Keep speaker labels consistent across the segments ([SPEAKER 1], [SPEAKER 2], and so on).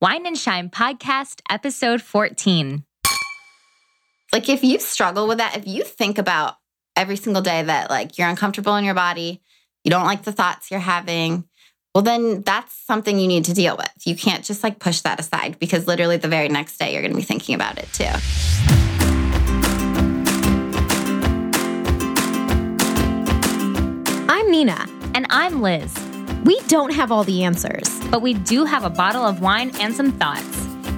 [SPEAKER 1] Wine and Shine Podcast, Episode 14.
[SPEAKER 2] Like if you struggle with that, if you think about every single day that like you're uncomfortable in your body, you don't like the thoughts you're having, well then that's something you need to deal with. You can't just like push that aside because literally the very next day you're going to be thinking about it too.
[SPEAKER 3] I'm Nina.
[SPEAKER 1] And I'm Liz,
[SPEAKER 3] We don't have all the answers.
[SPEAKER 1] but we do have a bottle of wine and some thoughts.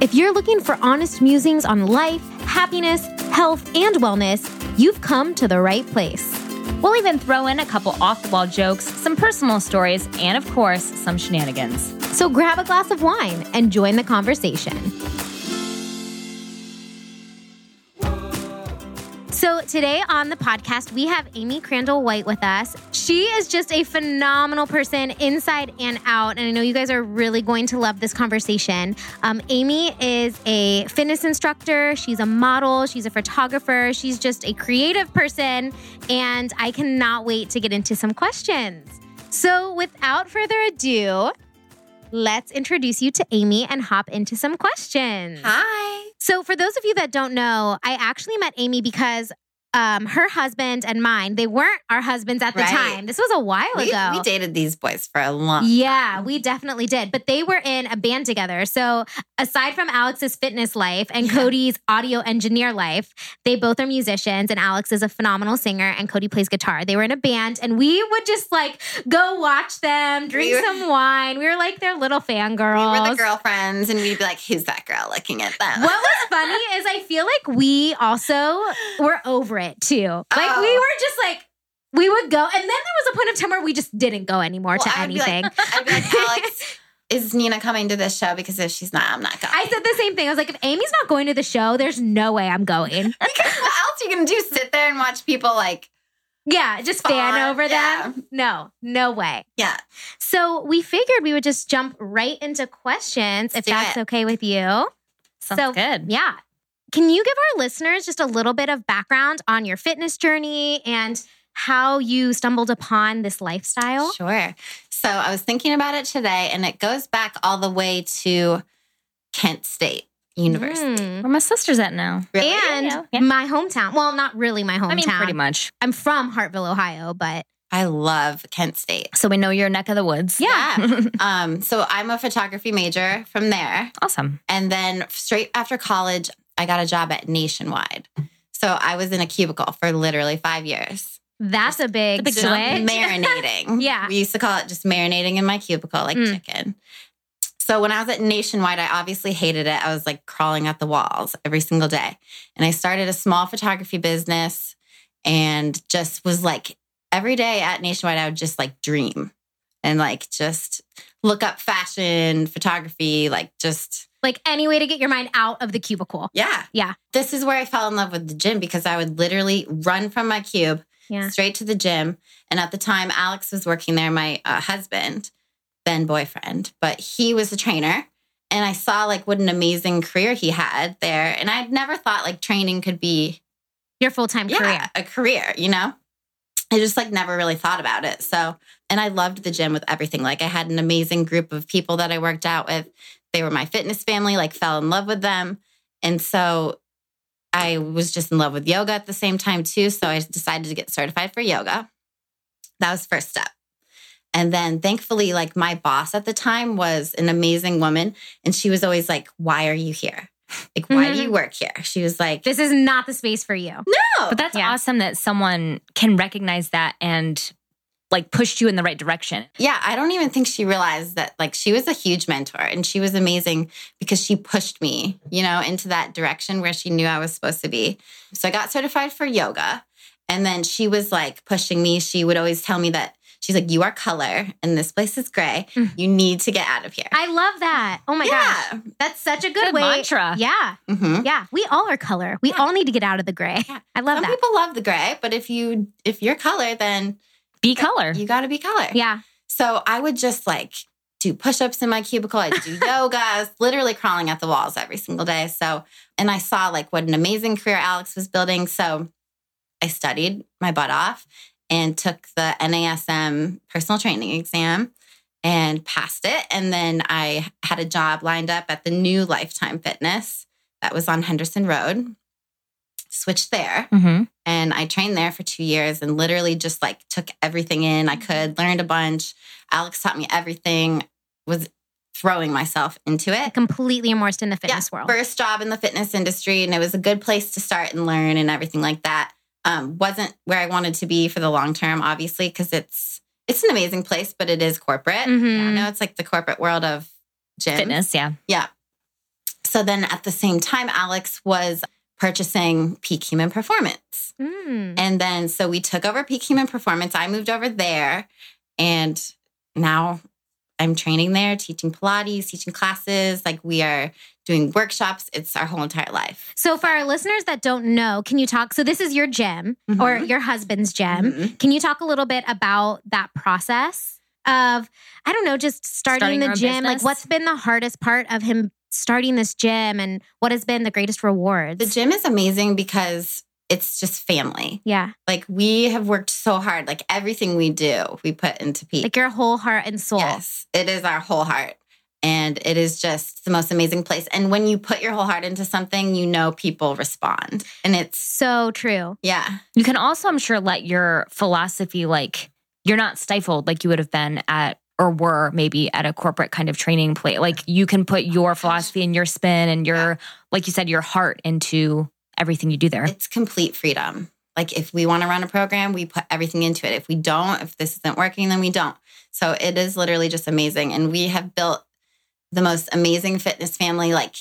[SPEAKER 3] If you're looking for honest musings on life, happiness, health, and wellness, you've come to the right place.
[SPEAKER 1] We'll even throw in a couple off the wall jokes, some personal stories, and of course, some shenanigans.
[SPEAKER 3] So grab a glass of wine and join the conversation. So, today on the podcast, we have Amy Crandall White with us. She is just a phenomenal person inside and out. And I know you guys are really going to love this conversation. Um, Amy is a fitness instructor, she's a model, she's a photographer, she's just a creative person. And I cannot wait to get into some questions. So, without further ado, let's introduce you to Amy and hop into some questions.
[SPEAKER 2] Hi.
[SPEAKER 3] So, for those of you that don't know, I actually met Amy because um, her husband and mine, they weren't our husbands at the
[SPEAKER 2] Right.
[SPEAKER 3] time. This was a while
[SPEAKER 2] We,
[SPEAKER 3] ago.
[SPEAKER 2] we dated these boys for a long
[SPEAKER 3] Yeah, we definitely did. But they were in a band together. So, aside from Alex's fitness life and
[SPEAKER 2] Yeah.
[SPEAKER 3] Cody's audio engineer life, they both are musicians, and Alex is a phenomenal singer, and Cody plays guitar. They were in a band, and we would just like go watch them, drink
[SPEAKER 2] We were-
[SPEAKER 3] some wine. We were like their little
[SPEAKER 2] We
[SPEAKER 3] fangirls.
[SPEAKER 2] were the girlfriends and we'd be like, who's that girl looking at them?
[SPEAKER 3] What was funny is I feel like we also were over it too. Like we
[SPEAKER 2] Oh.
[SPEAKER 3] were just like we would go, and then there was a point of time where we just didn't go anymore
[SPEAKER 2] Well,
[SPEAKER 3] to
[SPEAKER 2] I would be like,
[SPEAKER 3] anything.
[SPEAKER 2] I'd be like, Alex, is Nina coming to this show? Because if she's not, I'm not going.
[SPEAKER 3] I said the same thing. I was like, if Amy's not going to the show, there's no way I'm going.
[SPEAKER 2] because what else are you going to do? Sit there and watch people like,
[SPEAKER 3] Yeah, just
[SPEAKER 2] Fun,
[SPEAKER 3] fan over
[SPEAKER 2] yeah.
[SPEAKER 3] them. No, no way.
[SPEAKER 2] yeah.
[SPEAKER 3] So we figured we would just jump right into questions if
[SPEAKER 2] do
[SPEAKER 3] that's
[SPEAKER 2] it.
[SPEAKER 3] okay with you.
[SPEAKER 1] Sounds
[SPEAKER 3] So-
[SPEAKER 1] good.
[SPEAKER 3] Yeah. Can you give our listeners just a little bit of background on your fitness journey and how you stumbled upon this lifestyle?
[SPEAKER 2] Sure. So I was thinking about it today, and it goes back all the way to Kent State University.
[SPEAKER 3] Mm.
[SPEAKER 1] Where my sister's at now.
[SPEAKER 2] Really?
[SPEAKER 3] And
[SPEAKER 1] Yeah, yeah.
[SPEAKER 3] my hometown. Well, not really my hometown.
[SPEAKER 1] I mean, pretty much.
[SPEAKER 3] I'm from Hartville, Ohio, but
[SPEAKER 2] I love Kent State.
[SPEAKER 1] So we know your neck of the woods.
[SPEAKER 2] Yeah. um, so I'm a photography major from there.
[SPEAKER 1] Awesome.
[SPEAKER 2] And then straight after college, I got a job at Nationwide. So I was in a cubicle for literally five years.
[SPEAKER 3] that's a big,
[SPEAKER 1] The big
[SPEAKER 3] switch.
[SPEAKER 2] Just marinating.
[SPEAKER 3] Yeah.
[SPEAKER 2] We used to call it just marinating in my cubicle like
[SPEAKER 3] Mm.
[SPEAKER 2] chicken. So when I was at Nationwide, I obviously hated it. I was like crawling at the walls every single day. And I started a small photography business and just was like every day at Nationwide, I would just like dream and like just look up fashion, photography, like just
[SPEAKER 3] like any way to get your mind out of the cubicle.
[SPEAKER 2] yeah.
[SPEAKER 3] Yeah.
[SPEAKER 2] This is where I fell in love with the gym because I would literally run from my cube
[SPEAKER 3] Yeah.
[SPEAKER 2] straight to the gym. And at the time, Alex was working there, my uh, husband, then boyfriend, but he was a trainer. And I saw like what an amazing career he had there. And I'd never thought like training could be
[SPEAKER 3] Your full time career.
[SPEAKER 2] a career, you know? I just like never really thought about it. So, and I loved the gym with everything. Like I had an amazing group of people that I worked out with. They were my fitness family, like fell in love with them. And so I was just in love with yoga at the same time too, so I decided to get certified for yoga. That was first step. And then thankfully like my boss at the time was an amazing woman and she was always like, "Why are you here? Like why do you work here?" She was like, "Oh,
[SPEAKER 3] This is not the space for you.
[SPEAKER 1] But that's
[SPEAKER 3] Yeah.
[SPEAKER 1] awesome that someone can recognize that and like pushed you in the right direction.
[SPEAKER 2] Yeah, I don't even think she realized that like she was a huge mentor and she was amazing because she pushed me, you know, into that direction where she knew I was supposed to be. So I got certified for yoga and then she was like pushing me. She would always tell me that she's like you are color and this place is gray.
[SPEAKER 3] Mm.
[SPEAKER 2] You need to get out of here.
[SPEAKER 3] I love that. Oh my gosh.
[SPEAKER 2] yeah.
[SPEAKER 3] That's such a good,
[SPEAKER 1] Good
[SPEAKER 3] way.
[SPEAKER 1] mantra.
[SPEAKER 3] Yeah.
[SPEAKER 2] Mhm.
[SPEAKER 3] Yeah. We all are color. We all need to get out of the gray.
[SPEAKER 2] Yeah.
[SPEAKER 3] I love
[SPEAKER 2] Some
[SPEAKER 3] that.
[SPEAKER 2] people love the gray, but if you if you're color then
[SPEAKER 1] Be color.
[SPEAKER 2] you got to be color.
[SPEAKER 3] yeah.
[SPEAKER 2] So I would just like do push ups in my cubicle. I do yoga. I was literally crawling at the walls every single day. So, and I saw like what an amazing career Alex was building. So I studied my butt off and took the NASM personal training exam and passed it. And then I had a job lined up at the new Lifetime Fitness that was on Henderson Road. Switched there
[SPEAKER 1] Mm-hmm.
[SPEAKER 2] and I trained there for two years and literally just like took everything in I could, learned a bunch. Alex taught me everything, was throwing myself into it.
[SPEAKER 3] Completely immersed in the fitness world.
[SPEAKER 2] First job in the fitness industry, and it was a good place to start and learn and everything like that. Um, wasn't where I wanted to be for the long term, obviously, because it's it's an amazing place, but it is corporate.
[SPEAKER 3] Mhm.
[SPEAKER 2] I know it's like the corporate world of gyms.
[SPEAKER 1] Fitness, yeah.
[SPEAKER 2] So then at the same time, Alex was purchasing Peak Human Performance.
[SPEAKER 3] Mm.
[SPEAKER 2] And then so we took over Peak Human Performance. I moved over there and now I'm training there, teaching Pilates, teaching classes. Like we are doing workshops. It's our whole entire life.
[SPEAKER 3] So, for our listeners that don't know, can you talk? So, this is your gym or
[SPEAKER 2] Mhm.
[SPEAKER 3] your husband's gym.
[SPEAKER 2] Mhm.
[SPEAKER 3] Can you talk a little bit about that process of, I don't know, just starting,
[SPEAKER 1] Starting your
[SPEAKER 3] the
[SPEAKER 1] own
[SPEAKER 3] gym? Like,
[SPEAKER 1] business?
[SPEAKER 3] what's been the hardest part of him starting this gym and what has been the greatest rewards?
[SPEAKER 2] The gym is amazing because it's just family.
[SPEAKER 3] Yeah.
[SPEAKER 2] Like we have worked so hard. Like everything we do, we put into Peak.
[SPEAKER 3] Like your whole heart and soul.
[SPEAKER 2] Yes, it is our whole heart. And it is just the most amazing place. And when you put your whole heart into something, you know people respond. And it's,
[SPEAKER 3] So true.
[SPEAKER 2] yeah.
[SPEAKER 1] You can also, I'm sure, let your philosophy like you're not stifled like you would have been at or were maybe at a corporate kind of training play. Like you can put your philosophy and your spin and your, like you said, your heart into everything you do there.
[SPEAKER 2] It's complete freedom. Like if we want to run a program, we put everything into it. If we don't, if this isn't working, then we don't. So it is literally just amazing. And we have built the most amazing fitness family. Like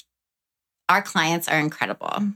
[SPEAKER 2] our clients are incredible.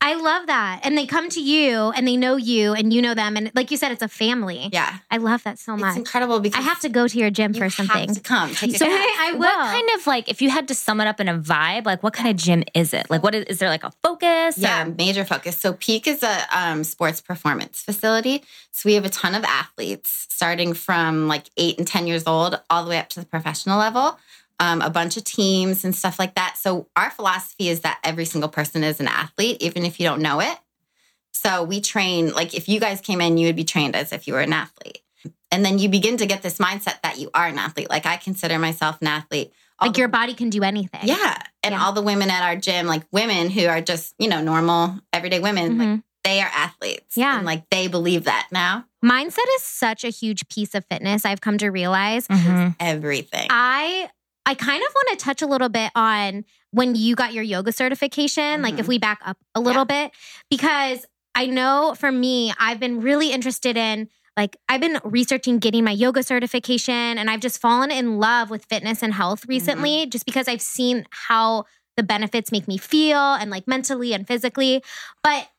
[SPEAKER 3] I love that. And they come to you and they know you and you know them. And like you said, it's a family.
[SPEAKER 2] Yeah.
[SPEAKER 3] I love that so
[SPEAKER 2] It's
[SPEAKER 3] much.
[SPEAKER 2] incredible because
[SPEAKER 3] I have to go to your gym
[SPEAKER 2] you
[SPEAKER 3] for
[SPEAKER 2] have
[SPEAKER 3] something.
[SPEAKER 2] to come. Take a
[SPEAKER 3] So
[SPEAKER 2] class.
[SPEAKER 3] I will.
[SPEAKER 1] What kind of like, if you had to sum it up in a vibe, like what kind of gym is it? Like, what is, is there like a focus? or-
[SPEAKER 2] Yeah, major focus. So Peak is a um, sports performance facility. So we have a ton of athletes, starting from like eight and ten years old, all the way up to the professional level. Um, a bunch of teams and stuff like that. So our philosophy is that every single person is an athlete, even if you don't know it. So we train like if you guys came in, you would be trained as if you were an athlete. And then you begin to get this mindset that you are an athlete. Like I consider myself an athlete. All
[SPEAKER 3] like
[SPEAKER 2] the-
[SPEAKER 3] your body can do anything.
[SPEAKER 2] yeah. And
[SPEAKER 3] Yeah.
[SPEAKER 2] all the women at our gym, like women who are just, you know, normal, everyday women, like
[SPEAKER 3] Mhm.
[SPEAKER 2] they are athletes.
[SPEAKER 3] Yeah.
[SPEAKER 2] And like they believe that now.
[SPEAKER 3] Mindset is such a huge piece of fitness. I've come to realize.
[SPEAKER 1] Mhm.
[SPEAKER 2] Everything.
[SPEAKER 3] I I kind of want to touch a little bit on when you got your yoga certification, like if we back up a little bit because I know for me I've been really interested in like I've been researching getting my yoga certification and I've just fallen in love with fitness and health recently just because I've seen how the benefits make me feel and like mentally and physically but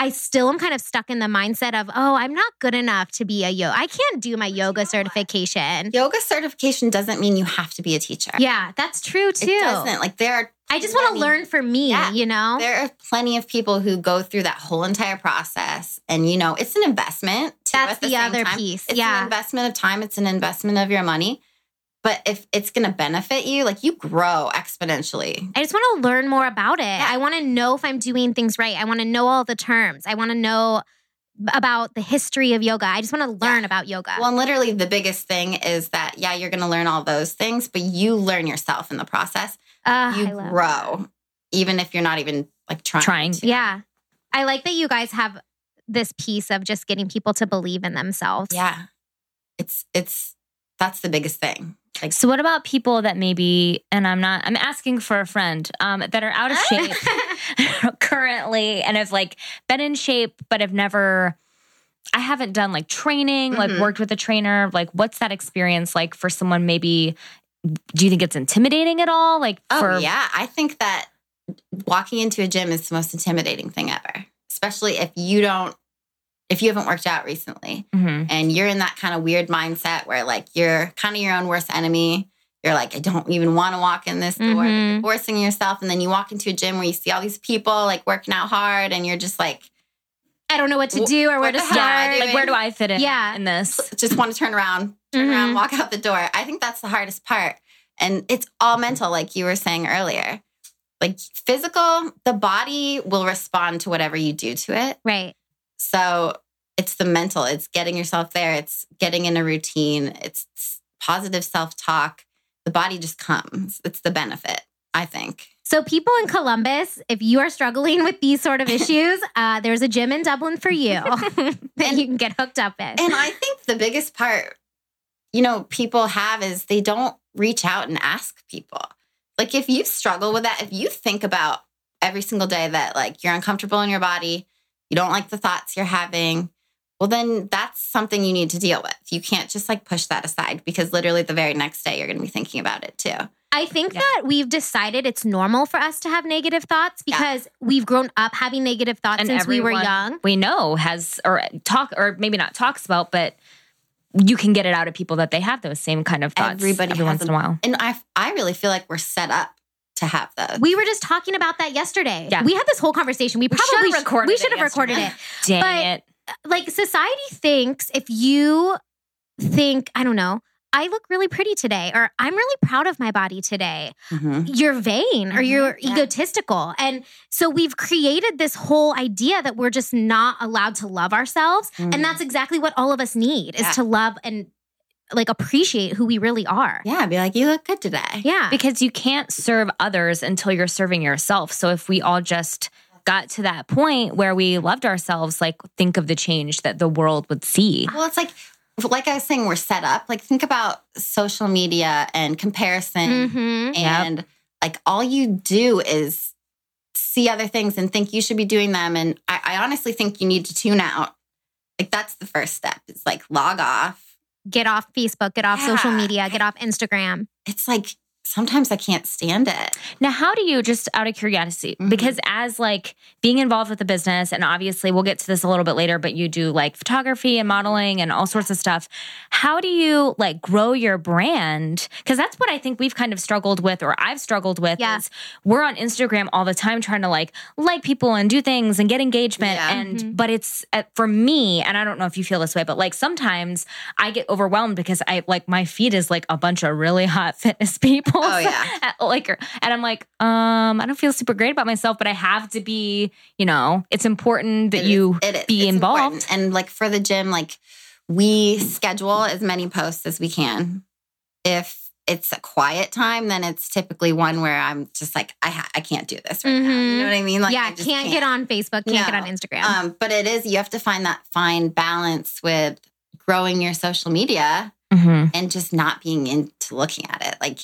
[SPEAKER 3] I still am kind of stuck in the mindset of oh I'm not good enough to be a yo I can't do my yoga certification.
[SPEAKER 2] Yoga certification doesn't mean you have to be a teacher.
[SPEAKER 3] Yeah, that's true too.
[SPEAKER 2] It doesn't. Like there are
[SPEAKER 3] I just want to
[SPEAKER 2] plenty-
[SPEAKER 3] learn for me,
[SPEAKER 2] Yeah.
[SPEAKER 3] you know?
[SPEAKER 2] There are plenty of people who go through that whole entire process. And you know, it's an investment. too,
[SPEAKER 3] That's
[SPEAKER 2] at the,
[SPEAKER 3] the
[SPEAKER 2] same
[SPEAKER 3] other
[SPEAKER 2] time.
[SPEAKER 3] piece,
[SPEAKER 2] It's
[SPEAKER 3] yeah.
[SPEAKER 2] an investment of time. It's an investment of your money. But if it's gonna benefit you, like you grow exponentially.
[SPEAKER 3] I just want to learn more about it.
[SPEAKER 2] Yeah.
[SPEAKER 3] I want to know if I'm doing things right. I want to know all the terms. I want to know b- about the history of yoga. I just want to learn about yoga.
[SPEAKER 2] Well, and literally, the biggest thing is that, yeah, you're going to learn all those things, but you learn yourself in the process.
[SPEAKER 3] Ugh,
[SPEAKER 2] you
[SPEAKER 3] Ah, I love
[SPEAKER 2] grow, even if you're not even like trying.
[SPEAKER 1] Trying.
[SPEAKER 2] to.
[SPEAKER 3] Yeah. I like that you guys have this piece of just getting people to believe in themselves.
[SPEAKER 2] Yeah. It's, it's, that's the biggest thing. Like,
[SPEAKER 1] So what about people that maybe, and I'm not, I'm asking for a friend, um, that are out of shape currently and have like been in shape but have never I haven't done like training,
[SPEAKER 2] Mhm.
[SPEAKER 1] like worked with a trainer. Like what's that experience like for someone maybe do you think it's intimidating at all? Like
[SPEAKER 2] oh,
[SPEAKER 1] for
[SPEAKER 2] yeah. I think that walking into a gym is the most intimidating thing ever, especially if you don't, if you haven't worked out recently.
[SPEAKER 1] Mhm.
[SPEAKER 2] and you're in that kind of weird mindset where like you're kind of your own worst enemy. You're like, I don't even want to walk in this door. but You're
[SPEAKER 3] Mhm.
[SPEAKER 2] forcing yourself. And then you walk into a gym where you see all these people like working out hard and you're just like,
[SPEAKER 3] I don't know what to
[SPEAKER 2] Wh-
[SPEAKER 3] do or
[SPEAKER 2] what
[SPEAKER 3] where
[SPEAKER 2] the
[SPEAKER 3] to
[SPEAKER 2] hell am I
[SPEAKER 3] start.
[SPEAKER 2] doing?
[SPEAKER 1] like where do I fit in
[SPEAKER 3] Yeah.
[SPEAKER 1] in this?
[SPEAKER 2] just want to turn around, turn around,
[SPEAKER 3] Mhm.
[SPEAKER 2] walk out the door. I think that's the hardest part. And it's all mental, like you were saying earlier. Like physical, the body will respond to whatever you do to it.
[SPEAKER 3] Right.
[SPEAKER 2] So it's the mental, it's getting yourself there, it's getting in a routine, it's positive self talk, the body just comes. It's the benefit, I think.
[SPEAKER 3] So, people in Columbus, if you are struggling with these sort of issues, uh, there's a gym in Dublin for you that you can get hooked up with.
[SPEAKER 2] And I think the biggest part, you know, people have is they don't reach out and ask people. Like, if you struggle with that, if you think about every single day that like you're uncomfortable in your body, you don't like the thoughts you're having, well, then that's something you need to deal with. You can't just like push that aside because literally the very next day you're going to be thinking about it too.
[SPEAKER 3] I think
[SPEAKER 1] Yeah.
[SPEAKER 3] that we've decided it's normal for us to have negative thoughts
[SPEAKER 2] Yeah.
[SPEAKER 3] because we've grown up having negative thoughts
[SPEAKER 1] And
[SPEAKER 3] since we were
[SPEAKER 1] everyone-
[SPEAKER 3] young.
[SPEAKER 1] we know has or talk or maybe not talks about, but you can get it out of people that they have those same kind of thoughts
[SPEAKER 2] Everybody
[SPEAKER 1] every
[SPEAKER 2] has
[SPEAKER 1] once in a
[SPEAKER 2] them.
[SPEAKER 1] while.
[SPEAKER 2] And I, I really feel like we're set up to have those.
[SPEAKER 3] We were just talking about that yesterday.
[SPEAKER 1] Yeah.
[SPEAKER 3] We had this whole conversation. We
[SPEAKER 1] should have
[SPEAKER 3] probably
[SPEAKER 1] recorded
[SPEAKER 3] we
[SPEAKER 1] it
[SPEAKER 3] should have recorded it.
[SPEAKER 1] yesterday. Dang
[SPEAKER 3] But-
[SPEAKER 1] it.
[SPEAKER 3] like society thinks if you think, I don't know, I look really pretty today or I'm really proud of my body today.
[SPEAKER 2] Mhm.
[SPEAKER 3] You're vain or
[SPEAKER 2] Mhm,
[SPEAKER 3] you're
[SPEAKER 2] yeah.
[SPEAKER 3] egotistical. And so we've created this whole idea that we're just not allowed to love ourselves.
[SPEAKER 2] Mhm.
[SPEAKER 3] And that's exactly what all of us need is
[SPEAKER 2] Yeah.
[SPEAKER 3] to love and like appreciate who we really are.
[SPEAKER 2] yeah, be like, you look good today.
[SPEAKER 3] Yeah.
[SPEAKER 1] Because you can't serve others until you're serving yourself. So if we all just got to that point where we loved ourselves, like think of the change that the world would see.
[SPEAKER 2] Well, it's like, like I was saying, we're set up. Like, think about social media and comparison
[SPEAKER 3] Mhm.
[SPEAKER 2] and like all you do is see other things and think you should be doing them and I, I honestly think you need to tune out like that's the first step it's like log off
[SPEAKER 3] Get off Facebook, get off
[SPEAKER 2] Yeah.
[SPEAKER 3] social media, get off Instagram.
[SPEAKER 2] it's like sometimes i can't stand it
[SPEAKER 1] Now, how do you just out of curiosity?
[SPEAKER 2] Mhm.
[SPEAKER 1] Because as like being involved with the business, and obviously we'll get to this a little bit later, but you do like photography and modeling and all sorts of stuff. How do you like grow your brand? Because that's what I think we've kind of struggled with, or I've struggled with.
[SPEAKER 3] Yeah.
[SPEAKER 1] Is we're on Instagram all the time trying to like like people and do things and get engagement,
[SPEAKER 2] Yeah.
[SPEAKER 1] and
[SPEAKER 3] Mhm.
[SPEAKER 1] but it's uh, for me, and I don't know if you feel this way, but like sometimes I get overwhelmed because I like my feed is like a bunch of really hot fitness people.
[SPEAKER 2] Oh, yeah.
[SPEAKER 1] at, like or- and I'm like, um, I don't feel super great about myself, but I have to be, you know, it's important that
[SPEAKER 2] It is-
[SPEAKER 1] you
[SPEAKER 2] it is.
[SPEAKER 1] be
[SPEAKER 2] It's
[SPEAKER 1] involved.
[SPEAKER 2] important. and like for the gym like we schedule as many posts as we can if it's a quiet time then it's typically one where i'm just like i ha- i can't do this right now you
[SPEAKER 3] Mhm.
[SPEAKER 2] know what i mean like
[SPEAKER 3] yeah,
[SPEAKER 2] I
[SPEAKER 3] can't,
[SPEAKER 2] just
[SPEAKER 3] get on Facebook, can't get
[SPEAKER 2] No.
[SPEAKER 3] on Instagram.
[SPEAKER 2] Um, but it is, you have to find that fine balance with growing your social media
[SPEAKER 1] Mhm.
[SPEAKER 2] and just not being into looking at it. Like,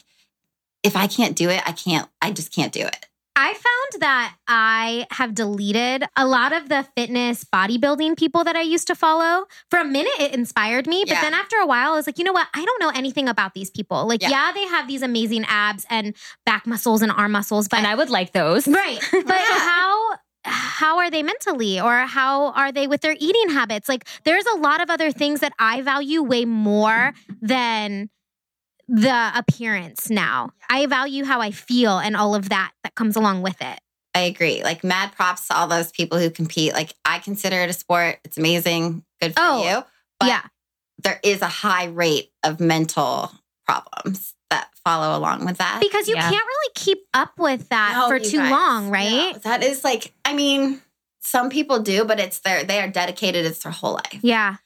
[SPEAKER 2] if I can't do it, I can't, I just can't do it.
[SPEAKER 3] I found that I have deleted a lot of the fitness bodybuilding people that I used to follow. For a minute, it inspired me. But
[SPEAKER 2] Yeah.
[SPEAKER 3] then after a while, I was like, you know what? I don't know anything about these people. Like, yeah,
[SPEAKER 2] Yeah.
[SPEAKER 3] they have these amazing abs and back muscles and arm muscles, but
[SPEAKER 1] And I would like those.
[SPEAKER 3] right. But
[SPEAKER 2] Yeah.
[SPEAKER 3] how? How are they mentally or how are they with their eating habits? Like, there's a lot of other things that I value way more than the appearance now. I value how I feel and all of that that comes along with it.
[SPEAKER 2] I agree. Like, mad props to all those people who compete. Like, I consider it a sport. It's amazing. Good for
[SPEAKER 3] Oh.
[SPEAKER 2] you. But-
[SPEAKER 3] yeah.
[SPEAKER 2] There is a high rate of mental problems that follow along with that.
[SPEAKER 3] Because you
[SPEAKER 1] Yeah.
[SPEAKER 3] can't really keep up with that
[SPEAKER 2] No,
[SPEAKER 3] for
[SPEAKER 2] you
[SPEAKER 3] too
[SPEAKER 2] guys.
[SPEAKER 3] long,
[SPEAKER 2] No,
[SPEAKER 3] right?
[SPEAKER 2] that is like, I mean, some people do, but it's their, they are dedicated, it's their whole life.
[SPEAKER 3] Yeah.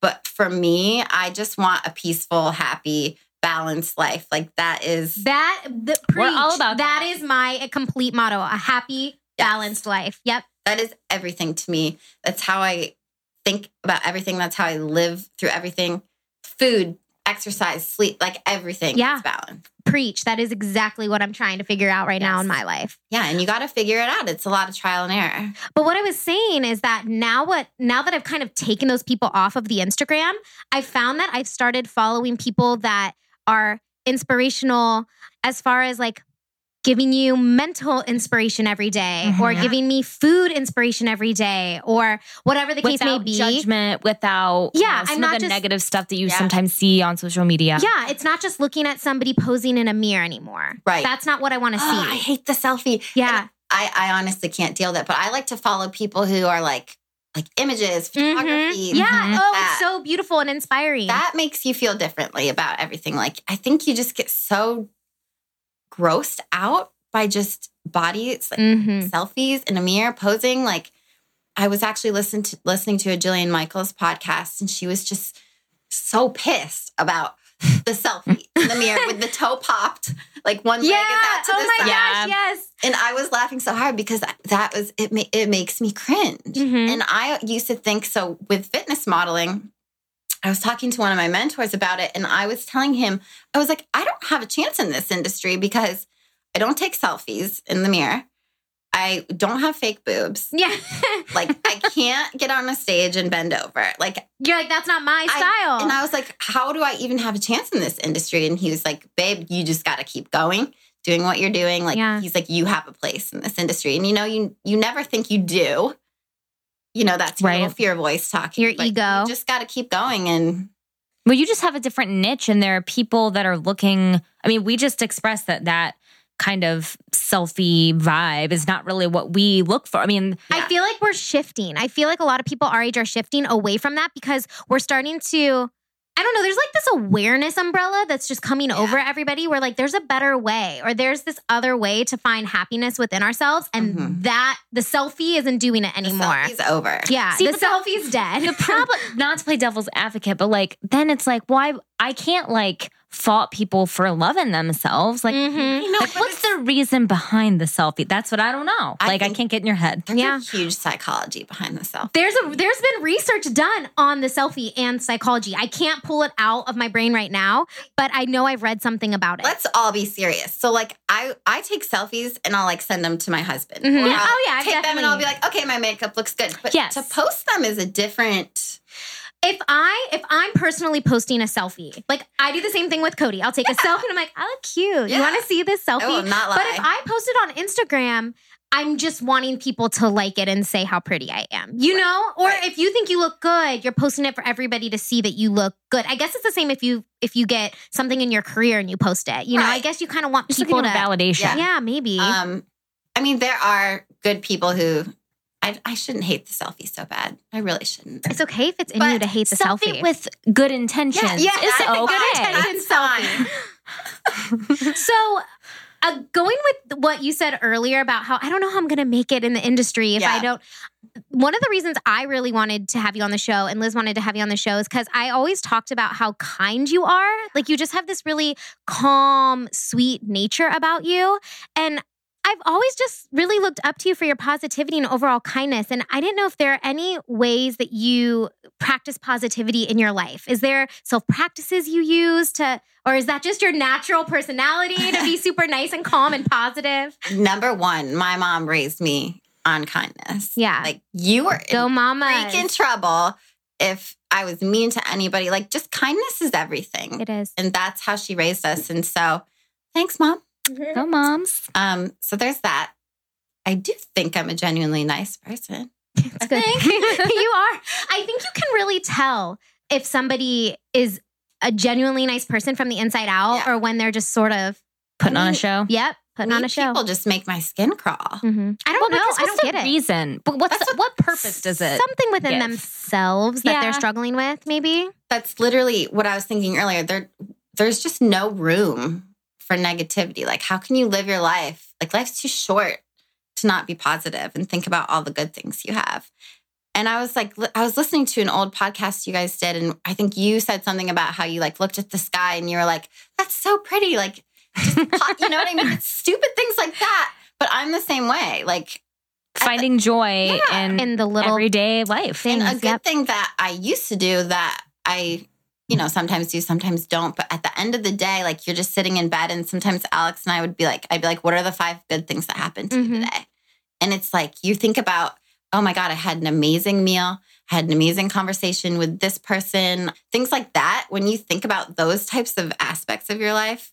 [SPEAKER 2] But for me, I just want a peaceful, happy, balanced life. Like that is
[SPEAKER 3] That the
[SPEAKER 1] We're all
[SPEAKER 3] preach.
[SPEAKER 1] about
[SPEAKER 3] that
[SPEAKER 1] that.
[SPEAKER 3] is my complete motto, a happy,
[SPEAKER 2] Yes.
[SPEAKER 3] balanced life. Yep.
[SPEAKER 2] that is everything to me. That's how I think about everything. That's how I live through everything. Food, exercise, sleep, like everything
[SPEAKER 3] Yeah.
[SPEAKER 2] is balanced.
[SPEAKER 3] Preach. That is exactly what I'm trying to figure out right now
[SPEAKER 2] Yes.
[SPEAKER 3] in my life.
[SPEAKER 2] Yeah, and you got to figure it out. It's a lot of trial and error.
[SPEAKER 3] But what I was saying is that now what now that I've kind of taken those people off of the Instagram, I found that I've started following people that are inspirational as far as like giving you mental inspiration every day
[SPEAKER 2] Mm-hmm.
[SPEAKER 3] or
[SPEAKER 1] Mhm.
[SPEAKER 3] giving me food inspiration every day or whatever the case may
[SPEAKER 1] Without
[SPEAKER 3] be.
[SPEAKER 1] judgment, without you
[SPEAKER 3] Yeah,
[SPEAKER 1] know,
[SPEAKER 3] I'm
[SPEAKER 1] some
[SPEAKER 3] not
[SPEAKER 1] of the
[SPEAKER 3] just-
[SPEAKER 1] negative stuff that you
[SPEAKER 2] Yeah.
[SPEAKER 1] sometimes see on social media.
[SPEAKER 3] Yeah, it's not just looking at somebody posing in a mirror anymore.
[SPEAKER 2] Right.
[SPEAKER 3] That's not what I want to see.
[SPEAKER 2] Oh, I hate the selfie.
[SPEAKER 3] yeah.
[SPEAKER 2] I, I honestly can't deal with it. But I like to follow people who are like like images, photography. Mm-hmm.
[SPEAKER 3] Mhm. Yeah.
[SPEAKER 1] Mhm.
[SPEAKER 3] Oh,
[SPEAKER 2] That-
[SPEAKER 3] it's so beautiful and inspiring.
[SPEAKER 2] that makes you feel differently about everything. Like, I think you just get so grossed out by just bodies, like
[SPEAKER 3] Mhm.
[SPEAKER 2] selfies in a mirror posing. Like, I was actually listening to listening to a Jillian Michaels podcast, and she was just so pissed about the selfie in the mirror with the toe popped, like one
[SPEAKER 3] Yeah.
[SPEAKER 2] leg is out to
[SPEAKER 3] oh
[SPEAKER 2] the
[SPEAKER 3] my
[SPEAKER 2] side.
[SPEAKER 1] Yeah.
[SPEAKER 3] gosh. Yes.
[SPEAKER 2] And I was laughing so hard because that was it. Ma- it makes me cringe.
[SPEAKER 3] Mhm.
[SPEAKER 2] And I used to think so with fitness modeling. I was talking to one of my mentors about it, and I was telling him, I was like, I don't have a chance in this industry because I don't take selfies in the mirror. I don't have fake boobs.
[SPEAKER 3] Yeah.
[SPEAKER 2] Like, I can't get on a stage and bend over. Like,
[SPEAKER 3] You're like, that's not my
[SPEAKER 2] I-
[SPEAKER 3] style.
[SPEAKER 2] and I was like, how do I even have a chance in this industry? And he was like, babe, you just got to keep going, doing what you're doing. Like,
[SPEAKER 3] Yeah.
[SPEAKER 2] he's like, you have a place in this industry. And you know, you you never think you do. You know, that's your
[SPEAKER 1] Right.
[SPEAKER 2] little fear voice talking.
[SPEAKER 3] Your
[SPEAKER 2] but
[SPEAKER 3] ego.
[SPEAKER 2] You just got to keep going. And
[SPEAKER 1] Well, you just have a different niche, and there are people that are looking. I mean, we just expressed that that kind of selfie vibe is not really what we look for. I mean,
[SPEAKER 3] I feel like we're shifting. I feel like a lot of people our age are shifting away from that because we're starting to. I don't know. There's like this awareness umbrella that's just coming
[SPEAKER 2] Yeah.
[SPEAKER 3] over everybody. Where like, there's a better way, or there's this other way to find happiness within ourselves, and
[SPEAKER 2] Mhm.
[SPEAKER 3] that the selfie isn't doing it
[SPEAKER 2] the
[SPEAKER 3] anymore.
[SPEAKER 2] selfie's over.
[SPEAKER 3] Yeah,
[SPEAKER 1] See,
[SPEAKER 3] the
[SPEAKER 1] but the-
[SPEAKER 3] selfie's dead.
[SPEAKER 1] the problem, not to play devil's advocate, but like, then it's like, why? I can't like fault people for loving themselves. Like,
[SPEAKER 3] Mhm.
[SPEAKER 2] You know,
[SPEAKER 1] like
[SPEAKER 2] but
[SPEAKER 1] what's
[SPEAKER 2] it's-
[SPEAKER 1] the reason behind the selfie? That's what I don't know.
[SPEAKER 2] I
[SPEAKER 1] like, I
[SPEAKER 2] think-
[SPEAKER 1] can't get in your head.
[SPEAKER 2] there's
[SPEAKER 3] yeah.
[SPEAKER 2] a huge psychology behind the selfie.
[SPEAKER 3] There's a there's been research done on the selfie and psychology. I can't pull it out of my brain right now, but I know I've read something about it.
[SPEAKER 2] Let's all be serious. So, like, I I take selfies and I'll like send them to my husband.
[SPEAKER 3] Mhm.
[SPEAKER 2] Or
[SPEAKER 3] Yeah.
[SPEAKER 2] I'll
[SPEAKER 3] Oh, yeah,
[SPEAKER 2] take them
[SPEAKER 3] definitely.
[SPEAKER 2] and I'll be like, okay, my makeup looks good. But
[SPEAKER 1] Yes.
[SPEAKER 2] to post them is a different.
[SPEAKER 3] if I if I'm personally posting a selfie, like I do the same thing with Cody. I'll take a selfie and I'm like, I look cute. You
[SPEAKER 2] Yeah.
[SPEAKER 3] want to see this
[SPEAKER 2] I will
[SPEAKER 3] selfie?
[SPEAKER 2] oh, not lie.
[SPEAKER 3] But if I post it on Instagram, I'm just wanting people to like it and say how pretty I am. You know? Or
[SPEAKER 2] Right.
[SPEAKER 3] if you think you look good, you're posting it for everybody to see that you look good. I guess it's the same if you if you get something in your career and you post it. You know, I
[SPEAKER 2] Right.
[SPEAKER 3] guess you kind of want
[SPEAKER 1] Just
[SPEAKER 3] people
[SPEAKER 1] looking
[SPEAKER 3] to
[SPEAKER 1] for validation.
[SPEAKER 2] Yeah.
[SPEAKER 3] Yeah, maybe.
[SPEAKER 2] Um, I mean, there are good people who I, I shouldn't hate the selfie so bad. I really shouldn't.
[SPEAKER 3] it's okay if it's in
[SPEAKER 2] But
[SPEAKER 3] you to hate the
[SPEAKER 1] Selfie,
[SPEAKER 3] selfie.
[SPEAKER 1] with good intentions.
[SPEAKER 2] yeah,
[SPEAKER 1] is
[SPEAKER 2] that's a good
[SPEAKER 1] okay.
[SPEAKER 2] intention.
[SPEAKER 3] That's
[SPEAKER 2] fine.
[SPEAKER 3] So, uh, going with what you said earlier about how I don't know how I'm going to make it in the industry if I
[SPEAKER 2] Yeah.
[SPEAKER 3] don't. One of the reasons I really wanted to have you on the show and Liz wanted to have you on the show is because I always talked about how kind you are. Like, you just have this really calm, sweet nature about you. And I've always just really looked up to you for your positivity and overall kindness. And I didn't know if there are any ways that you practice positivity in your life. Is there self practices you use to, or is that just your natural personality to be super nice and calm and positive?
[SPEAKER 2] Number one, my mom raised me on kindness.
[SPEAKER 3] Yeah.
[SPEAKER 2] Like you were
[SPEAKER 3] Go,
[SPEAKER 2] in
[SPEAKER 3] mama.
[SPEAKER 2] freaking trouble if I was mean to anybody. Like just kindness is everything.
[SPEAKER 3] It is.
[SPEAKER 2] And that's how she raised us. And so thanks, mom.
[SPEAKER 1] Go, moms.
[SPEAKER 2] Um, so there's that. I do think I'm a genuinely nice person.
[SPEAKER 3] It's good. you are. I think you can really tell if somebody is a genuinely nice person from the inside out
[SPEAKER 2] Yeah.
[SPEAKER 3] or when they're just sort of,
[SPEAKER 1] Putting on
[SPEAKER 2] mean,
[SPEAKER 1] a show.
[SPEAKER 3] yep, putting on
[SPEAKER 2] Mean
[SPEAKER 3] a show.
[SPEAKER 2] People just make my skin crawl.
[SPEAKER 3] Mhm. I don't
[SPEAKER 1] Well,
[SPEAKER 3] know.
[SPEAKER 1] because
[SPEAKER 3] I
[SPEAKER 1] what's
[SPEAKER 3] don't
[SPEAKER 1] the
[SPEAKER 3] get it.
[SPEAKER 1] Reason, but what's
[SPEAKER 2] That's
[SPEAKER 1] the- what, purpose does it?
[SPEAKER 3] Something within
[SPEAKER 1] give?
[SPEAKER 3] themselves that they're
[SPEAKER 1] Yeah.
[SPEAKER 3] struggling with, maybe.
[SPEAKER 2] that's literally what I was thinking earlier. There, there's just no room for negativity. Like, how can you live your life? Like, life's too short to not be positive and think about all the good things you have. And I was like, li- I was listening to an old podcast you guys did, and I think you said something about how you like looked at the sky and you were like, "That's so pretty." Like, just po- you know what I mean? It's stupid things like that. But I'm the same way. Like,
[SPEAKER 1] Finding joy
[SPEAKER 2] Yeah.
[SPEAKER 1] in,
[SPEAKER 3] In the little
[SPEAKER 1] everyday life.
[SPEAKER 3] thing.
[SPEAKER 2] And a
[SPEAKER 3] things,
[SPEAKER 2] good
[SPEAKER 3] yep.
[SPEAKER 2] thing that I used to do that I, you know, sometimes do, sometimes don't. But at the end of the day, like you're just sitting in bed, and sometimes Alex and I would be like, I'd be like, what are the five good things that happened to
[SPEAKER 3] Mhm.
[SPEAKER 2] you today? And it's like you think about, oh my God, I had an amazing meal, had an amazing conversation with this person, things like that. When you think about those types of aspects of your life,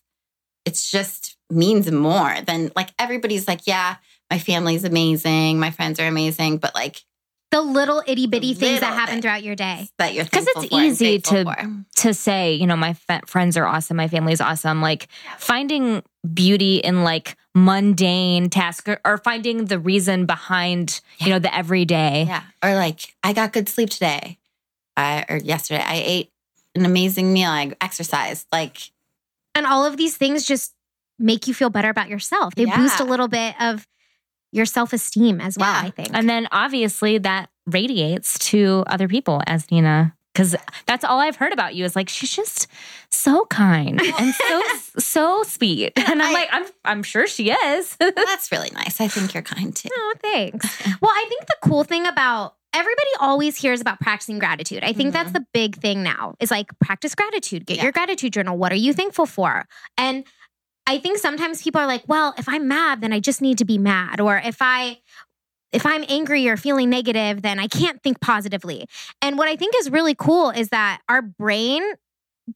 [SPEAKER 2] it's just means more than like everybody's like, yeah, my family's amazing, my friends are amazing, but like
[SPEAKER 3] the little itty bitty
[SPEAKER 2] The
[SPEAKER 3] things that
[SPEAKER 2] little
[SPEAKER 3] happen
[SPEAKER 2] things.
[SPEAKER 3] throughout your day.
[SPEAKER 2] that you're
[SPEAKER 1] 'Cause it's
[SPEAKER 2] thankful for and
[SPEAKER 1] easy
[SPEAKER 2] grateful
[SPEAKER 1] to-
[SPEAKER 2] for.
[SPEAKER 1] to say, you know, my fa- friends are awesome, my family's awesome. Like finding beauty in like mundane tasks or, or finding the reason behind, you know, the everyday.
[SPEAKER 2] yeah or like I got good sleep today I, or yesterday I ate an amazing meal I exercised like
[SPEAKER 3] And all of these things just make you feel better about yourself. They
[SPEAKER 2] Yeah.
[SPEAKER 3] boost a little bit of your self esteem as well,
[SPEAKER 2] Yeah.
[SPEAKER 3] I think.
[SPEAKER 1] And then obviously that radiates to other people, as Nina Cause that's all I've heard about you is like she's just so kind and so so sweet, and I'm
[SPEAKER 2] I-
[SPEAKER 1] like I'm I'm sure she is.
[SPEAKER 2] Well, that's really nice. I think you're kind too.
[SPEAKER 3] Oh, thanks. Well, I think the cool thing about everybody always hears about practicing gratitude. I think that's the big thing now. Is like practice gratitude. Get
[SPEAKER 2] Mm-hmm. Yeah.
[SPEAKER 3] your gratitude journal. What are you thankful for? And I think sometimes people are like, well, if I'm mad, then I just need to be mad or if I if I'm angry or feeling negative, then I can't think positively. And what I think is really cool is that our brain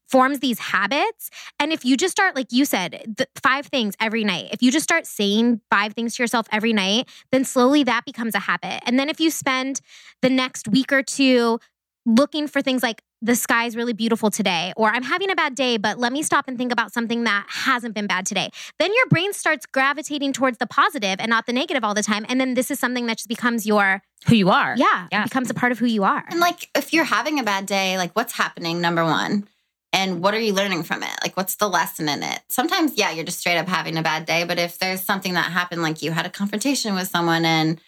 [SPEAKER 3] forms these habits. And if you just start, like you said, the five things every night, if you just start saying five things to yourself every night, then slowly that becomes a habit. And then if you spend the next week or two looking for things like the sky's really beautiful today, or I'm having a bad day, but let me stop and think about something that hasn't been bad today, then your brain starts gravitating towards the positive and not the negative all the time. And then this is something that just becomes your,
[SPEAKER 1] Who you are?
[SPEAKER 3] yeah, it
[SPEAKER 1] Yeah.
[SPEAKER 3] becomes a part of who you are.
[SPEAKER 2] And like, if you're having a bad day, like, what's happening? Number one, and what are you learning from it? Like, what's the lesson in it? Sometimes, yeah, you're just straight up having a bad day. But if there's something that happened, like you had a confrontation with someone, and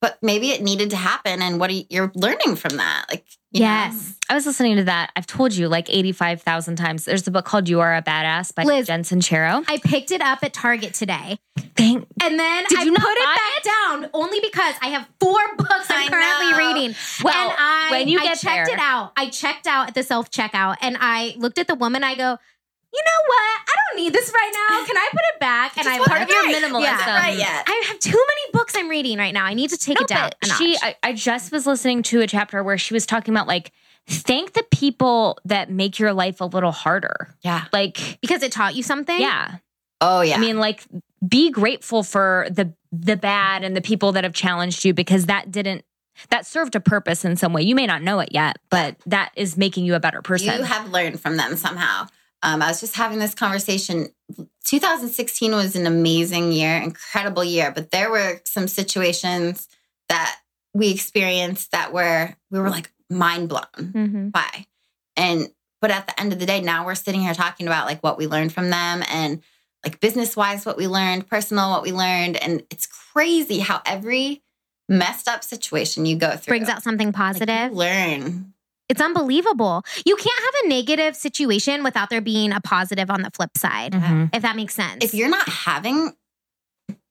[SPEAKER 2] but maybe it needed to happen, and what are you, you're learning from that? Like, you know?
[SPEAKER 3] Yes.
[SPEAKER 1] I was listening to that. I've told you like 85,000 times. There's a book called You Are a Badass by
[SPEAKER 3] Liz.
[SPEAKER 1] Jen Sincero.
[SPEAKER 3] I picked it up at Target today.
[SPEAKER 1] Thank
[SPEAKER 3] And then
[SPEAKER 1] Did
[SPEAKER 3] I
[SPEAKER 1] you not
[SPEAKER 3] put it
[SPEAKER 1] buy
[SPEAKER 3] back down only because I have four books I'm
[SPEAKER 2] I
[SPEAKER 3] currently
[SPEAKER 2] know.
[SPEAKER 3] reading.
[SPEAKER 1] Well,
[SPEAKER 3] and I
[SPEAKER 1] when you
[SPEAKER 3] I
[SPEAKER 1] get
[SPEAKER 3] checked
[SPEAKER 1] there-
[SPEAKER 3] it out. I checked out at the self checkout and I looked at the woman, I go, you know what? I don't need this right now. Can I put it back? And
[SPEAKER 2] Just
[SPEAKER 3] I
[SPEAKER 2] want
[SPEAKER 1] part
[SPEAKER 3] left
[SPEAKER 1] of your
[SPEAKER 3] it.
[SPEAKER 1] minimalism.
[SPEAKER 3] Yeah.
[SPEAKER 2] right yet.
[SPEAKER 3] I have too many books I'm reading right now. I need to take it down. a
[SPEAKER 1] But she, uh,
[SPEAKER 3] notch.
[SPEAKER 1] I, I just was listening to a chapter where she was talking about like, thank the people that make your life a little harder.
[SPEAKER 2] Yeah.
[SPEAKER 1] Like,
[SPEAKER 3] because it taught you something.
[SPEAKER 1] yeah.
[SPEAKER 2] Oh yeah.
[SPEAKER 1] I mean, like, be grateful for the the bad and the people that have challenged you because that didn't that served a purpose in some way. You may not know it yet, but that is making you a better person.
[SPEAKER 2] You have learned from them somehow. Um, I was just having this conversation. 2016 was an amazing year, incredible year, but there were some situations that we experienced that were we were like mind
[SPEAKER 1] Hmm.
[SPEAKER 2] blown
[SPEAKER 3] Mm-hmm.
[SPEAKER 2] by. And but at the end of the day, now we're sitting here talking about like what we learned from them and like business wise what we learned, personal what we learned, and it's crazy how every messed up situation you go through
[SPEAKER 3] Brings out something
[SPEAKER 2] like, you
[SPEAKER 3] positive.
[SPEAKER 2] learn
[SPEAKER 3] It's unbelievable. You can't have a negative situation without there being a positive on the flip side,
[SPEAKER 1] Mhm.
[SPEAKER 3] if that makes sense.
[SPEAKER 2] if you're not having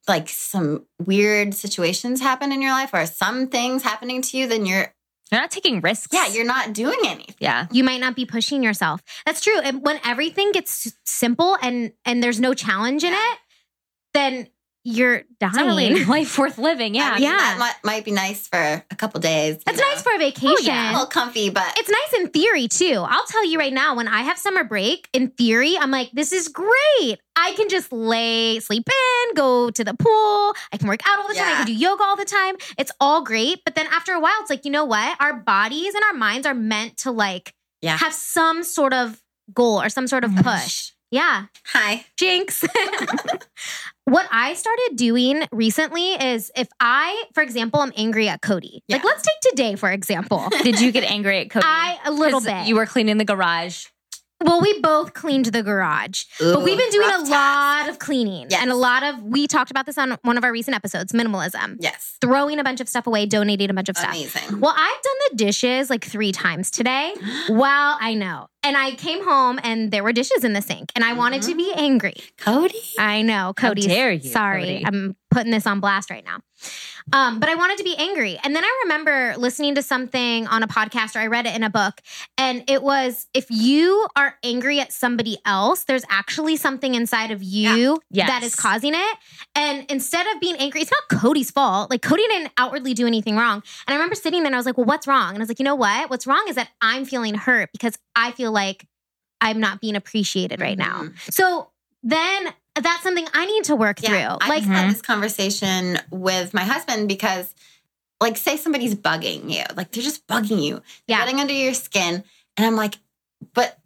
[SPEAKER 2] like some weird situations happen in your life or some things happening to you, then you're
[SPEAKER 1] You're not taking risks.
[SPEAKER 2] yeah, you're not doing anything.
[SPEAKER 1] yeah.
[SPEAKER 3] you might not be pushing yourself. That's true. And when everything gets s- simple and and there's no challenge in it, then you're
[SPEAKER 1] It's not really
[SPEAKER 3] dying.
[SPEAKER 1] a life worth living. Yeah.
[SPEAKER 3] Uh,
[SPEAKER 2] I mean, that might, might be nice for a couple days. you
[SPEAKER 3] That's
[SPEAKER 2] know.
[SPEAKER 3] nice for a vacation.
[SPEAKER 2] a little comfy, but
[SPEAKER 3] It's nice in theory too. I'll tell you right now, when I have summer break, in theory, I'm like, this is great. I can just lay, sleep in, go to the pool. I can work out all the time. I
[SPEAKER 2] Yeah.
[SPEAKER 3] can do yoga all the time. It's all great. But then after a while, it's like, you know what? Our bodies and our minds are meant to like
[SPEAKER 2] Yeah. Mm-hmm.
[SPEAKER 3] have some sort of goal or some sort of
[SPEAKER 1] Mhm.
[SPEAKER 3] push. Yeah.
[SPEAKER 2] hi,
[SPEAKER 3] Jinx. what I started doing recently is if I, for example, I'm angry at Cody. Like,
[SPEAKER 2] Yeah.
[SPEAKER 3] let's take today, for example.
[SPEAKER 1] Did you get angry at Cody?
[SPEAKER 3] I a little
[SPEAKER 1] 'Cause
[SPEAKER 3] bit.
[SPEAKER 1] You were cleaning the garage.
[SPEAKER 3] Well, we both cleaned the garage, but
[SPEAKER 2] Ooh,
[SPEAKER 3] we've been doing
[SPEAKER 2] rough task.
[SPEAKER 3] a lot of cleaning
[SPEAKER 2] Yes.
[SPEAKER 3] and a lot of. We talked about this on one of our recent episodes, minimalism,
[SPEAKER 2] Yes,
[SPEAKER 3] throwing a bunch of stuff away, donating a bunch of stuff.
[SPEAKER 2] amazing.
[SPEAKER 3] Well, I've done the dishes like three times today. Well, I know. And I came home and there were dishes in the sink, and I wanted
[SPEAKER 2] Mm-hmm.
[SPEAKER 3] to be angry.
[SPEAKER 2] Cody,
[SPEAKER 3] I know,
[SPEAKER 1] How
[SPEAKER 3] Cody.
[SPEAKER 1] dare you, Cody.
[SPEAKER 3] Sorry, I'm putting this on blast right now. Um, but I wanted to be angry, and then I remember listening to something on a podcast, or I read it in a book, and it was if you are angry at somebody else, there's actually something inside of you
[SPEAKER 1] Yeah.
[SPEAKER 3] that
[SPEAKER 1] Yes.
[SPEAKER 3] is causing it. And instead of being angry, it's not Cody's fault. Like Cody didn't outwardly do anything wrong. And I remember sitting there, and I was like, "Well, what's wrong?" And I was like, "You know what? What's wrong is that I'm feeling hurt because I feel like." I'm not being appreciated right now.
[SPEAKER 1] Mm-hmm.
[SPEAKER 3] So then that's something I need to work
[SPEAKER 2] Yeah,
[SPEAKER 3] through.
[SPEAKER 2] I
[SPEAKER 3] Like,
[SPEAKER 2] just had this conversation with my husband because, like, say somebody's bugging you, like they're just bugging you, they're
[SPEAKER 3] Yeah.
[SPEAKER 2] getting under your skin, and I'm like, but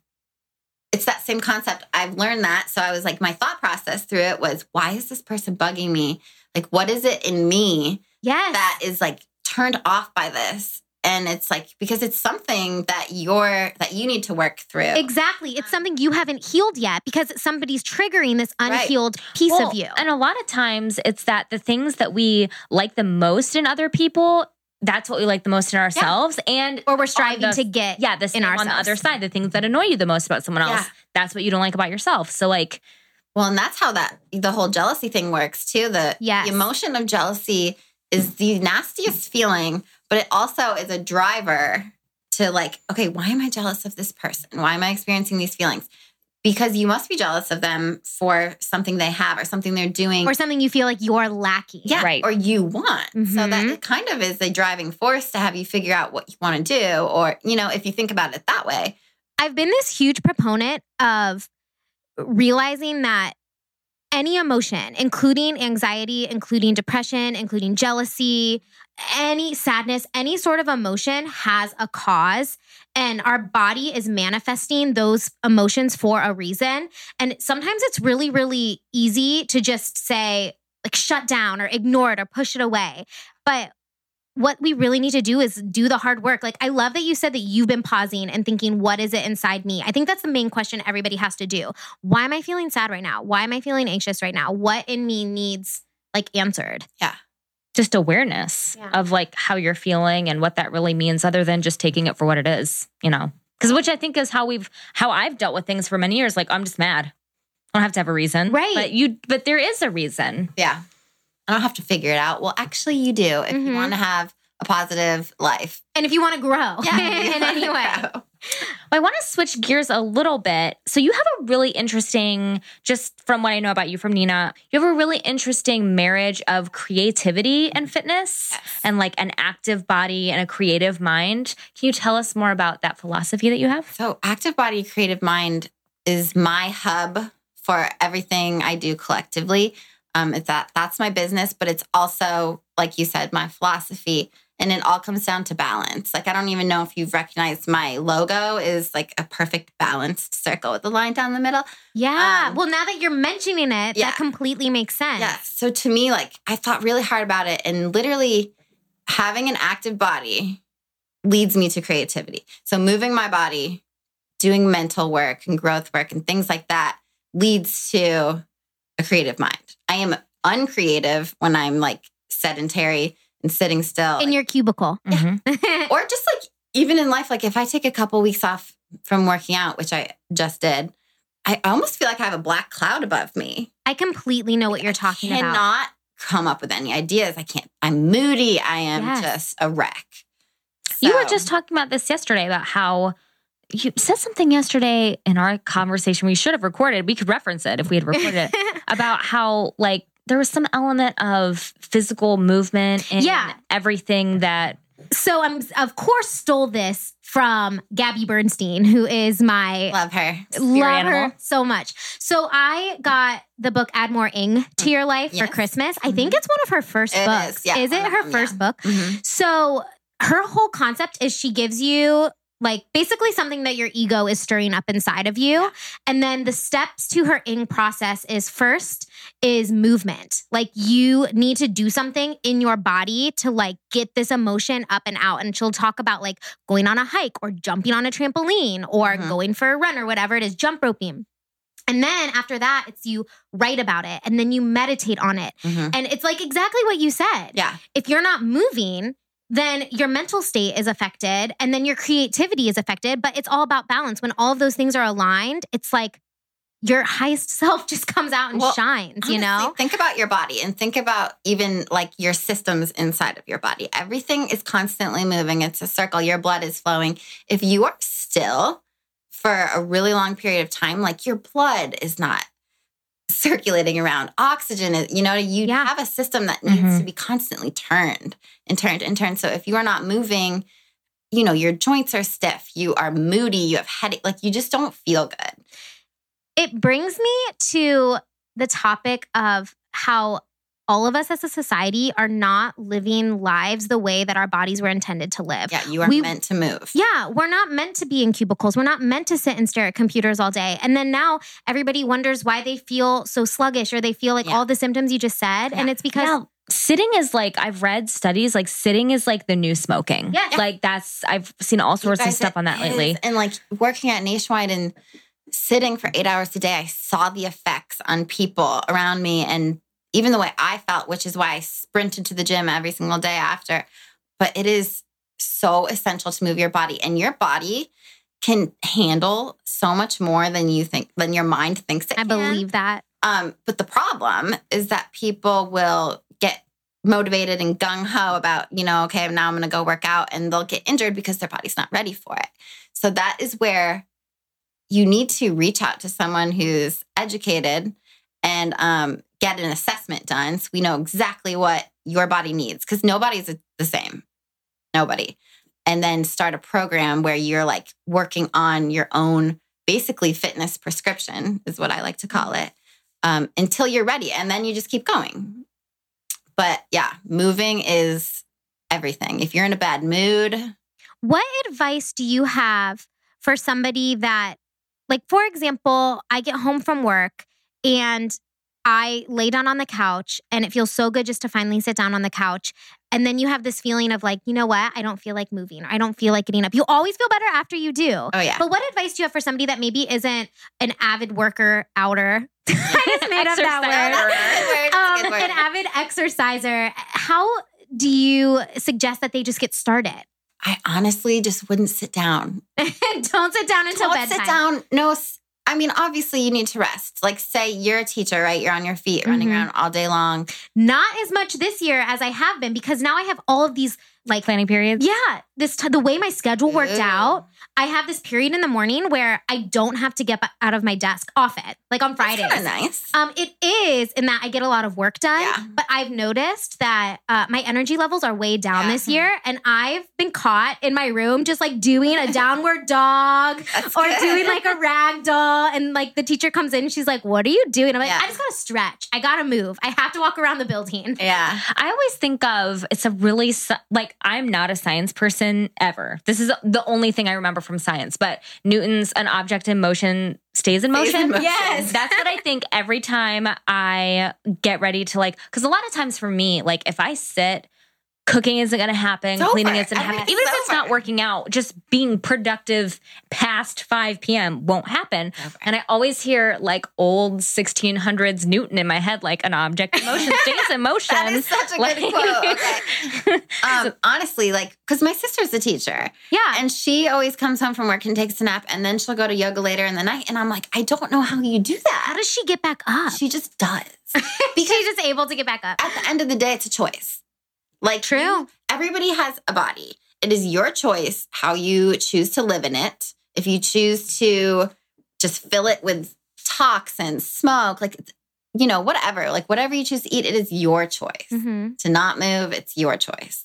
[SPEAKER 2] it's that same concept. I've learned that, so I was like, my thought process through it was, why is this person bugging me? Like, what is it in me
[SPEAKER 3] yes.
[SPEAKER 2] that is like turned off by this? And it's like because it's something that you're that you need to work through.
[SPEAKER 3] Exactly. It's something you haven't healed yet because somebody's triggering this
[SPEAKER 2] Right.
[SPEAKER 3] unhealed piece
[SPEAKER 1] Well,
[SPEAKER 3] of you.
[SPEAKER 1] And a lot of times it's that the things that we like the most in other people, that's what we like the most in ourselves and
[SPEAKER 3] or we're striving
[SPEAKER 1] the-
[SPEAKER 3] to get.
[SPEAKER 1] yeah, this
[SPEAKER 3] In
[SPEAKER 1] in on the
[SPEAKER 3] ourselves.
[SPEAKER 1] other side, the things that annoy you the most about someone else,
[SPEAKER 2] Yeah.
[SPEAKER 1] that's what you don't like about yourself. So like,
[SPEAKER 2] Well, and that's how that the whole jealousy thing works too. The,
[SPEAKER 3] Yes.
[SPEAKER 2] the emotion of jealousy is the nastiest feeling, but it also is a driver to like, okay, why am I jealous of this person? Why am I experiencing these feelings? Because you must be jealous of them for something they have or something they're doing.
[SPEAKER 3] Or something you feel like you're lacking.
[SPEAKER 2] yeah,
[SPEAKER 1] Right.
[SPEAKER 2] or you want. So that
[SPEAKER 3] Mhm.
[SPEAKER 2] it kind of is a driving force to have you figure out what you want to do, or you know, if you think about it that way.
[SPEAKER 3] I've been this huge proponent of realizing that any emotion, including anxiety, including depression, including jealousy, any sadness, any sort of emotion has a cause. And our body is manifesting those emotions for a reason. And sometimes it's really, really easy to just say, like, shut down or ignore it or push it away. But what we really need to do is do the hard work. Like, I love that you said that you've been pausing and thinking, what is it inside me? I think that's the main question everybody has to do. Why am I feeling sad right now? Why am I feeling anxious right now? What in me needs like answered?
[SPEAKER 1] just awareness
[SPEAKER 3] Yeah.
[SPEAKER 1] of like how you're feeling and what that really means other than just taking it for what it is you know because which i think is how we've how i've dealt with things for many years like i'm just mad i don't have to have a reason
[SPEAKER 3] Right.
[SPEAKER 1] but you but there is a reason
[SPEAKER 2] Yeah. I don't have to figure it out. Well, actually, you do if
[SPEAKER 3] Mhm.
[SPEAKER 2] you want to have a positive life.
[SPEAKER 3] And if you want to grow in any way.
[SPEAKER 2] anyway.
[SPEAKER 1] i want to switch gears a little bit so you have a really interesting just from what i know about you from nina you have a really interesting marriage of creativity and fitness and like an active body and a creative mind can you tell us more about that philosophy that you have
[SPEAKER 2] So, active body, creative mind is my hub for everything I do collectively. Um, it's that that's my business, but it's also, like you said, my philosophy, and it all comes down to balance. Like I don't even know if you've recognized my logo is like a perfect balanced circle with a line down the middle.
[SPEAKER 3] Yeah.
[SPEAKER 2] Um,
[SPEAKER 3] well, now that you're mentioning it,
[SPEAKER 2] yeah.
[SPEAKER 3] that completely makes sense.
[SPEAKER 2] Yeah. So to me, like I thought really hard about it, and literally having an active body leads me to creativity. So moving my body, doing mental work and growth work and things like that leads to a creative mind. I am uncreative when I'm like sedentary and sitting still.
[SPEAKER 3] In your cubicle.
[SPEAKER 1] Mhm.
[SPEAKER 2] or just like even in life, like if I take a couple weeks off from working out, which I just did, I almost feel like I have a black cloud above me.
[SPEAKER 3] I completely know what you're talking
[SPEAKER 2] I
[SPEAKER 3] about.
[SPEAKER 2] cannot come up with any ideas. I can't. I'm moody. I am
[SPEAKER 3] Yes.
[SPEAKER 2] just a wreck.
[SPEAKER 1] You were
[SPEAKER 2] So-
[SPEAKER 1] just talking about this yesterday about how you said something yesterday in our conversation. We should have recorded. We could reference it if we had recorded it about how like there was some element of physical movement and
[SPEAKER 3] Yeah.
[SPEAKER 1] everything that
[SPEAKER 3] so I'm, of course, stole this from Gabby Bernstein, who is my
[SPEAKER 2] love her.
[SPEAKER 3] love
[SPEAKER 1] animal.
[SPEAKER 3] her so much. So I got the book Add More Ing to Your Life for
[SPEAKER 2] Mm. Yes. Mm-hmm.
[SPEAKER 3] Christmas. I think it's one of her first
[SPEAKER 2] It
[SPEAKER 3] books.
[SPEAKER 2] is, yeah,
[SPEAKER 3] is it
[SPEAKER 2] one of
[SPEAKER 3] her
[SPEAKER 2] them,
[SPEAKER 3] first book?
[SPEAKER 2] Mhm.
[SPEAKER 3] So her whole concept is she gives you like basically something that your ego is stirring up inside of you. And then the steps to her ing process is first is movement. Like you need to do something in your body to like get this emotion up and out. And she'll talk about like going on a hike or jumping on a trampoline or
[SPEAKER 2] Mhm.
[SPEAKER 3] going for a run or whatever it is, jump roping. And then after that, it's you write about it and then you meditate on it.
[SPEAKER 2] Mhm.
[SPEAKER 3] And it's like exactly what you said
[SPEAKER 2] Yeah.
[SPEAKER 3] if you're not moving, then your mental state is affected and then your creativity is affected. But it's all about balance. When all of those things are aligned, it's like your highest self just comes out and
[SPEAKER 2] Well,
[SPEAKER 3] shines, you
[SPEAKER 2] Honestly,
[SPEAKER 3] know?
[SPEAKER 2] think about your body and think about even like your systems inside of your body. Everything is constantly moving. It's a circle. Your blood is flowing. If you are still for a really long period of time, like your blood is not circulating around. Oxygen is, you know, you
[SPEAKER 3] Yeah. Mm-hmm.
[SPEAKER 2] have a system that needs
[SPEAKER 1] Mhm.
[SPEAKER 2] to be constantly turned and turned and turned. So if you are not moving, you know, your joints are stiff, you are moody, you have headache, like you just don't feel good.
[SPEAKER 3] It brings me to the topic of how all of us as a society are not living lives the way that our bodies were intended to live.
[SPEAKER 2] Yeah, you are
[SPEAKER 3] We-
[SPEAKER 2] meant to move.
[SPEAKER 3] Yeah, we're not meant to be in cubicles. We're not meant to sit and stare at computers all day. And then now everybody wonders why they feel so sluggish or they feel like
[SPEAKER 2] Yeah.
[SPEAKER 3] all the symptoms you just said. And
[SPEAKER 2] Yeah.
[SPEAKER 3] it's because,
[SPEAKER 1] Yeah, sitting is like I've read studies like sitting is like the new smoking.
[SPEAKER 3] Yeah.
[SPEAKER 1] Like that's I've seen all
[SPEAKER 2] You
[SPEAKER 1] sorts of
[SPEAKER 2] guys,
[SPEAKER 1] stuff
[SPEAKER 2] it
[SPEAKER 1] on that
[SPEAKER 2] is.
[SPEAKER 1] lately.
[SPEAKER 2] And like working at Nationwide and sitting for eight hours a day, I saw the effects on people around me and even the way I felt, which is why I sprinted to the gym every single day after. but it is so essential to move your body and your body can handle so much more than you think than your mind thinks it
[SPEAKER 3] I
[SPEAKER 2] can.
[SPEAKER 3] believe that.
[SPEAKER 2] Um, but the problem is that people will get motivated and gung ho about, you know, okay, now I'm going to go work out and they'll get injured because their body's not ready for it. So that is where you need to reach out to someone who's educated and um, get an assessment done so we know exactly what your body needs because nobody's the same. Nobody. And then start a program where you're like working on your own basically fitness prescription, is what I like to call it um, until you're ready. And then you just keep going. But yeah, moving is everything. If you're in a bad mood,
[SPEAKER 3] What advice do you have for somebody that, like, for example, I get home from work and I lay down on the couch and it feels so good just to finally sit down on the couch. And then you have this feeling of, like, you know what? I don't feel like moving or I don't feel like getting up. You always feel better after you do.
[SPEAKER 2] oh yeah.
[SPEAKER 3] But what advice do you have for somebody that maybe isn't an avid worker outer? I just made up that
[SPEAKER 1] Exerciser.
[SPEAKER 2] That's a good word. That's
[SPEAKER 3] word
[SPEAKER 2] a
[SPEAKER 3] um,
[SPEAKER 2] good
[SPEAKER 3] an
[SPEAKER 2] word.
[SPEAKER 3] avid exerciser, how do you suggest that they just get started?
[SPEAKER 2] I honestly just wouldn't sit down.
[SPEAKER 3] Don't sit down until
[SPEAKER 2] Don't
[SPEAKER 3] bedtime.
[SPEAKER 2] sit down. No, s- I mean, obviously you need to rest. Like say you're a teacher, right? You're on your feet running
[SPEAKER 3] Mhm.
[SPEAKER 2] around all day long.
[SPEAKER 3] Not as much this year as I have been because now I have all of these like
[SPEAKER 1] planning periods.
[SPEAKER 3] yeah, this t- the way my schedule worked
[SPEAKER 2] Ooh.
[SPEAKER 3] out, I have this period in the morning where I don't have to get b- out of my desk off it, like on
[SPEAKER 2] That's
[SPEAKER 3] Fridays.
[SPEAKER 2] kinda nice.
[SPEAKER 3] Um, it is in that I get a lot of work done,
[SPEAKER 2] Yeah.
[SPEAKER 3] but I've noticed that uh, my energy levels are way down
[SPEAKER 2] Yeah. Mm-hmm.
[SPEAKER 3] this year, and I've been caught in my room just like doing a downward dog
[SPEAKER 2] That's
[SPEAKER 3] or
[SPEAKER 2] good.
[SPEAKER 3] doing like a rag doll, and like the teacher comes in, she's like, "What are you doing?" I'm like,
[SPEAKER 2] Yeah.
[SPEAKER 3] "I just gotta stretch. I gotta move. I have to walk around the building."
[SPEAKER 2] yeah.
[SPEAKER 1] I always think of it's a really sci- like I'm not a science person ever. This is the only thing I remember from science, but Newton's an object in motion stays in
[SPEAKER 2] Stays
[SPEAKER 1] motion.
[SPEAKER 2] in motion.
[SPEAKER 1] Yes, that's what I think every time I get ready to like cuz a lot of times for me like if I sit cooking isn't going to happen,
[SPEAKER 2] It's
[SPEAKER 1] cleaning
[SPEAKER 2] over.
[SPEAKER 1] isn't
[SPEAKER 2] I mean,
[SPEAKER 1] happening.
[SPEAKER 2] it's
[SPEAKER 1] Even if it's not
[SPEAKER 2] over.
[SPEAKER 1] working out, just being productive past 5 p.m. won't happen. And I always hear like old 1600s Newton in my head, like an object in motion stays in motion.
[SPEAKER 2] That is such a
[SPEAKER 1] Like-
[SPEAKER 2] good quote. Okay. Um, honestly, like, because my sister's a teacher,
[SPEAKER 3] Yeah,
[SPEAKER 2] and she always comes home from work and takes a nap, and then she'll go to yoga later in the night. And I'm like, I don't know how you do
[SPEAKER 3] how
[SPEAKER 2] that.
[SPEAKER 3] does she get back up?
[SPEAKER 2] She just does.
[SPEAKER 3] She's just able to get back up.
[SPEAKER 2] At the end of the day, it's a choice. Like,
[SPEAKER 3] True.
[SPEAKER 2] you- everybody has a body. It is your choice how you choose to live in it. If you choose to just fill it with toxins, smoke, like, you know, whatever, like, whatever you choose to eat, it is your choice
[SPEAKER 3] Mm-hmm.
[SPEAKER 2] to not move, it's your choice.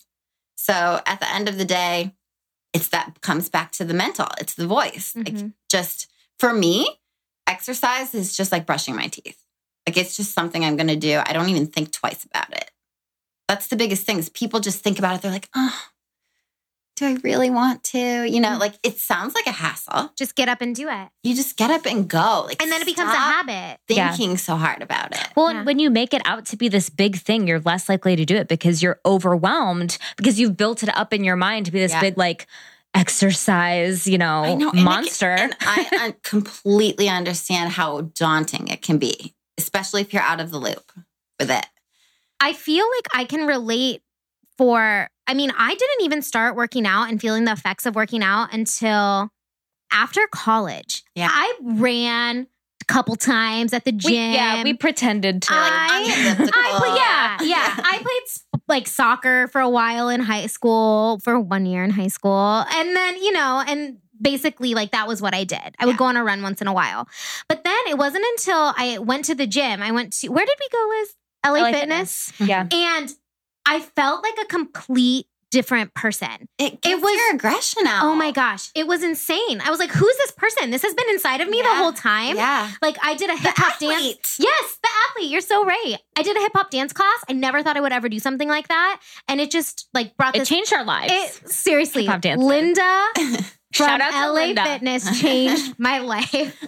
[SPEAKER 2] So at the end of the day, it's that comes back to the mental. It's the voice. Like
[SPEAKER 3] Mhm.
[SPEAKER 2] just for me, exercise is just like brushing my teeth. Like it's just something I'm gonna do. I don't even think twice about it. That's the biggest thing is people just think about it. They're like, oh, do I really want to? You know,
[SPEAKER 3] Mhm.
[SPEAKER 2] like it sounds like a hassle.
[SPEAKER 3] Just get up and do it,
[SPEAKER 2] You just get up and go. Like
[SPEAKER 3] and then it becomes a
[SPEAKER 2] stop
[SPEAKER 3] habit.
[SPEAKER 1] Yeah.
[SPEAKER 2] Thinking so hard about it.
[SPEAKER 1] Well,
[SPEAKER 3] Yeah.
[SPEAKER 1] and when you make it out to be this big thing, you're less likely to do it because you're overwhelmed because you've built it up in your mind to be this
[SPEAKER 2] Yeah.
[SPEAKER 1] big like exercise, you know,
[SPEAKER 2] I know, and it-
[SPEAKER 1] monster.
[SPEAKER 2] And I un- completely understand how daunting it can be, especially if you're out of the loop with it.
[SPEAKER 3] I feel like I can relate for I mean, I didn't even start working out and feeling the effects of working out until after college.
[SPEAKER 2] Yeah.
[SPEAKER 3] I ran a couple times at the gym.
[SPEAKER 1] we, yeah, we pretended to.
[SPEAKER 3] I-
[SPEAKER 2] Unatypical.
[SPEAKER 3] I play, yeah, yeah. I played sp- like soccer for a while in high school, for one year in high school. And then, you know, and basically like that was what I did. I would
[SPEAKER 2] Yeah.
[SPEAKER 3] go on a run once in a while. But then it wasn't until I went to the gym. I went to, where did we go, Liz? LA,
[SPEAKER 1] LA
[SPEAKER 3] Fitness.
[SPEAKER 1] yeah.
[SPEAKER 3] And I felt like a complete different person.
[SPEAKER 2] It, gives
[SPEAKER 3] was-
[SPEAKER 2] your aggression out.
[SPEAKER 3] Oh my gosh, it was insane. I was like, who's this person? This has been inside of me the
[SPEAKER 2] Yeah.
[SPEAKER 3] whole time.
[SPEAKER 2] Yeah.
[SPEAKER 3] Like I did a
[SPEAKER 2] The
[SPEAKER 3] hip hop dance.
[SPEAKER 2] athlete.
[SPEAKER 3] Yes, the athlete. You're so right. I did a hip hop dance class. I never thought I would ever do something like that, and it just like brought
[SPEAKER 1] It
[SPEAKER 3] this.
[SPEAKER 1] changed our lives.
[SPEAKER 3] It, seriously,
[SPEAKER 1] Hip-hop dance.
[SPEAKER 3] Linda from
[SPEAKER 1] Shout out to
[SPEAKER 3] LA
[SPEAKER 1] Linda.
[SPEAKER 3] Fitness changed my life.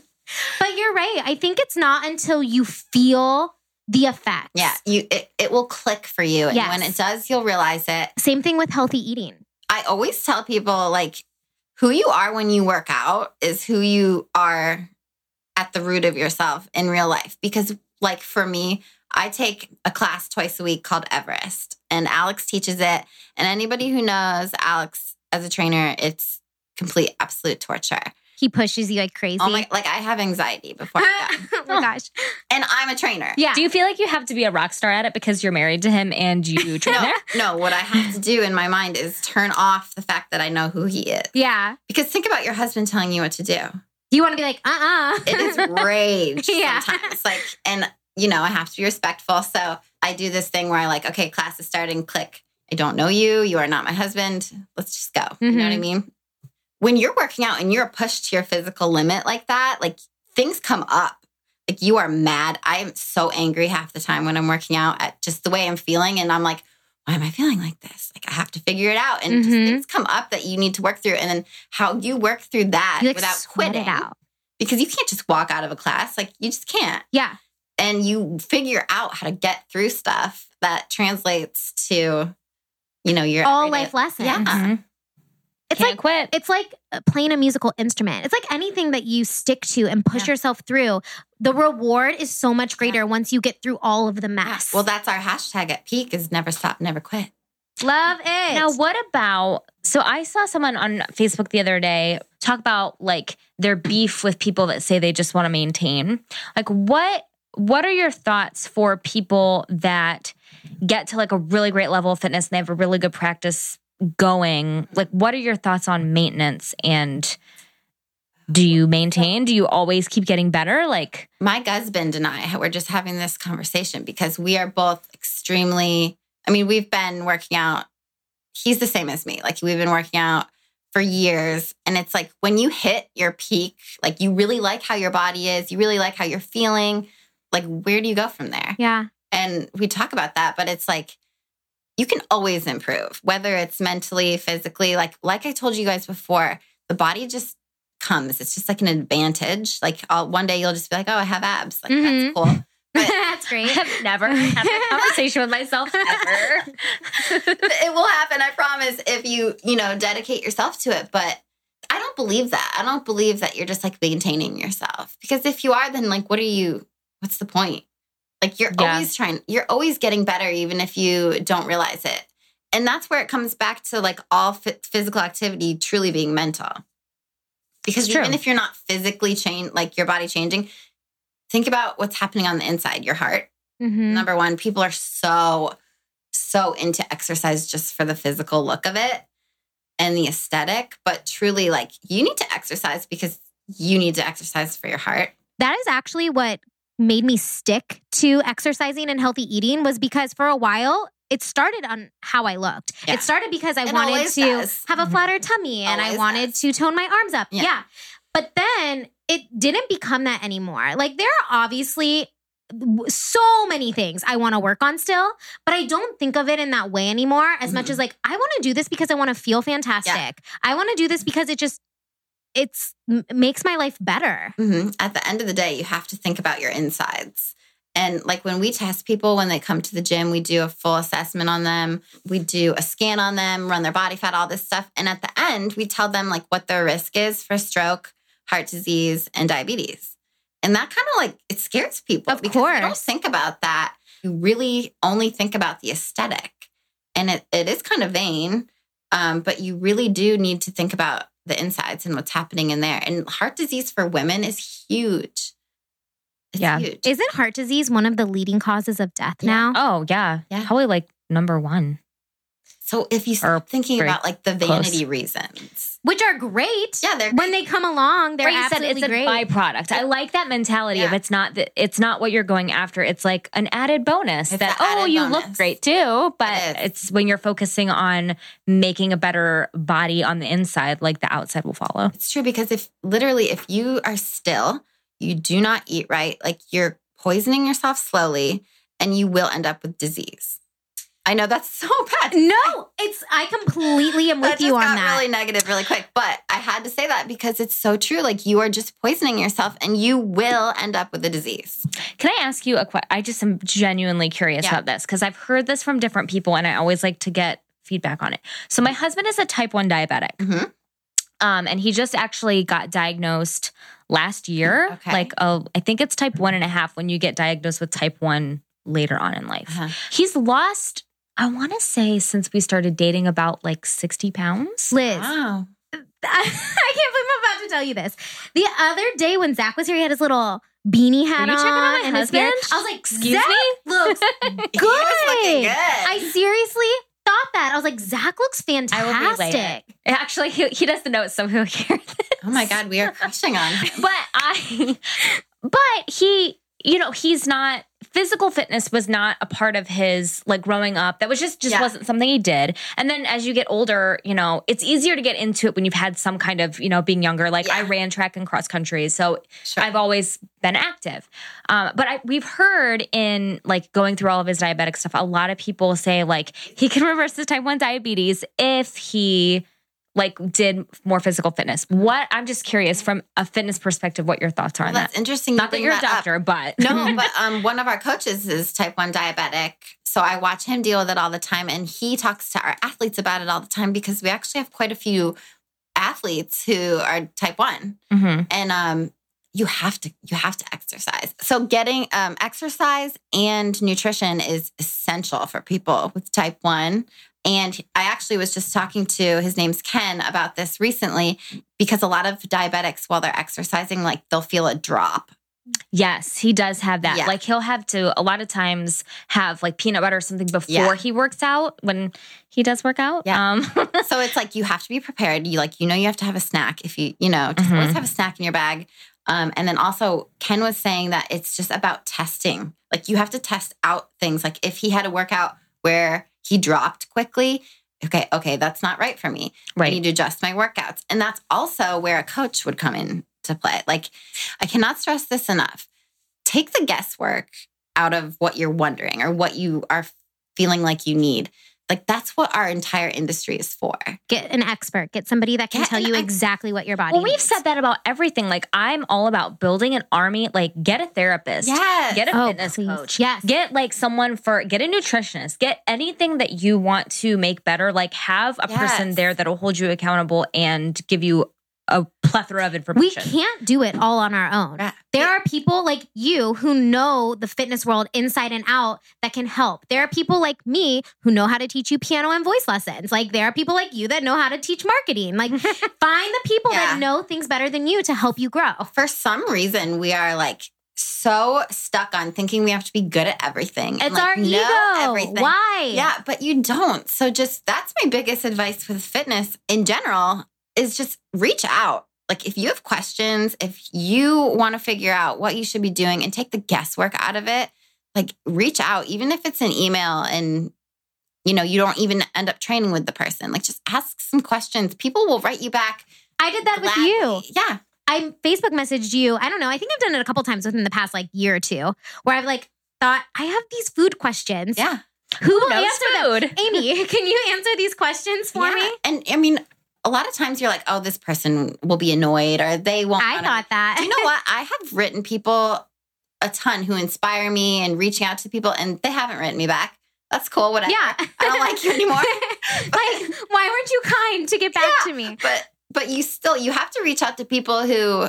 [SPEAKER 3] But you're right. I think it's not until you feel the effects.
[SPEAKER 2] Yeah. You, it, it will click for you. And
[SPEAKER 3] Yes.
[SPEAKER 2] when it does, you'll realize it.
[SPEAKER 3] Same thing with healthy eating.
[SPEAKER 2] I always tell people like who you are when you work out is who you are at the root of yourself in real life because like for me, I take a class twice a week called Everest, and Alex teaches it. And anybody who knows Alex as a trainer, it's complete absolute torture.
[SPEAKER 3] He pushes you like crazy.
[SPEAKER 2] Oh my! Like I have anxiety before I go,
[SPEAKER 3] oh my gosh.
[SPEAKER 2] and I'm a trainer.
[SPEAKER 3] Yeah.
[SPEAKER 1] Do you feel like you have to be a rock star at it because you're married to him and you train
[SPEAKER 2] No,
[SPEAKER 1] there?
[SPEAKER 2] no. What I have to do in my mind is turn off the fact that I know who he is.
[SPEAKER 3] yeah.
[SPEAKER 2] Because think about your husband telling you what to do.
[SPEAKER 3] You want to be like, uh uh
[SPEAKER 2] It is rage
[SPEAKER 3] Yeah.
[SPEAKER 2] sometimes. Like, and you know, I have to be respectful. So I do this thing where I like, okay, class is starting. Click. I don't know you. You are not my husband. Let's just go. You know what I
[SPEAKER 3] Mhm.
[SPEAKER 2] mean? When you're working out and you're pushed to your physical limit like that, like things come up. Like you are mad. I am so angry half the time when I'm working out at just the way I'm feeling. And I'm like, why am I feeling like this? Like I have to figure it out. And just
[SPEAKER 3] Mhm.
[SPEAKER 2] things come up that you need to work through. And then how you work through that
[SPEAKER 3] You like
[SPEAKER 2] without
[SPEAKER 3] sweat
[SPEAKER 2] quitting
[SPEAKER 3] it out.
[SPEAKER 2] because you can't just walk out of a class. Like you just can't.
[SPEAKER 3] Yeah.
[SPEAKER 2] And you figure out how to get through stuff that translates to, you know, your
[SPEAKER 3] All
[SPEAKER 2] everyday-
[SPEAKER 3] life lessons.
[SPEAKER 2] Yeah.
[SPEAKER 1] Mhm.
[SPEAKER 3] Uh-uh. It's
[SPEAKER 1] Can't
[SPEAKER 3] like
[SPEAKER 1] quit.
[SPEAKER 3] it's like uh, playing a musical instrument. It's like anything that you stick to and push
[SPEAKER 2] Yeah.
[SPEAKER 3] yourself through. The reward is so much greater
[SPEAKER 2] Yeah.
[SPEAKER 3] once you get through all of the
[SPEAKER 2] Yeah.
[SPEAKER 3] mess.
[SPEAKER 2] Well, that's our hashtag at peak is never stop, never quit.
[SPEAKER 3] love it.
[SPEAKER 1] Now, what about? So I saw someone on Facebook the other day talk about like their beef with people that say they just want to maintain. Like, what what are your thoughts for people that get to like a really great level of fitness and they have a really good practice going? Like, what are your thoughts on maintenance and do you maintain? Do you always keep getting better? Like,
[SPEAKER 2] My husband and I were just having this conversation because we are both extremely. I mean, we've been working out. He's the same as me. Like we've been working out for years, and it's like when you hit your peak, like you really like how your body is, you really like how you're feeling. Like, where do you go from there?
[SPEAKER 3] yeah.
[SPEAKER 2] and we talk about that but it's like you can always improve whether it's mentally physically like like i told you guys before the body just comes it's just like an advantage like i one day you'll just be like oh i have abs like
[SPEAKER 3] Mhm.
[SPEAKER 2] that's cool But-
[SPEAKER 3] That's
[SPEAKER 1] I
[SPEAKER 3] great.
[SPEAKER 1] have never had that conversation with myself ever.
[SPEAKER 2] it will happen i promise if you you know dedicate yourself to it but i don't believe that i don't believe that you're just like maintaining yourself because if you are then like what are you what's the point like you're
[SPEAKER 1] Yeah.
[SPEAKER 2] always trying you're always getting better even if you don't realize it and that's where it comes back to like all phy- physical activity truly being mental because
[SPEAKER 1] It's true.
[SPEAKER 2] even if you're not physically changed like your body changing think about what's happening on the inside your heart
[SPEAKER 3] Mhm.
[SPEAKER 2] number one people are so so into exercise just for the physical look of it and the aesthetic but truly like you need to exercise because you need to exercise for your heart
[SPEAKER 3] that is actually what made me stick to exercising and healthy eating was because for a while it started on how I looked.
[SPEAKER 2] Yeah.
[SPEAKER 3] It started because I
[SPEAKER 2] It
[SPEAKER 3] wanted
[SPEAKER 2] always
[SPEAKER 3] to
[SPEAKER 2] does. Mm-hmm.
[SPEAKER 3] have a flatter tummy and I
[SPEAKER 2] Always
[SPEAKER 3] wanted
[SPEAKER 2] does.
[SPEAKER 3] to tone my arms up. Yeah.
[SPEAKER 2] Yeah.
[SPEAKER 3] But then it didn't become that anymore. Like there are obviously w- so many things I want to work on still, but I don't think of it in that way anymore as much
[SPEAKER 2] Mhm.
[SPEAKER 3] as like I want to do this because I want to feel fantastic. I want to do this because it just it's m- makes my life better.
[SPEAKER 2] hmm At the end of the day, you have to think about your insides. And like when we test people when they come to the gym, we do a full assessment on them. We do a scan on them, run their body fat, all this stuff. And at the end, we tell them like what their risk is for stroke, heart disease, and diabetes. And that kind of like it scares people
[SPEAKER 3] Of
[SPEAKER 2] because you don't
[SPEAKER 3] course.
[SPEAKER 2] think about that. You really only think about the aesthetic. And it, it is kind of vain, um, but you really do need to think about the insides and what's happening in there. And heart disease for women is huge. It's
[SPEAKER 1] Yeah.
[SPEAKER 2] huge.
[SPEAKER 3] Isn't heart disease one of the leading causes of death
[SPEAKER 2] Yeah.
[SPEAKER 3] now?
[SPEAKER 1] Oh yeah,
[SPEAKER 2] Yeah.
[SPEAKER 1] probably like number one.
[SPEAKER 2] so if you start thinking
[SPEAKER 1] very
[SPEAKER 2] about like the
[SPEAKER 1] close.
[SPEAKER 2] vanity reasons,
[SPEAKER 3] Which are great.
[SPEAKER 2] yeah, they're
[SPEAKER 3] When they come along, they're
[SPEAKER 1] Right, you said
[SPEAKER 3] absolutely
[SPEAKER 1] it's a
[SPEAKER 3] great.
[SPEAKER 1] byproduct. I like that mentality of
[SPEAKER 2] Yeah.
[SPEAKER 1] it's not that it's not what you're going after. It's like an added bonus
[SPEAKER 2] It's
[SPEAKER 1] that
[SPEAKER 2] an
[SPEAKER 1] oh
[SPEAKER 2] added
[SPEAKER 1] you look
[SPEAKER 2] bonus.
[SPEAKER 1] great too, but
[SPEAKER 2] It is.
[SPEAKER 1] it's when you're focusing on making a better body on the inside, like the outside will follow.
[SPEAKER 2] It's true because if literally if you are still, you do not eat right, like you're poisoning yourself slowly and you will end up with disease. I know that's so bad.
[SPEAKER 3] no, it's I completely am with
[SPEAKER 2] that
[SPEAKER 3] you
[SPEAKER 2] just
[SPEAKER 3] on
[SPEAKER 2] got
[SPEAKER 3] that.
[SPEAKER 2] really negative really quick, but I had to say that because it's so true. Like you are just poisoning yourself and you will end up with a disease.
[SPEAKER 1] Can I ask you a question? I just am genuinely curious
[SPEAKER 2] Yeah.
[SPEAKER 1] about this because I've heard this from different people and I always like to get feedback on it. So my husband is a type 1 diabetic.
[SPEAKER 2] Mhm.
[SPEAKER 1] Um, and he just actually got diagnosed last year.
[SPEAKER 2] Okay.
[SPEAKER 1] Like, oh, I think it's type one and a half when you get diagnosed with type one later on in life.
[SPEAKER 2] Uh-huh.
[SPEAKER 1] He's lost, I want to say, since we started dating, about like 60 pounds.
[SPEAKER 3] Liz,
[SPEAKER 2] Wow.
[SPEAKER 3] I can't believe I'm about to tell you this. The other day when Zach was here, he had his little beanie hat
[SPEAKER 1] Were you
[SPEAKER 3] on
[SPEAKER 1] checking on my
[SPEAKER 3] and his
[SPEAKER 1] husband?
[SPEAKER 3] beard. I was like,
[SPEAKER 1] Excuse
[SPEAKER 3] Zach
[SPEAKER 1] me?
[SPEAKER 3] looks
[SPEAKER 2] He is
[SPEAKER 3] good.
[SPEAKER 2] looking good.
[SPEAKER 3] I seriously thought that. I was like, Zach looks
[SPEAKER 1] I will relay it.
[SPEAKER 3] fantastic.
[SPEAKER 1] Actually, he, he doesn't know it, so he'll hear this.
[SPEAKER 2] oh my God, we are crushing on him.
[SPEAKER 1] But I, but he, you know, he's not, physical fitness was not a part of his, like growing up. That was just, just
[SPEAKER 2] Yeah.
[SPEAKER 1] wasn't something he did. And then as you get older, you know, it's easier to get into it when you've had some kind of, you know, being younger. Like I
[SPEAKER 2] Yeah.
[SPEAKER 1] ran track and cross country. So
[SPEAKER 2] Sure.
[SPEAKER 1] I've always been active. Um, but I, we've heard in like going through all of his diabetic stuff, a lot of people say like he can reverse his type 1 diabetes if he like did more physical fitness. What I'm just curious from a fitness perspective, what your thoughts are
[SPEAKER 2] Well,
[SPEAKER 1] on
[SPEAKER 2] that's
[SPEAKER 1] that.
[SPEAKER 2] interesting. you
[SPEAKER 1] Not that
[SPEAKER 2] bring
[SPEAKER 1] you're a
[SPEAKER 2] up.
[SPEAKER 1] doctor, but
[SPEAKER 2] No, but um, one of our coaches is type 1 diabetic. So I watch him deal with it all the time. And he talks to our athletes about it all the time because we actually have quite a few athletes who are type 1.
[SPEAKER 1] Mhm.
[SPEAKER 2] And um, you have to you have to exercise. So getting um, exercise and nutrition is essential for people with type 1. And I actually was just talking to his name's Ken about this recently because a lot of diabetics, while they're exercising, like they'll feel a drop
[SPEAKER 1] yes, he does have that.
[SPEAKER 2] Yeah.
[SPEAKER 1] Like he'll have to a lot of times have like peanut butter or something before
[SPEAKER 2] Yeah.
[SPEAKER 1] he works out when he does work out.
[SPEAKER 2] Yeah.
[SPEAKER 1] Um,
[SPEAKER 2] so it's like you have to be prepared. You like you know you have to have a snack if you you know just
[SPEAKER 1] Mhm.
[SPEAKER 2] always have a snack in your bag. Um, and then also Ken was saying that it's just about testing. Like you have to test out things. Like if he had a workout where he dropped quickly, okay, okay, that's not right for me. I
[SPEAKER 1] right.
[SPEAKER 2] need to adjust my workouts. And that's also where a coach would come in to play. Like, I cannot stress this enough. Take the guesswork out of what you're wondering or what you are feeling like you need. Like, that's what our entire industry is for.
[SPEAKER 3] Get an expert. Get somebody that can
[SPEAKER 2] Get
[SPEAKER 3] tell
[SPEAKER 2] an
[SPEAKER 3] you
[SPEAKER 2] ex-
[SPEAKER 3] exactly what your body.
[SPEAKER 1] Well, we've
[SPEAKER 3] needs.
[SPEAKER 1] said that about everything. Like I'm all about building an army. Like get a therapist.
[SPEAKER 2] Yes.
[SPEAKER 1] Get a
[SPEAKER 3] Oh,
[SPEAKER 1] fitness
[SPEAKER 3] please.
[SPEAKER 1] coach.
[SPEAKER 3] Yes.
[SPEAKER 1] Get like someone for get a nutritionist. Get anything that you want to make better. Like have a person
[SPEAKER 2] Yes.
[SPEAKER 1] there that'll hold you accountable and give you a plethora of
[SPEAKER 3] we
[SPEAKER 1] information.
[SPEAKER 3] can't do it all on our own.
[SPEAKER 2] Yeah.
[SPEAKER 3] There are people like you who know the fitness world inside and out that can help. There are people like me who know how to teach you piano and voice lessons. Like there are people like you that know how to teach marketing. Like find the people
[SPEAKER 2] Yeah.
[SPEAKER 3] that know things better than you to help you grow.
[SPEAKER 2] For some reason, we are like so stuck on thinking we have to be good at everything. and,
[SPEAKER 3] It's
[SPEAKER 2] like,
[SPEAKER 3] our
[SPEAKER 2] know
[SPEAKER 3] ego.
[SPEAKER 2] everything.
[SPEAKER 3] Why?
[SPEAKER 2] Yeah, but you don't. So just that's my biggest advice with fitness in general is just reach out. Like if you have questions, if you want to figure out what you should be doing and take the guesswork out of it, like reach out even if it's an email and you know, you don't even end up training with the person. Like just ask some questions. People will write you back.
[SPEAKER 3] I did that with
[SPEAKER 2] gladly.
[SPEAKER 3] you.
[SPEAKER 2] Yeah.
[SPEAKER 3] I Facebook messaged you. I don't know. I think I've done it a couple times within the past like year or two where I've like thought I have these food questions.
[SPEAKER 2] Yeah.
[SPEAKER 3] Who will
[SPEAKER 1] Knows
[SPEAKER 3] answer them?
[SPEAKER 1] food.
[SPEAKER 3] Amy, can you answer these questions for
[SPEAKER 2] Yeah.
[SPEAKER 3] me?
[SPEAKER 2] And I mean, a lot of times you're like, oh, this person will be annoyed or they won't.
[SPEAKER 3] I
[SPEAKER 2] wanna
[SPEAKER 3] thought that.
[SPEAKER 2] you know what? I have written people a ton who inspire me and reaching out to people, and they haven't written me back. That's cool. Whatever.
[SPEAKER 3] Yeah.
[SPEAKER 2] I don't like you anymore.
[SPEAKER 3] like, why weren't you kind to get back to me?
[SPEAKER 2] But but you still you have to reach out to people who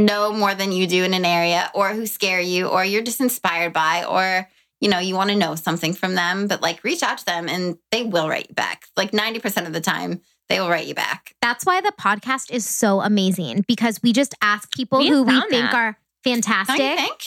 [SPEAKER 2] know more than you do in an area, or who scare you, or you're just inspired by, or you know you want to know something from them. But like reach out to them, and they will write you back. Like ninety percent of the time, they will write you back.
[SPEAKER 3] That's why the podcast is so amazing because we just ask people
[SPEAKER 1] We
[SPEAKER 3] who we
[SPEAKER 1] found
[SPEAKER 3] think
[SPEAKER 1] that.
[SPEAKER 3] are
[SPEAKER 2] Don't you
[SPEAKER 3] fantastic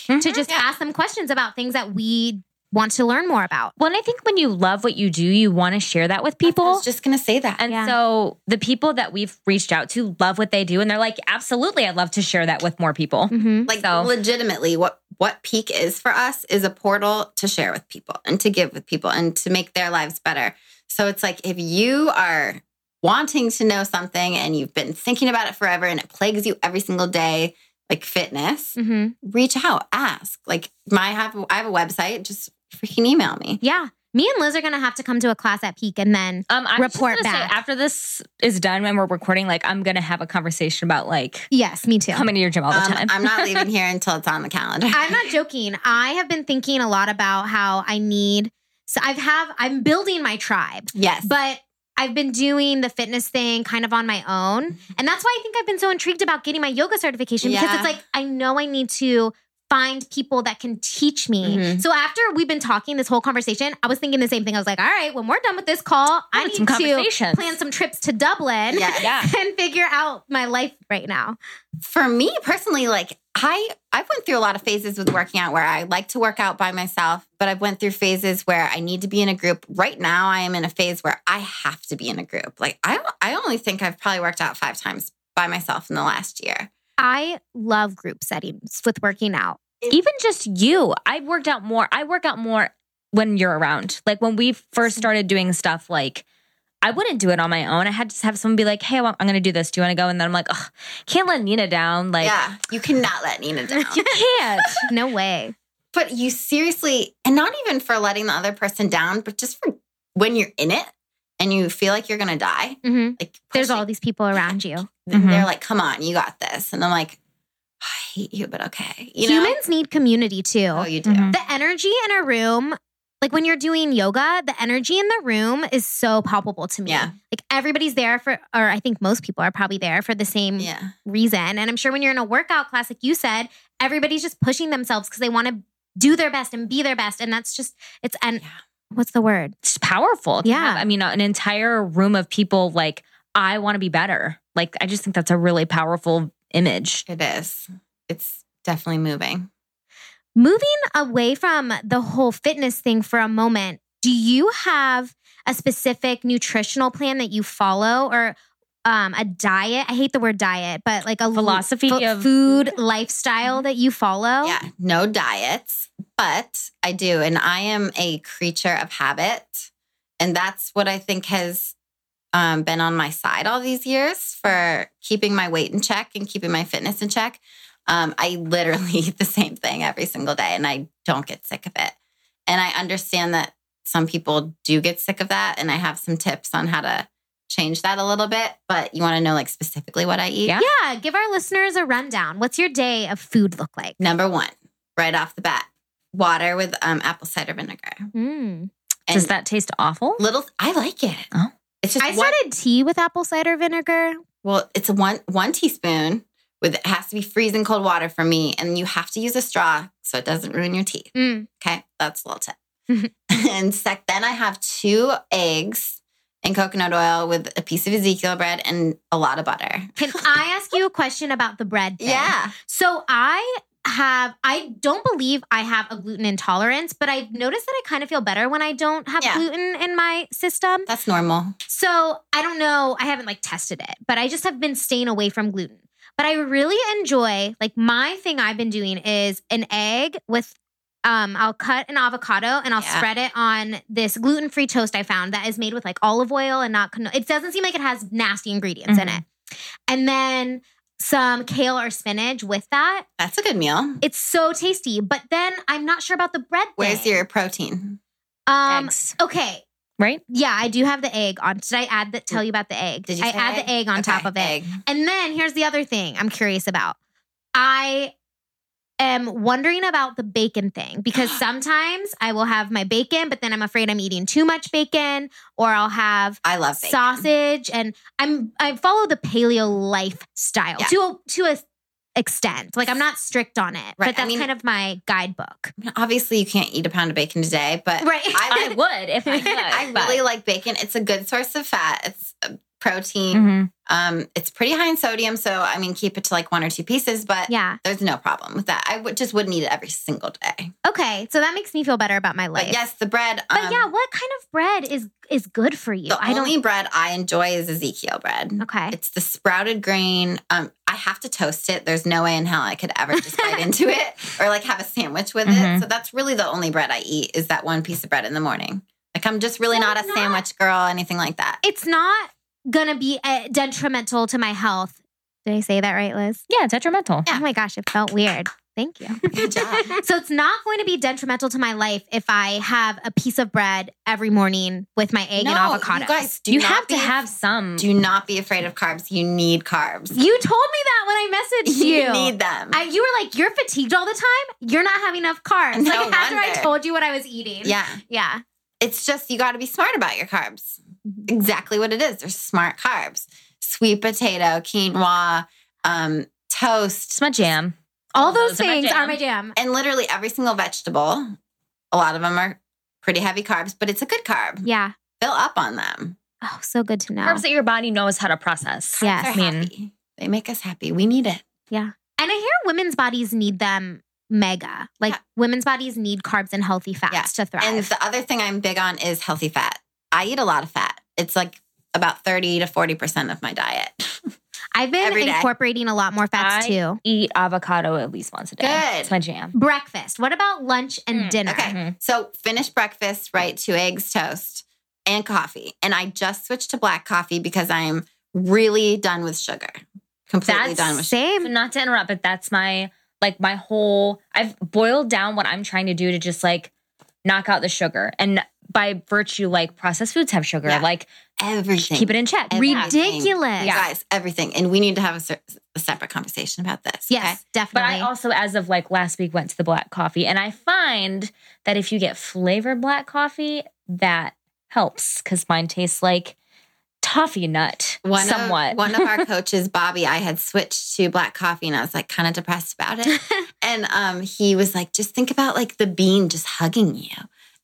[SPEAKER 2] think?
[SPEAKER 3] to just
[SPEAKER 2] Yeah.
[SPEAKER 3] ask them questions about things that we want to learn more about.
[SPEAKER 1] Well, and I think when you love what you do, you want to share that with
[SPEAKER 2] I
[SPEAKER 1] people.
[SPEAKER 2] was just gonna say that.
[SPEAKER 1] And
[SPEAKER 3] Yeah.
[SPEAKER 1] so the people that we've reached out to love what they do and they're like, absolutely, I'd love to share that with more people.
[SPEAKER 3] Mm-hmm.
[SPEAKER 2] like
[SPEAKER 1] So-
[SPEAKER 2] legitimately what what peak is for us is a portal to share with people and to give with people and to make their lives better so it's like if you are wanting to know something and you've been thinking about it forever and it plagues you every single day like fitness
[SPEAKER 3] Mm-hmm.
[SPEAKER 1] Mm.
[SPEAKER 2] reach out ask like my have i have a website just freaking email me
[SPEAKER 3] Yeah. Me and Liz are going to have to come to a class at Peak and then
[SPEAKER 1] Um, I was just
[SPEAKER 3] Report
[SPEAKER 1] gonna say,
[SPEAKER 3] back.
[SPEAKER 1] after this is done and we're recording, like I'm gonna have a conversation about like
[SPEAKER 3] yes, me too.
[SPEAKER 1] coming to your gym all the
[SPEAKER 2] um,
[SPEAKER 1] time.
[SPEAKER 2] i'm not leaving here until it's on the calendar
[SPEAKER 3] I'm not joking. I have been thinking a lot about how I need so I've have I'm building my tribe.
[SPEAKER 2] yes
[SPEAKER 3] But I've been doing the fitness thing kind of on my
[SPEAKER 1] Mm-hmm.
[SPEAKER 3] own. And that's why I think I've been so intrigued about getting my yoga certification because
[SPEAKER 2] Yeah.
[SPEAKER 3] it's like I know I need to find people that can teach me.
[SPEAKER 1] Mm-hmm.
[SPEAKER 2] Mhm.
[SPEAKER 3] So after we've been talking this whole conversation, I was thinking the same thing. I was like, all right, when we're done with this call, I
[SPEAKER 1] Having
[SPEAKER 3] need
[SPEAKER 1] some
[SPEAKER 3] to
[SPEAKER 1] conversations.
[SPEAKER 3] plan some trips to Dublin
[SPEAKER 2] Yeah.
[SPEAKER 1] yeah.
[SPEAKER 3] and figure out my life right now.
[SPEAKER 2] for me personally like i i've went through a lot of phases with working out where i like to work out by myself but i've went through phases where i need to be in a group right now i am in a phase where i have to be in a group like i, I only think i've probably worked out five times by myself in the last year
[SPEAKER 3] I love group settings with working out.
[SPEAKER 1] Even just you, I've worked out more. I work out more when you're around. Like when we first started doing stuff, like I wouldn't do it on my own. I had to have someone be like, "Hey, I want- I'm going to do this. Do you want to go?" And then I'm like, "Ugh, "Can't let Nina down." Like,
[SPEAKER 2] yeah you cannot let nina down
[SPEAKER 1] you can't.
[SPEAKER 3] No way.
[SPEAKER 2] but you seriously and not even for letting the other person down but just for when you're in it and you feel like you're gonna die
[SPEAKER 3] Mhm.
[SPEAKER 2] like
[SPEAKER 3] There's
[SPEAKER 2] pushing
[SPEAKER 3] all these people around you.
[SPEAKER 1] Mhm.
[SPEAKER 2] they're like, "Come on, you got this," and I'm like, "I hate you, but okay." You know,
[SPEAKER 3] Humans need community too.
[SPEAKER 2] oh, you do.
[SPEAKER 1] Mhm.
[SPEAKER 3] the energy in a room like when you're doing yoga the energy in the room is so palpable to me
[SPEAKER 2] Yeah.
[SPEAKER 3] like everybody's there for or i think most people are probably there for the same
[SPEAKER 2] Yeah,
[SPEAKER 3] reason and i'm sure when you're in a workout class like you said everybody's just pushing themselves because they want to do their best and be their best and that's just it's and
[SPEAKER 2] Yeah.
[SPEAKER 3] what's the word
[SPEAKER 1] It's powerful. to
[SPEAKER 3] Yeah.
[SPEAKER 1] have, I mean, an entire room of people like, "I want to be better." Like, I just think that's a really powerful image.
[SPEAKER 2] it is. It's definitely moving.
[SPEAKER 3] Moving away from the whole fitness thing for a moment, do you have a specific nutritional plan that you follow or um, a diet? I hate the word diet, but like a l-
[SPEAKER 1] Philosophy of-
[SPEAKER 3] food lifestyle that you follow?
[SPEAKER 2] Yeah, no diets, but I do, and I am a creature of habit, and that's what I think has um, been on my side all these years for keeping my weight in check and keeping my fitness in check. Um, I literally eat the same thing every single day, and I don't get sick of it. And I understand that some people do get sick of that, and I have some tips on how to change that a little bit. But you want to know like specifically what I eat?
[SPEAKER 1] Yeah.
[SPEAKER 3] Yeah, give our listeners a rundown. What's your day of food look like?
[SPEAKER 2] Number one, right off the bat, water with um, apple cider vinegar. And
[SPEAKER 3] Mm.
[SPEAKER 1] Does that taste awful?
[SPEAKER 2] little? I like it.
[SPEAKER 1] Oh.
[SPEAKER 2] It's just
[SPEAKER 3] I
[SPEAKER 2] one.
[SPEAKER 3] started tea with apple cider vinegar.
[SPEAKER 2] Well, it's a one one teaspoon with it has to be freezing cold water for me, and you have to use a straw so it doesn't ruin your teeth.
[SPEAKER 3] Mm.
[SPEAKER 2] Okay, that's a little tip. and sec, then I have two eggs and coconut oil with a piece of Ezekiel bread and a lot of butter.
[SPEAKER 3] Can I ask you a question about the bread thing?
[SPEAKER 2] Yeah,
[SPEAKER 3] So I have I don't believe I have a gluten intolerance, but I've noticed that I kind of feel better when I don't have
[SPEAKER 2] Yeah.
[SPEAKER 3] gluten in my system.
[SPEAKER 2] that's normal.
[SPEAKER 3] So I don't know, I haven't like tested it, but I just have been staying away from gluten. But I really enjoy like my thing I've been doing is an egg with um I'll cut an avocado and I'll
[SPEAKER 2] Yeah.
[SPEAKER 3] spread it on this gluten-free toast I found that is made with like olive oil and not cano- it doesn't seem like it has nasty ingredients in
[SPEAKER 1] Mhm.
[SPEAKER 3] it.
[SPEAKER 2] Mm-hmm.
[SPEAKER 3] And then some kale or spinach with that.
[SPEAKER 2] That's a good meal.
[SPEAKER 3] It's so tasty, but then I'm not sure about the bread.
[SPEAKER 2] Where's
[SPEAKER 3] thing.
[SPEAKER 2] your protein?
[SPEAKER 3] um?
[SPEAKER 1] Eggs,
[SPEAKER 3] Okay,
[SPEAKER 1] right?
[SPEAKER 3] yeah, I do have the egg on. Did I add that? Tell you about the egg?
[SPEAKER 2] Mm. Did you
[SPEAKER 3] I
[SPEAKER 2] say
[SPEAKER 3] add the egg on
[SPEAKER 2] Okay,
[SPEAKER 3] top of it?
[SPEAKER 2] egg.
[SPEAKER 3] And then here's the other thing I'm curious about. I am wondering about the bacon thing because sometimes I will have my bacon, but then I'm afraid I'm eating too much bacon, or I'll have
[SPEAKER 2] I love bacon.
[SPEAKER 3] sausage and i'm i follow the paleo lifestyle
[SPEAKER 2] Yeah.
[SPEAKER 3] to a to a extent like i'm not strict on it
[SPEAKER 2] Right, I
[SPEAKER 3] but that's
[SPEAKER 2] mean-
[SPEAKER 3] kind of my guidebook
[SPEAKER 2] Obviously, you can't eat a pound of bacon today, but
[SPEAKER 3] right
[SPEAKER 2] I,
[SPEAKER 1] I would if I could.
[SPEAKER 2] I
[SPEAKER 1] but-
[SPEAKER 2] really like bacon. It's a good source of fat. It's uh, protein.
[SPEAKER 1] Mhm.
[SPEAKER 2] Um, it's pretty high in sodium, so I mean, keep it to like one or two pieces, but
[SPEAKER 3] yeah
[SPEAKER 2] there's no problem with that. I would just wouldn't eat it every single day.
[SPEAKER 3] okay so that makes me feel better about my life
[SPEAKER 2] But yes, the bread.
[SPEAKER 3] But
[SPEAKER 2] um,
[SPEAKER 3] yeah what kind of bread is is good for you
[SPEAKER 2] the only bread I enjoy is Ezekiel bread.
[SPEAKER 3] okay
[SPEAKER 2] It's the sprouted grain. Um, I have to toast it. There's no way in hell I could ever just bite into it or like have a sandwich with
[SPEAKER 1] Mhm.
[SPEAKER 2] it. So that's really the only bread I eat is that one piece of bread in the morning. Like I'm just really
[SPEAKER 3] So
[SPEAKER 2] not a
[SPEAKER 3] it's not-
[SPEAKER 2] sandwich girl, anything like that.
[SPEAKER 3] it's not gonna be uh, detrimental to my health did i say that right liz
[SPEAKER 1] yeah, detrimental.
[SPEAKER 2] Yeah.
[SPEAKER 3] oh my gosh it felt weird thank you
[SPEAKER 2] Good job.
[SPEAKER 3] So it's not going to be detrimental to my life if I have a piece of bread every morning with my egg
[SPEAKER 2] No,
[SPEAKER 3] and avocado.
[SPEAKER 2] You guys do
[SPEAKER 1] you
[SPEAKER 2] not
[SPEAKER 1] have
[SPEAKER 2] be
[SPEAKER 1] to have some.
[SPEAKER 2] Do not be afraid of carbs. You need carbs.
[SPEAKER 3] You told me that when I messaged you.
[SPEAKER 2] need them.
[SPEAKER 3] I, you were like, "You're fatigued all the time. You're not having enough carbs."
[SPEAKER 2] No
[SPEAKER 3] like after I
[SPEAKER 2] wonder.
[SPEAKER 3] told you what I was eating.
[SPEAKER 2] yeah.
[SPEAKER 3] yeah.
[SPEAKER 2] It's just you got to be smart about your carbs. Exactly what it is. They're smart carbs. Sweet potato, quinoa, um, toast,
[SPEAKER 1] It's my jam.
[SPEAKER 3] All those,
[SPEAKER 1] those are my
[SPEAKER 3] things are
[SPEAKER 1] jam.
[SPEAKER 3] my jam.
[SPEAKER 2] And literally every single vegetable, a lot of them are pretty heavy carbs, but it's a good carb.
[SPEAKER 3] Yeah.
[SPEAKER 2] Fill up on them.
[SPEAKER 3] Oh, so good to know.
[SPEAKER 1] Carbs that your body knows how to process.
[SPEAKER 3] Yes.
[SPEAKER 2] They're
[SPEAKER 1] I mean,
[SPEAKER 2] happy. They make us happy. We need it.
[SPEAKER 3] And I hear women's bodies need them mega. Like
[SPEAKER 2] Yeah.
[SPEAKER 3] women's bodies need carbs and healthy fats to thrive.
[SPEAKER 2] And the other thing I'm big on is healthy fat. I eat a lot of fat. It's like about 30 to 40% of my diet.
[SPEAKER 3] I've been
[SPEAKER 2] every day.
[SPEAKER 3] incorporating a lot more fats
[SPEAKER 1] I-
[SPEAKER 3] too.
[SPEAKER 1] eat avocado at least once a day.
[SPEAKER 2] Good.
[SPEAKER 1] It's my jam.
[SPEAKER 3] Breakfast. What about lunch and
[SPEAKER 1] Mm,
[SPEAKER 3] dinner?
[SPEAKER 2] okay.
[SPEAKER 1] Mhm.
[SPEAKER 2] So finish breakfast, right? Two eggs, toast, and coffee. And I just switched to black coffee because I'm really done with sugar. Completely
[SPEAKER 1] That's
[SPEAKER 2] done with sugar.
[SPEAKER 1] But
[SPEAKER 3] Same.
[SPEAKER 1] Not to interrupt, but that's my like my whole I've boiled down what I'm trying to do to just like knock out the sugar. And by virtue, like processed foods have sugar.
[SPEAKER 2] Yeah.
[SPEAKER 1] Like
[SPEAKER 2] everything.
[SPEAKER 1] keep it in check.
[SPEAKER 2] Everything.
[SPEAKER 1] Yeah.
[SPEAKER 3] Ridiculous.
[SPEAKER 1] Yeah.
[SPEAKER 2] Guys, everything. And we need to have a, se- a separate conversation about this. okay?
[SPEAKER 3] Yes,
[SPEAKER 1] But
[SPEAKER 3] definitely.
[SPEAKER 1] I also, as of like last week, went to the black coffee, and I find that if you get flavored black coffee, that helps because mine tastes like toffee nut,
[SPEAKER 2] One
[SPEAKER 1] somewhat.
[SPEAKER 2] Of, one of our coaches, Bobby, I had switched to black coffee and I was like kind of depressed about it. and um, he was like, just think about like the bean just hugging you.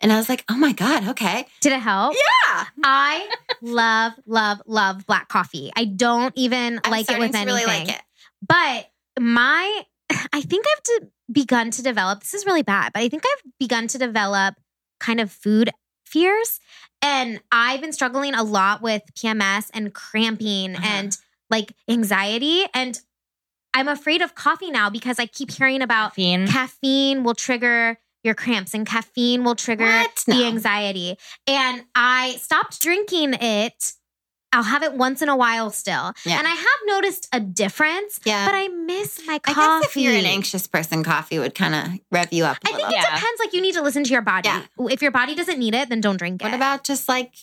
[SPEAKER 2] And I was like, oh my God, okay.
[SPEAKER 3] Did it help?
[SPEAKER 2] Yeah.
[SPEAKER 3] I love, love, love black coffee. I don't even
[SPEAKER 2] I'm
[SPEAKER 3] like it
[SPEAKER 2] starting
[SPEAKER 3] with
[SPEAKER 2] to
[SPEAKER 3] anything.
[SPEAKER 2] really like it.
[SPEAKER 3] But my, I think I've de- begun to develop, this is really bad, but I think I've begun to develop kind of food fears. And I've been struggling a lot with PMS and cramping
[SPEAKER 2] Uh-huh.
[SPEAKER 3] and like anxiety. And I'm afraid of coffee now because I keep hearing about
[SPEAKER 2] Mm-hmm.
[SPEAKER 1] Caffeine.
[SPEAKER 3] caffeine will trigger your cramps and caffeine will trigger
[SPEAKER 2] What?
[SPEAKER 3] the
[SPEAKER 2] No.
[SPEAKER 3] anxiety. And I stopped drinking it. I'll have it once in a while still.
[SPEAKER 2] Yeah.
[SPEAKER 3] And I have noticed a difference,
[SPEAKER 2] Yeah.
[SPEAKER 3] but I miss
[SPEAKER 2] Uh,
[SPEAKER 3] my
[SPEAKER 2] I
[SPEAKER 3] coffee.
[SPEAKER 2] guess if you're an anxious person, coffee would kind of rev you up a
[SPEAKER 3] I think
[SPEAKER 2] little.
[SPEAKER 3] it
[SPEAKER 1] Yeah.
[SPEAKER 3] depends. Like you need to listen to your body.
[SPEAKER 2] Yeah.
[SPEAKER 3] If your body doesn't need it, then don't drink
[SPEAKER 2] What
[SPEAKER 3] it.
[SPEAKER 2] about just like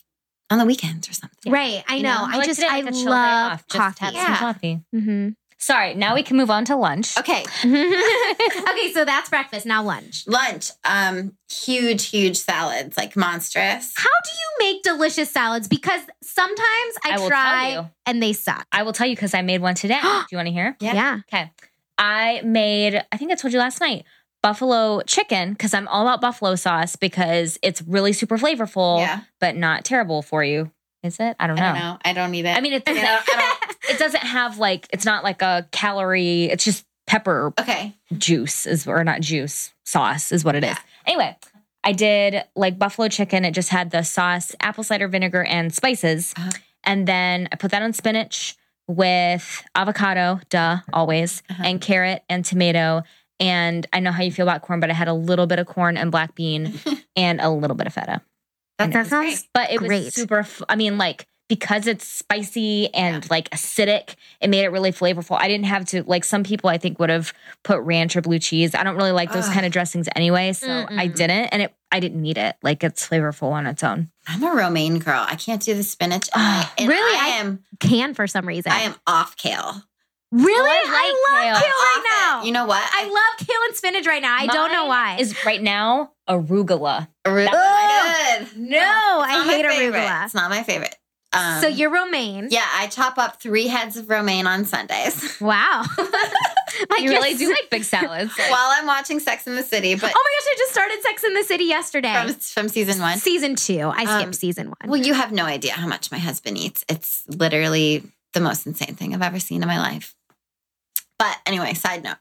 [SPEAKER 2] on the weekends or something?
[SPEAKER 3] Right. I
[SPEAKER 2] You
[SPEAKER 3] know.
[SPEAKER 2] know,
[SPEAKER 3] I
[SPEAKER 1] like
[SPEAKER 3] just
[SPEAKER 1] today,
[SPEAKER 3] I
[SPEAKER 1] like a chill day
[SPEAKER 3] love
[SPEAKER 1] off,
[SPEAKER 3] coffee.
[SPEAKER 1] Just have
[SPEAKER 2] Yeah.
[SPEAKER 1] some coffee.
[SPEAKER 3] hmm
[SPEAKER 1] Sorry, now we can move on to lunch.
[SPEAKER 2] Okay,
[SPEAKER 3] Mm-hmm. okay, so that's breakfast. Now lunch.
[SPEAKER 2] lunch. Um, huge, huge salads, like monstrous.
[SPEAKER 3] How do you make delicious salads? Because sometimes I,
[SPEAKER 1] I will
[SPEAKER 3] try
[SPEAKER 1] tell you.
[SPEAKER 3] and they suck.
[SPEAKER 1] I will tell you because I made one today. Do you want to hear?
[SPEAKER 2] Yeah.
[SPEAKER 3] yeah.
[SPEAKER 1] Okay. I made, I think I told you last night, buffalo chicken because I'm all about buffalo sauce because it's really super flavorful,
[SPEAKER 2] Yeah,
[SPEAKER 1] but not terrible for you. Is it? I don't
[SPEAKER 2] I
[SPEAKER 1] know.
[SPEAKER 2] don't know. I don't need it.
[SPEAKER 1] I mean, it
[SPEAKER 2] You know,
[SPEAKER 1] doesn't,
[SPEAKER 2] I
[SPEAKER 1] it doesn't have like, it's not like a calorie, it's just pepper
[SPEAKER 2] don't, okay,
[SPEAKER 1] juice is or not juice sauce is what it is.
[SPEAKER 2] Yeah.
[SPEAKER 1] Anyway, I did like buffalo chicken. It just had the sauce, apple cider vinegar, and spices,
[SPEAKER 2] Uh-huh.
[SPEAKER 1] and then I put that on spinach with avocado, duh, always,
[SPEAKER 2] Uh-huh.
[SPEAKER 1] and carrot and tomato. And I know how you feel about corn, but I had a little bit of corn and black bean and a little bit of feta.
[SPEAKER 3] That,
[SPEAKER 1] And it
[SPEAKER 3] that
[SPEAKER 1] was
[SPEAKER 3] sounds
[SPEAKER 1] But it
[SPEAKER 3] Great.
[SPEAKER 1] was super. f- I mean, like because it's spicy and like acidic, it made it really flavorful. I didn't have to like some people I think would have put ranch or blue cheese. I don't really like those
[SPEAKER 2] Ugh.
[SPEAKER 1] kind of dressings anyway, so I
[SPEAKER 3] Mm-mm.
[SPEAKER 1] didn't, and it I didn't need it. Like it's flavorful on its own.
[SPEAKER 2] I'm a romaine girl. I can't do the spinach. And I- and
[SPEAKER 3] Oh, Really?
[SPEAKER 2] I
[SPEAKER 3] I-
[SPEAKER 2] am.
[SPEAKER 3] can for some reason.
[SPEAKER 2] I am off kale.
[SPEAKER 3] really?
[SPEAKER 1] Oh, I
[SPEAKER 3] I,
[SPEAKER 1] like
[SPEAKER 3] love kale,
[SPEAKER 1] kale.
[SPEAKER 3] right
[SPEAKER 2] Off it.
[SPEAKER 3] now.
[SPEAKER 2] You know what?
[SPEAKER 3] I love kale and spinach right now. I don't know
[SPEAKER 1] Mine
[SPEAKER 3] why.
[SPEAKER 1] Is right now arugula.
[SPEAKER 2] Arugula.
[SPEAKER 1] That's
[SPEAKER 2] Good.
[SPEAKER 3] no,
[SPEAKER 2] It's
[SPEAKER 3] Oh, I
[SPEAKER 2] not my
[SPEAKER 3] hate
[SPEAKER 2] favorite.
[SPEAKER 3] arugula.
[SPEAKER 2] It's not my favorite. Um,
[SPEAKER 3] so you're romaine.
[SPEAKER 2] Yeah, I chop up three heads of romaine on Sundays
[SPEAKER 3] Wow. like
[SPEAKER 1] you really
[SPEAKER 3] you're
[SPEAKER 1] do
[SPEAKER 3] s-
[SPEAKER 1] like big salads.
[SPEAKER 2] while I'm watching Sex in the City, but
[SPEAKER 3] Oh my gosh! I just started Sex in the City yesterday.
[SPEAKER 2] from from season one.
[SPEAKER 3] Season two. I skipped
[SPEAKER 2] Um,
[SPEAKER 3] season one.
[SPEAKER 2] Well, you have no idea how much my husband eats. It's literally the most insane thing I've ever seen in my life. But anyway, side note.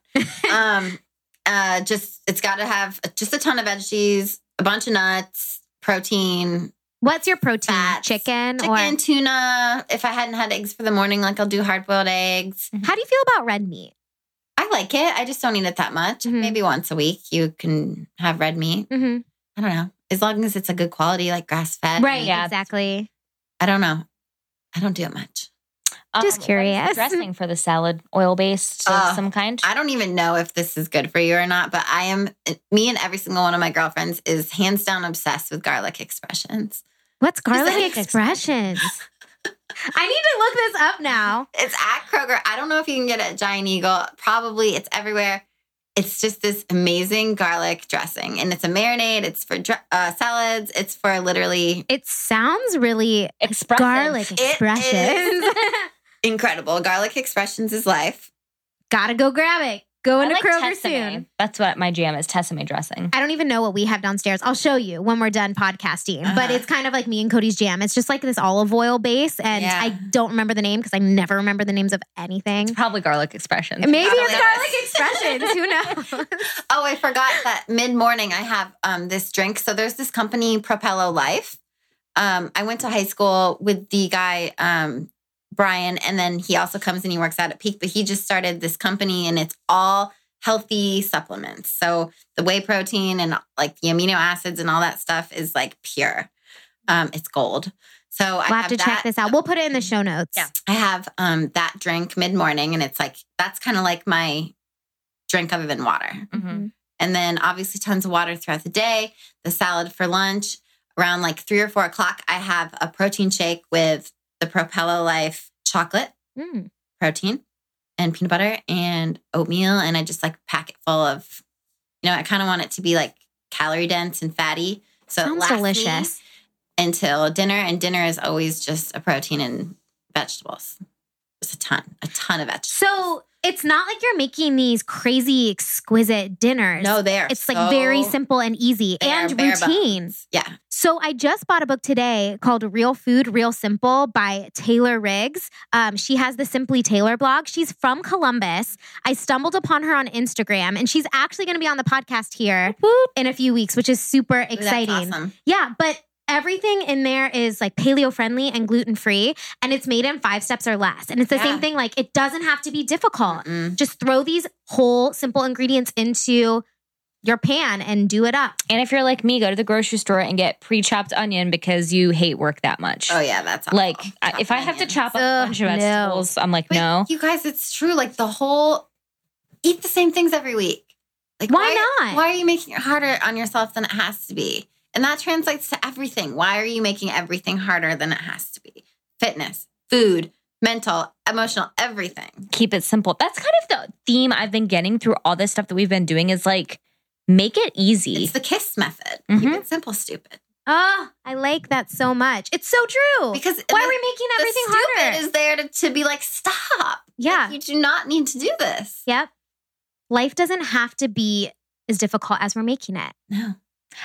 [SPEAKER 2] um, uh, just it's got to have just a ton of veggies, a bunch of nuts, protein,
[SPEAKER 3] What's your protein?
[SPEAKER 2] fats,
[SPEAKER 3] Chicken, or
[SPEAKER 2] chicken, tuna. If I hadn't had eggs for the morning, like I'll do hard boiled eggs.
[SPEAKER 3] Mm-hmm. how do you feel about red meat?
[SPEAKER 2] I like it. I just don't eat it that much.
[SPEAKER 3] Mhm.
[SPEAKER 2] Maybe once a week you can have red meat.
[SPEAKER 3] hmm
[SPEAKER 2] I don't know. As long as it's a good quality, like grass fed.
[SPEAKER 3] Right.
[SPEAKER 1] yeah.
[SPEAKER 3] Exactly.
[SPEAKER 2] I don't know. I don't do it much.
[SPEAKER 1] Um, what is
[SPEAKER 3] Just
[SPEAKER 1] the
[SPEAKER 3] curious.
[SPEAKER 1] dressing for the salad, oil based, of
[SPEAKER 2] Uh,
[SPEAKER 1] some kind.
[SPEAKER 2] I don't even know if this is good for you or not, but I am, me and every single one of my girlfriends is hands down obsessed with garlic expressions.
[SPEAKER 3] What's
[SPEAKER 2] that
[SPEAKER 3] garlic
[SPEAKER 1] make sense?
[SPEAKER 3] expressions? I need to look this up now.
[SPEAKER 2] It's at Kroger. I don't know if you can get it at Giant Eagle. Probably it's everywhere. It's just this amazing garlic dressing, and it's a marinade. It's for dr- uh, salads. It's for literally
[SPEAKER 3] It sounds really
[SPEAKER 1] Expressive.
[SPEAKER 2] is.
[SPEAKER 3] garlic expressions. Gotta go grab it. Going
[SPEAKER 1] I
[SPEAKER 3] to
[SPEAKER 1] like
[SPEAKER 3] Kroger
[SPEAKER 1] Tessame.
[SPEAKER 3] soon.
[SPEAKER 1] That's what my jam is Tessame dressing.
[SPEAKER 3] I don't even know what we have downstairs. I'll show you when we're done podcasting. But
[SPEAKER 2] Uh-huh.
[SPEAKER 3] it's kind of like me and Cody's jam. It's just like this olive oil base, and
[SPEAKER 2] Yeah.
[SPEAKER 3] I don't remember the name because I never remember the names of anything.
[SPEAKER 1] Probably garlic expressions.
[SPEAKER 3] Maybe
[SPEAKER 2] Probably
[SPEAKER 3] it's garlic expressions. Who knows?
[SPEAKER 2] Oh, I forgot that mid morning I have um, this drink. So there's this company, Propello Life. Um, I went to high school with the guy, um, Brian, and then he also comes and he works out at Peak, but he just started this company and it's all healthy supplements. So the whey protein and like the amino acids and all that stuff is like pure. Um, it's gold. So I
[SPEAKER 3] We'll
[SPEAKER 2] have,
[SPEAKER 3] have to
[SPEAKER 2] that.
[SPEAKER 3] check this out. We'll put it in the show notes.
[SPEAKER 1] Yeah.
[SPEAKER 2] I have um, that drink mid morning, and it's like that's kind of like my drink other than water
[SPEAKER 1] Mhm.
[SPEAKER 2] and then obviously tons of water throughout the day. The salad for lunch around like three or four o'clock. I have a protein shake with the Propello Life chocolate
[SPEAKER 3] Mm.
[SPEAKER 2] protein and peanut butter and oatmeal, and I just like pack it full of, you know, I kind of want it to be like calorie dense and fatty, so it
[SPEAKER 3] Sounds
[SPEAKER 2] lasts me
[SPEAKER 3] delicious.
[SPEAKER 2] until dinner. And dinner is always just a protein and vegetables, just a ton, a ton of vegetables.
[SPEAKER 3] So it's not like you're making these crazy, exquisite dinners.
[SPEAKER 2] no, there.
[SPEAKER 3] It's like very
[SPEAKER 2] so-
[SPEAKER 3] simple and easy
[SPEAKER 2] they are
[SPEAKER 3] and
[SPEAKER 2] bare
[SPEAKER 3] routine.
[SPEAKER 2] bones. Yeah.
[SPEAKER 3] So I just bought a book today called Real Food, Real Simple by Taylor Riggs. Um, she has the Simply Taylor blog. She's from Columbus. I stumbled upon her on Instagram, and she's actually going to be on the podcast here in a few weeks, which is super
[SPEAKER 2] That's
[SPEAKER 3] exciting.
[SPEAKER 2] awesome.
[SPEAKER 3] Yeah, but everything in there is like paleo friendly and gluten free, and it's made in five steps or less. And it's the
[SPEAKER 2] Yeah.
[SPEAKER 3] same thing. Like it doesn't have to be difficult.
[SPEAKER 2] Mm.
[SPEAKER 3] Just throw these whole simple ingredients into your pan and do it up.
[SPEAKER 1] And if you're like me, go to the grocery store and get pre-chopped onion because you hate work that much.
[SPEAKER 2] Oh yeah, that's awful.
[SPEAKER 1] Like I
[SPEAKER 2] Chopped
[SPEAKER 1] if I have to
[SPEAKER 2] onions.
[SPEAKER 1] chop up a
[SPEAKER 3] Ugh,
[SPEAKER 1] bunch of
[SPEAKER 3] no.
[SPEAKER 1] vegetables, I'm like,
[SPEAKER 2] But
[SPEAKER 1] no.
[SPEAKER 2] you guys, it's true. Like the whole eat the same things every week. Like
[SPEAKER 3] Why not?
[SPEAKER 2] Why are you making it harder on yourself than it has to be? And that translates to everything. Why are you making everything harder than it has to be? Fitness, food, mental, emotional, everything.
[SPEAKER 1] Keep it simple. That's kind of the theme I've been getting through all this stuff that we've been doing is like make it easy.
[SPEAKER 2] It's the kiss method.
[SPEAKER 1] Mhm.
[SPEAKER 3] Mm-hmm.
[SPEAKER 2] Keep it simple, stupid.
[SPEAKER 3] Oh, I like that so much. It's so true.
[SPEAKER 2] Because
[SPEAKER 3] why
[SPEAKER 2] the-
[SPEAKER 3] are we making
[SPEAKER 2] the
[SPEAKER 3] everything
[SPEAKER 2] stupid
[SPEAKER 3] harder?
[SPEAKER 2] is there to, to be like, stop.
[SPEAKER 3] yeah.
[SPEAKER 2] You do not need to do this.
[SPEAKER 3] yep. Life doesn't have to be as difficult as we're making it.
[SPEAKER 2] No.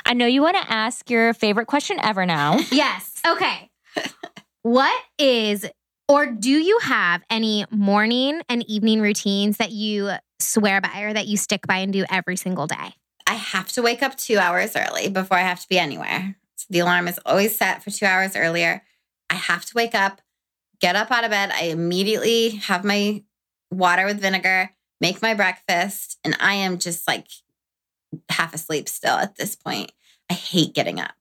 [SPEAKER 1] I know you want to ask your favorite question ever now.
[SPEAKER 3] Yes. Okay. what is or do you have any morning and evening routines that you swear by or that you stick by and do every single day?
[SPEAKER 2] I have to wake up two hours early before I have to be anywhere. So the alarm is always set for two hours earlier. I have to wake up, get up out of bed. I immediately have my water with vinegar, make my breakfast, and I am just like half asleep still at this point. I hate getting up.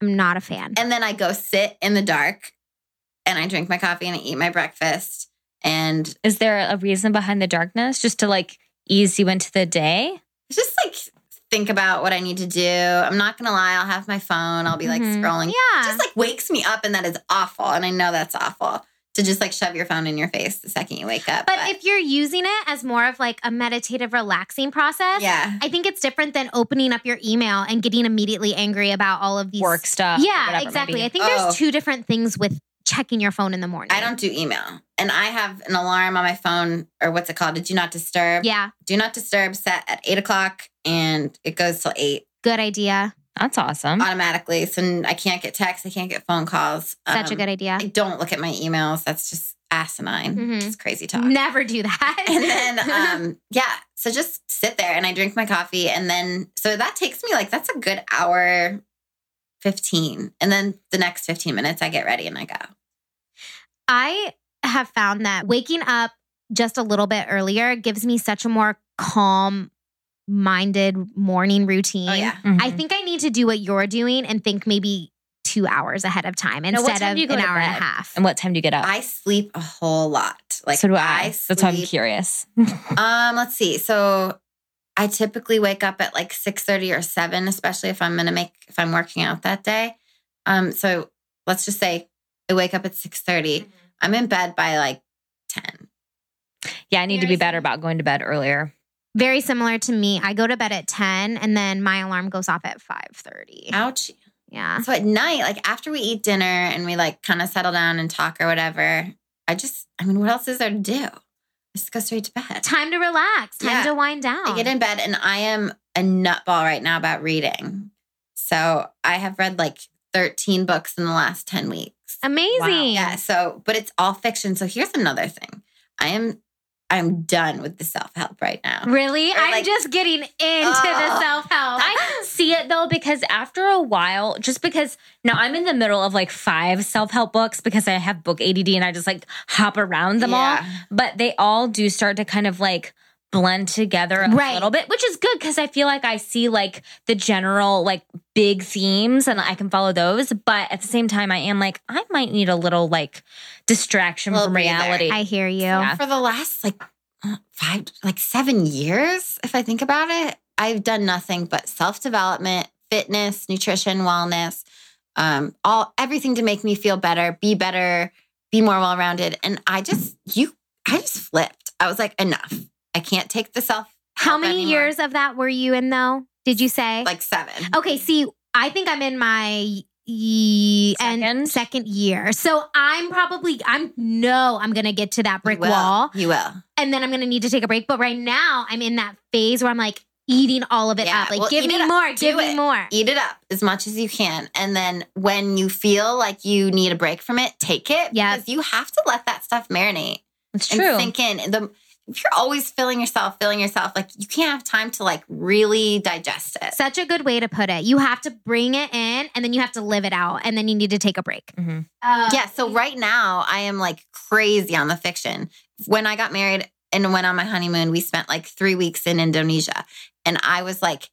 [SPEAKER 3] I'm not a fan.
[SPEAKER 2] And then I go sit in the dark and I drink my coffee and I eat my breakfast. And
[SPEAKER 1] Is there a reason behind the darkness? Just to like ease you into the day?
[SPEAKER 2] just like think about what I need to do. I'm not going to lie. I'll have my phone, I'll be like
[SPEAKER 1] Mhm.
[SPEAKER 2] scrolling
[SPEAKER 3] yeah.
[SPEAKER 2] just like wakes me up and that is awful and i know that's awful to just like shove your phone in your face the second you wake up
[SPEAKER 3] but if you're using it as more of like a meditative relaxing process,
[SPEAKER 2] yeah
[SPEAKER 3] I think it's different than opening up your email and getting immediately angry about all of these
[SPEAKER 1] Work stuff. or whatever
[SPEAKER 3] Yeah,
[SPEAKER 1] it may
[SPEAKER 3] exactly.
[SPEAKER 1] be.
[SPEAKER 3] I think
[SPEAKER 2] Oh.
[SPEAKER 3] there's two different things with checking your phone in the morning.
[SPEAKER 2] i don't do email and i have an alarm on my phone or what's it called a do not disturb
[SPEAKER 3] Yeah,
[SPEAKER 2] do not disturb set at 8 o'clock and it goes till 8
[SPEAKER 3] good idea.
[SPEAKER 1] That's awesome.
[SPEAKER 3] Mm-hmm.
[SPEAKER 2] automatically so n- i can't get texts i can't get phone calls
[SPEAKER 3] Such a
[SPEAKER 2] Um,
[SPEAKER 3] good idea.
[SPEAKER 2] i don't look at my emails that's just asinine
[SPEAKER 3] Mhm.
[SPEAKER 2] it's crazy talk
[SPEAKER 3] Never do that.
[SPEAKER 2] and then um yeah so just sit there and i drink my coffee and then so that takes me like that's a good hour 15 and then the next 15 minutes i get ready and i go
[SPEAKER 3] I have found that waking up just a little bit earlier gives me such a more calm minded morning routine.
[SPEAKER 2] oh yeah
[SPEAKER 1] Mhm.
[SPEAKER 3] I think I need to do what you're doing and think maybe two hours ahead of time
[SPEAKER 1] Now, what
[SPEAKER 3] instead
[SPEAKER 1] time
[SPEAKER 3] of
[SPEAKER 1] do you go
[SPEAKER 3] an
[SPEAKER 1] to
[SPEAKER 3] hour and
[SPEAKER 1] bed?
[SPEAKER 3] a half.
[SPEAKER 1] and what time do you get up?
[SPEAKER 2] i sleep a whole lot like
[SPEAKER 1] so do I.
[SPEAKER 2] sleep,
[SPEAKER 1] That's why I'm curious.
[SPEAKER 2] um let's see so i typically wake up at like six thirty or 7 especially if i'm gonna make if i'm working out that day um so let's just say i wake up at six
[SPEAKER 1] Mm-hmm.
[SPEAKER 2] i'm in bed by like 10
[SPEAKER 1] Yeah, I need to
[SPEAKER 3] Very
[SPEAKER 1] be better
[SPEAKER 3] similar.
[SPEAKER 1] about going to bed earlier.
[SPEAKER 3] Very similar to me. I go to bed at 10 and then my alarm goes off at 5:30.
[SPEAKER 2] ouch
[SPEAKER 3] Yeah.
[SPEAKER 2] So at night, like after we eat dinner and we like kind of settle down and talk or whatever, I just, I mean, what else is there to do? Just go straight to bed.
[SPEAKER 3] Time to relax. Time
[SPEAKER 2] Yeah.
[SPEAKER 3] to wind down.
[SPEAKER 2] I get in bed and I am a nutball right now about reading. So I have read like 13 books in the last 10 weeks.
[SPEAKER 3] Amazing.
[SPEAKER 2] Yeah. So, but it's all fiction. So here's another thing. I am I'm done with the self-help right now.
[SPEAKER 3] Really?
[SPEAKER 2] Or,
[SPEAKER 3] I'm
[SPEAKER 2] like-
[SPEAKER 3] just getting into the
[SPEAKER 2] Ugh.
[SPEAKER 3] self help.
[SPEAKER 1] I can see it though because after a while, just because now I'm in the middle of like five self help books because I have book ADD and I just like hop around them all,
[SPEAKER 2] Yeah.
[SPEAKER 1] but they all do start to kind of like blend together a
[SPEAKER 3] Right.
[SPEAKER 1] little bit, which is good because I feel like I see like the general like big themes and I can follow those. But at the same time, I am like I might need a little like distraction
[SPEAKER 2] Little
[SPEAKER 1] from
[SPEAKER 2] breather.
[SPEAKER 1] reality.
[SPEAKER 3] I hear you.
[SPEAKER 1] Yeah.
[SPEAKER 2] For the last like uh, five, like seven years, if I think about it, I've done nothing but self-development, fitness, nutrition, wellness, um, all everything to make me feel better, be better, be more well-rounded. And I just you I just flipped. I was like, enough. I can't take the self
[SPEAKER 3] How
[SPEAKER 2] help
[SPEAKER 3] many
[SPEAKER 2] anymore.
[SPEAKER 3] years of that were you in though? Did you say?
[SPEAKER 2] like seven.
[SPEAKER 3] okay, see, I think I'm in my ye- and
[SPEAKER 1] Second?
[SPEAKER 3] second year. So I'm probably I'm no, I'm going to get to that brick
[SPEAKER 2] you will.
[SPEAKER 3] wall
[SPEAKER 2] You will.
[SPEAKER 3] and then I'm going to need to take a break, but right now I'm in that phase where I'm like eating all of it
[SPEAKER 2] Yeah,
[SPEAKER 3] up. Like
[SPEAKER 2] well,
[SPEAKER 3] give
[SPEAKER 2] eat
[SPEAKER 3] me
[SPEAKER 2] it up.
[SPEAKER 3] more,
[SPEAKER 2] Do
[SPEAKER 3] give me
[SPEAKER 2] it.
[SPEAKER 3] more.
[SPEAKER 2] Eat it up as much as you can. And then when you feel like you need a break from it, take it.
[SPEAKER 3] Yes.
[SPEAKER 2] Because you have to let that stuff marinate.
[SPEAKER 1] it's
[SPEAKER 2] and
[SPEAKER 1] true.
[SPEAKER 2] sink in. And The, if you're always filling yourself, filling yourself, like you can't have time to like really digest it.
[SPEAKER 3] Such a good way to put it. You have to bring it in and then you have to live it out and then you need to take a break.
[SPEAKER 1] Mhm.
[SPEAKER 3] Uh,
[SPEAKER 2] yeah. So right now I am like crazy on the fiction. When I got married and went on my honeymoon, we spent like three weeks in Indonesia. And I was like,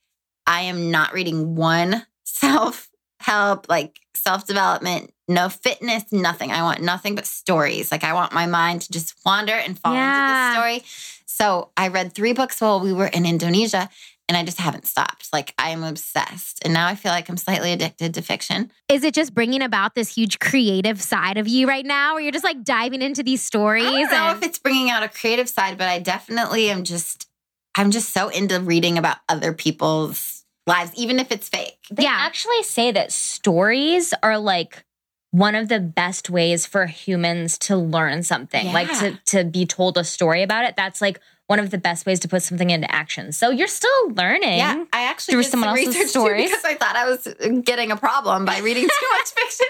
[SPEAKER 2] I am not reading one self help, like self development, no fitness, nothing. I want nothing but stories. Like I want my mind to just wander and fall
[SPEAKER 3] Yeah.
[SPEAKER 2] into this story. So I read three books while we were in Indonesia. And I just haven't stopped. Like, I am obsessed. And now I feel like I'm slightly addicted to fiction.
[SPEAKER 3] Is it just bringing about this huge creative side of you right now where you're just like diving into these stories?
[SPEAKER 2] I don't know
[SPEAKER 3] and-
[SPEAKER 2] if it's bringing out a creative side, but I definitely am just I'm just so into reading about other people's lives, even if it's fake.
[SPEAKER 1] They
[SPEAKER 3] Yeah.
[SPEAKER 1] actually say that stories are like one of the best ways for humans to learn something, like
[SPEAKER 2] Yeah.
[SPEAKER 1] to, to be told a story about it. That's like one of the best ways to put something into action. So you're still learning.
[SPEAKER 2] Yeah, I actually
[SPEAKER 1] Through
[SPEAKER 2] did
[SPEAKER 1] someone
[SPEAKER 2] some
[SPEAKER 1] else's
[SPEAKER 2] research too
[SPEAKER 1] stories.
[SPEAKER 2] because I thought I was uh, getting a problem by reading too much fiction,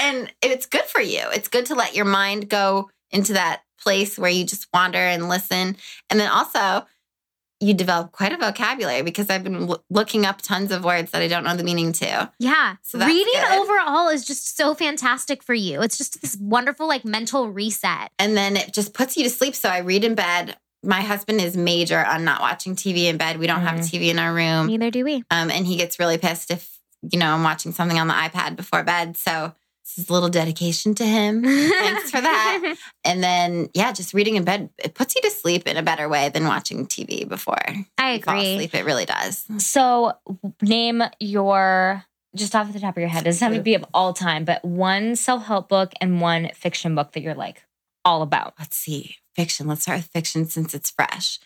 [SPEAKER 2] and it's good for you. It's good to let your mind go into that place where you just wander and listen, and then also you develop quite a vocabulary because I've been loo- looking up tons of words that I don't know the meaning to.
[SPEAKER 3] yeah.
[SPEAKER 2] So that's
[SPEAKER 3] Reading
[SPEAKER 2] good.
[SPEAKER 3] overall is just so fantastic for you. It's just this wonderful like mental reset.
[SPEAKER 2] and then it just puts you to sleep. So I read in bed. My husband is major on not watching TV in bed. We don't
[SPEAKER 3] Mm-hmm.
[SPEAKER 2] have a
[SPEAKER 1] Mhm.
[SPEAKER 2] TV in our room,
[SPEAKER 3] Neither do we.
[SPEAKER 2] um, and he gets really pissed if you know I'm watching something on the iPad before bed. So this is a little dedication to him. Thanks for that. And then yeah, just reading in bed it puts you to sleep in a better way than watching TV before
[SPEAKER 3] I
[SPEAKER 2] you fall
[SPEAKER 3] agree.
[SPEAKER 2] asleep. It really does.
[SPEAKER 1] So w- name your just off the top of your head. It doesn't have to be of all time, but one self-help book and one fiction book that you're like all about.
[SPEAKER 2] Let's see fiction. Let's start with fiction since it's fresh.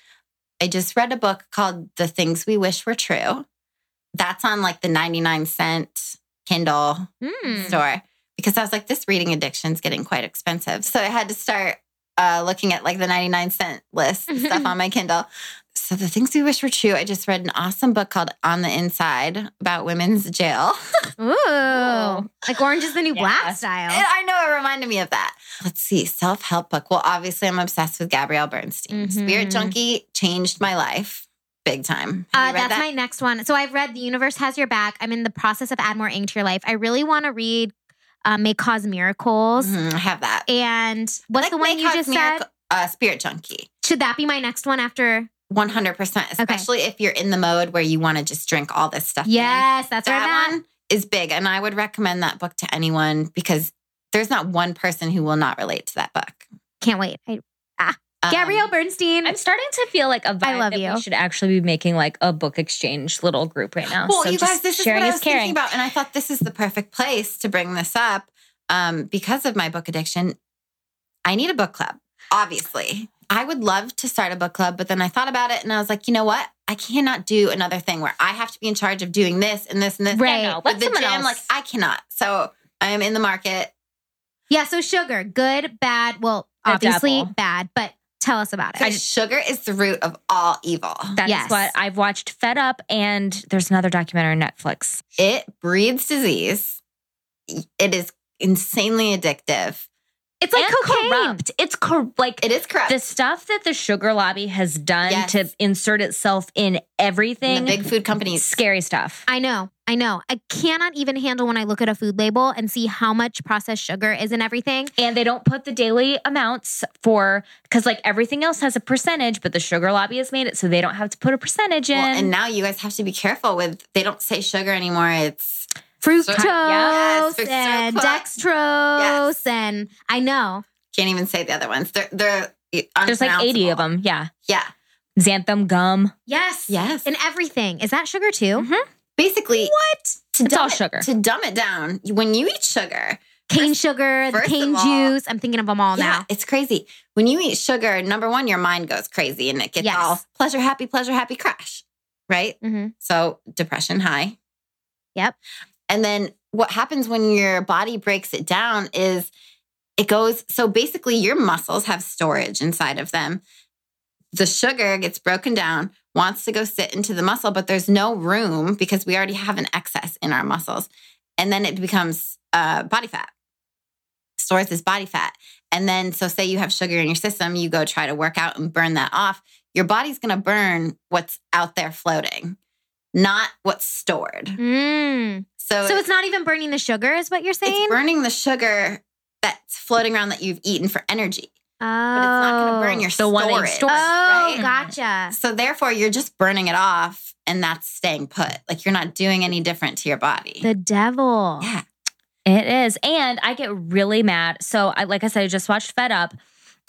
[SPEAKER 2] I just read a book called The Things We Wish Were True. That's on like the 99 cent Kindle
[SPEAKER 3] Mm.
[SPEAKER 2] store because I was like, this reading addiction is getting quite expensive. So I had to start uh, looking at like the 99 cent list and stuff on my Kindle. So the things we wish were true. I just read an awesome book called On the Inside about women's jail.
[SPEAKER 3] Ooh. Like orange is the new
[SPEAKER 1] Yeah.
[SPEAKER 3] black style.
[SPEAKER 2] And I know it reminded me of that. Let's see, self help book. Well, obviously, I'm obsessed with Gabrielle Bernstein.
[SPEAKER 3] Mhm.
[SPEAKER 2] Spirit Junkie changed my life big time. Have
[SPEAKER 3] Uh,
[SPEAKER 2] you read
[SPEAKER 3] that's my next one. So I've read The Universe Has Your Back. I'm in the process of Add More Ink to Your Life. I really want to read uh, May Cause Miracles.
[SPEAKER 2] Mhm, I have that.
[SPEAKER 3] And what's
[SPEAKER 2] Like
[SPEAKER 3] the one
[SPEAKER 2] Make
[SPEAKER 3] you
[SPEAKER 2] House
[SPEAKER 3] just said?
[SPEAKER 2] Miracle- Uh, Spirit Junkie.
[SPEAKER 3] Should that be my next one after?
[SPEAKER 2] 100%, especially if you're in the mode where you want to just drink all this stuff. in.
[SPEAKER 3] Yes, that's right.
[SPEAKER 2] that one is big. And I would recommend that book to anyone because there's not one person who will not relate to that book.
[SPEAKER 3] Can't wait. I,
[SPEAKER 2] Um,
[SPEAKER 3] Gabrielle Bernstein.
[SPEAKER 1] I'm starting to feel like a vibe
[SPEAKER 3] I love
[SPEAKER 1] that
[SPEAKER 3] you.
[SPEAKER 1] we should actually be making like a book exchange little group right now.
[SPEAKER 2] Well,
[SPEAKER 1] So
[SPEAKER 2] you
[SPEAKER 1] just
[SPEAKER 2] guys, this is what
[SPEAKER 1] sharing
[SPEAKER 2] I
[SPEAKER 1] is
[SPEAKER 2] was
[SPEAKER 1] caring.
[SPEAKER 2] thinking about, and I thought this is the perfect place to bring this up um, because of my book addiction. I need a book club, obviously. I would love to start a book club, but then I thought about it and I was like, you know what? I cannot do another thing where I have to be in charge of doing this and this and this.
[SPEAKER 3] Right.
[SPEAKER 1] Yeah, no,
[SPEAKER 2] With
[SPEAKER 1] let
[SPEAKER 2] the
[SPEAKER 1] someone
[SPEAKER 2] gym,
[SPEAKER 1] else.
[SPEAKER 2] like I cannot. So I am in the market.
[SPEAKER 3] yeah, so sugar, good, bad. Well,
[SPEAKER 1] The
[SPEAKER 3] obviously
[SPEAKER 1] devil.
[SPEAKER 3] bad, but Tell us about it.
[SPEAKER 2] Because sugar is the root of all evil.
[SPEAKER 1] That's
[SPEAKER 3] Yes.
[SPEAKER 1] what I've watched Fed Up and there's another documentary on Netflix.
[SPEAKER 2] It breeds disease. It is insanely addictive.
[SPEAKER 1] It's like
[SPEAKER 3] And
[SPEAKER 1] cocaine.
[SPEAKER 3] corrupt.
[SPEAKER 1] It's cor- like
[SPEAKER 2] It is corrupt.
[SPEAKER 1] the stuff that the sugar lobby has done
[SPEAKER 2] Yes.
[SPEAKER 1] to insert itself in everything.
[SPEAKER 2] And the big food companies.
[SPEAKER 1] scary stuff.
[SPEAKER 3] I know. I know. I cannot even handle when I look at a food label and see how much processed sugar is in everything.
[SPEAKER 1] and they don't put the daily amounts for because like everything else has a percentage, but the sugar lobby has made it so they don't have to put a percentage in.
[SPEAKER 2] Well, and now you guys have to be careful with. They don't say sugar anymore. It's
[SPEAKER 3] Fructose
[SPEAKER 2] Yes, fructose.
[SPEAKER 3] and dextrose and I know.
[SPEAKER 2] can't even say the other ones. They're they're
[SPEAKER 1] There's like 80 of them. Yeah,
[SPEAKER 2] Yeah.
[SPEAKER 1] xanthan gum.
[SPEAKER 3] Yes.
[SPEAKER 2] Yes. Mm-hmm.
[SPEAKER 3] And everything. Is that sugar too?
[SPEAKER 1] Mhm.
[SPEAKER 2] Basically, what to
[SPEAKER 1] It's
[SPEAKER 2] dumb
[SPEAKER 1] all
[SPEAKER 2] it-
[SPEAKER 1] sugar.
[SPEAKER 2] to dumb it down, when you eat sugar,
[SPEAKER 3] Cane sugar, the
[SPEAKER 2] first
[SPEAKER 3] cane
[SPEAKER 2] of all-
[SPEAKER 3] juice. I'm thinking of them all
[SPEAKER 2] yeah,
[SPEAKER 3] now.
[SPEAKER 2] it's crazy. When you eat sugar, number one, your mind goes crazy and it gets
[SPEAKER 3] Yes.
[SPEAKER 2] all pleasure, happy, pleasure, happy, crash, right?
[SPEAKER 3] Mm-hmm.
[SPEAKER 2] So depression high.
[SPEAKER 3] Yep.
[SPEAKER 2] And then what happens when your body breaks it down is it goes so basically your muscles have storage inside of them. The sugar gets broken down, wants to go sit into the muscle, but there's no room because we already have an excess in our muscles. And then it becomes uh, body fat, stores as body fat. And then, so say you have sugar in your system, you go try to work out and burn that off. Your body's going to burn what's out there floating, not what's stored.
[SPEAKER 3] Mm.
[SPEAKER 2] So,
[SPEAKER 3] So it's not even burning the sugar, is what you're saying?
[SPEAKER 2] it's burning the sugar that's floating around that you've eaten for energy,
[SPEAKER 3] oh.
[SPEAKER 2] but it's not going to burn your
[SPEAKER 1] Oh. the one that you've
[SPEAKER 2] storage.
[SPEAKER 1] stored.
[SPEAKER 3] Oh,
[SPEAKER 2] right? Mm-hmm.
[SPEAKER 3] gotcha.
[SPEAKER 2] So therefore, you're just burning it off, and that's staying put. Like you're not doing any different to your body.
[SPEAKER 3] The devil.
[SPEAKER 2] yeah,
[SPEAKER 1] It is, and I get really mad. So I like I said, I just watched Fed Up.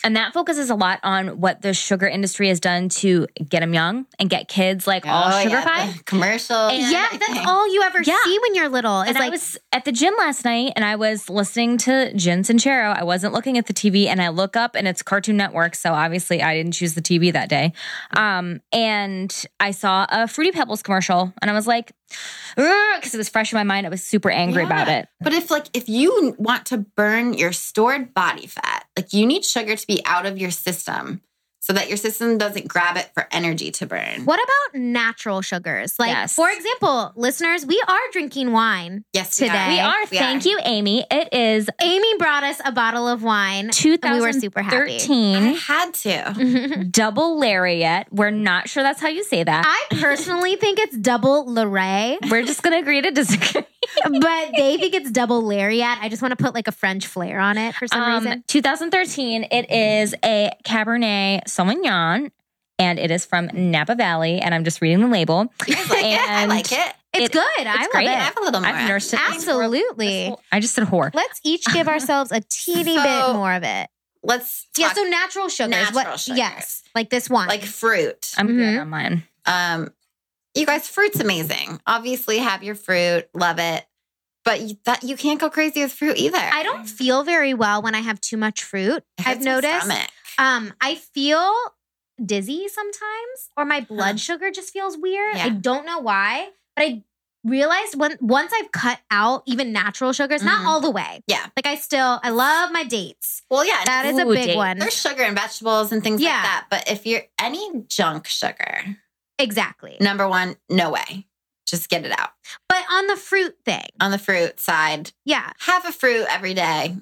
[SPEAKER 1] And that focuses a lot on what the sugar industry has done to get them young and get kids like all
[SPEAKER 2] Oh,
[SPEAKER 1] sugar
[SPEAKER 2] yeah,
[SPEAKER 1] pie.
[SPEAKER 2] the commercials.
[SPEAKER 1] And-
[SPEAKER 3] Yeah, that's all you ever
[SPEAKER 1] Yeah.
[SPEAKER 3] see when you're little. It's
[SPEAKER 1] and
[SPEAKER 3] like
[SPEAKER 1] I was at the gym last night and I was listening to Jen Sincero. I wasn't looking at the TV and I look up and it's Cartoon Network. So obviously I didn't choose the TV that day. Um, and I saw a Fruity Pebbles commercial and I was like, because it was fresh in my mind. I was super angry about
[SPEAKER 2] Yeah.
[SPEAKER 1] it.
[SPEAKER 2] But if like if you want to burn your stored body fat, like you need sugar to be out of your system so that your system doesn't grab it for energy to burn.
[SPEAKER 3] What about natural sugars? Like,
[SPEAKER 1] Yes.
[SPEAKER 3] for example, listeners, we are drinking wine.
[SPEAKER 2] Yes,
[SPEAKER 3] Today.
[SPEAKER 1] We are.
[SPEAKER 2] We
[SPEAKER 1] Thank you, Amy. It is
[SPEAKER 3] Amy brought us a bottle of wine. And we were super happy.
[SPEAKER 1] 2013
[SPEAKER 2] I had to.
[SPEAKER 1] Double Lariat. We're not sure that's how you say that.
[SPEAKER 3] I personally think it's double Larray,
[SPEAKER 1] We're just going to agree to disagree.
[SPEAKER 3] but they think it's double Lariat. I just want to put like a French flair on it for some
[SPEAKER 1] Um,
[SPEAKER 3] reason.
[SPEAKER 1] 2013. It is a Cabernet Sauvignon, and it is from Napa Valley. And I'm just reading the label.
[SPEAKER 2] You guys like it? I
[SPEAKER 1] And-
[SPEAKER 2] like it.
[SPEAKER 3] It's
[SPEAKER 1] it-
[SPEAKER 3] good. I love
[SPEAKER 1] great.
[SPEAKER 2] I
[SPEAKER 3] it.
[SPEAKER 2] have a little more.
[SPEAKER 1] I've nursed it.
[SPEAKER 3] Absolutely.
[SPEAKER 1] This whole- I just said whore.
[SPEAKER 3] Let's each give ourselves a teeny bit
[SPEAKER 2] So-
[SPEAKER 3] more of it.
[SPEAKER 2] Let's talk
[SPEAKER 3] Yeah, so natural sugars.
[SPEAKER 2] Natural
[SPEAKER 3] what,
[SPEAKER 2] sugars.
[SPEAKER 3] Yes, like this wine.
[SPEAKER 2] like fruit.
[SPEAKER 1] I'm good
[SPEAKER 3] Mhm.
[SPEAKER 1] on mine.
[SPEAKER 2] Um, you guys, fruit's amazing. Obviously, have your fruit, love it, but you, that you can't go crazy with fruit either.
[SPEAKER 3] I don't feel very well when I have too much fruit.
[SPEAKER 2] It
[SPEAKER 3] I've
[SPEAKER 2] hurts my
[SPEAKER 3] noticed.
[SPEAKER 2] stomach.
[SPEAKER 3] Um, I feel dizzy sometimes, or my blood sugar just feels weird.
[SPEAKER 2] Yeah.
[SPEAKER 3] I don't know why, but I realized when once I've cut out even natural sugars, not
[SPEAKER 2] Mhm.
[SPEAKER 3] all the way.
[SPEAKER 2] Yeah.
[SPEAKER 3] like I still I love my dates.
[SPEAKER 2] Well, yeah, and
[SPEAKER 3] That is a
[SPEAKER 1] Ooh,
[SPEAKER 3] big
[SPEAKER 1] dates.
[SPEAKER 3] one.
[SPEAKER 2] there's sugar in vegetables and things
[SPEAKER 3] Yeah.
[SPEAKER 2] like that. But if you're any junk sugar,
[SPEAKER 3] Exactly.
[SPEAKER 2] number one, no way. Just get it out.
[SPEAKER 3] But on the fruit thing,
[SPEAKER 2] On the fruit side,
[SPEAKER 3] yeah.
[SPEAKER 2] have a fruit every day.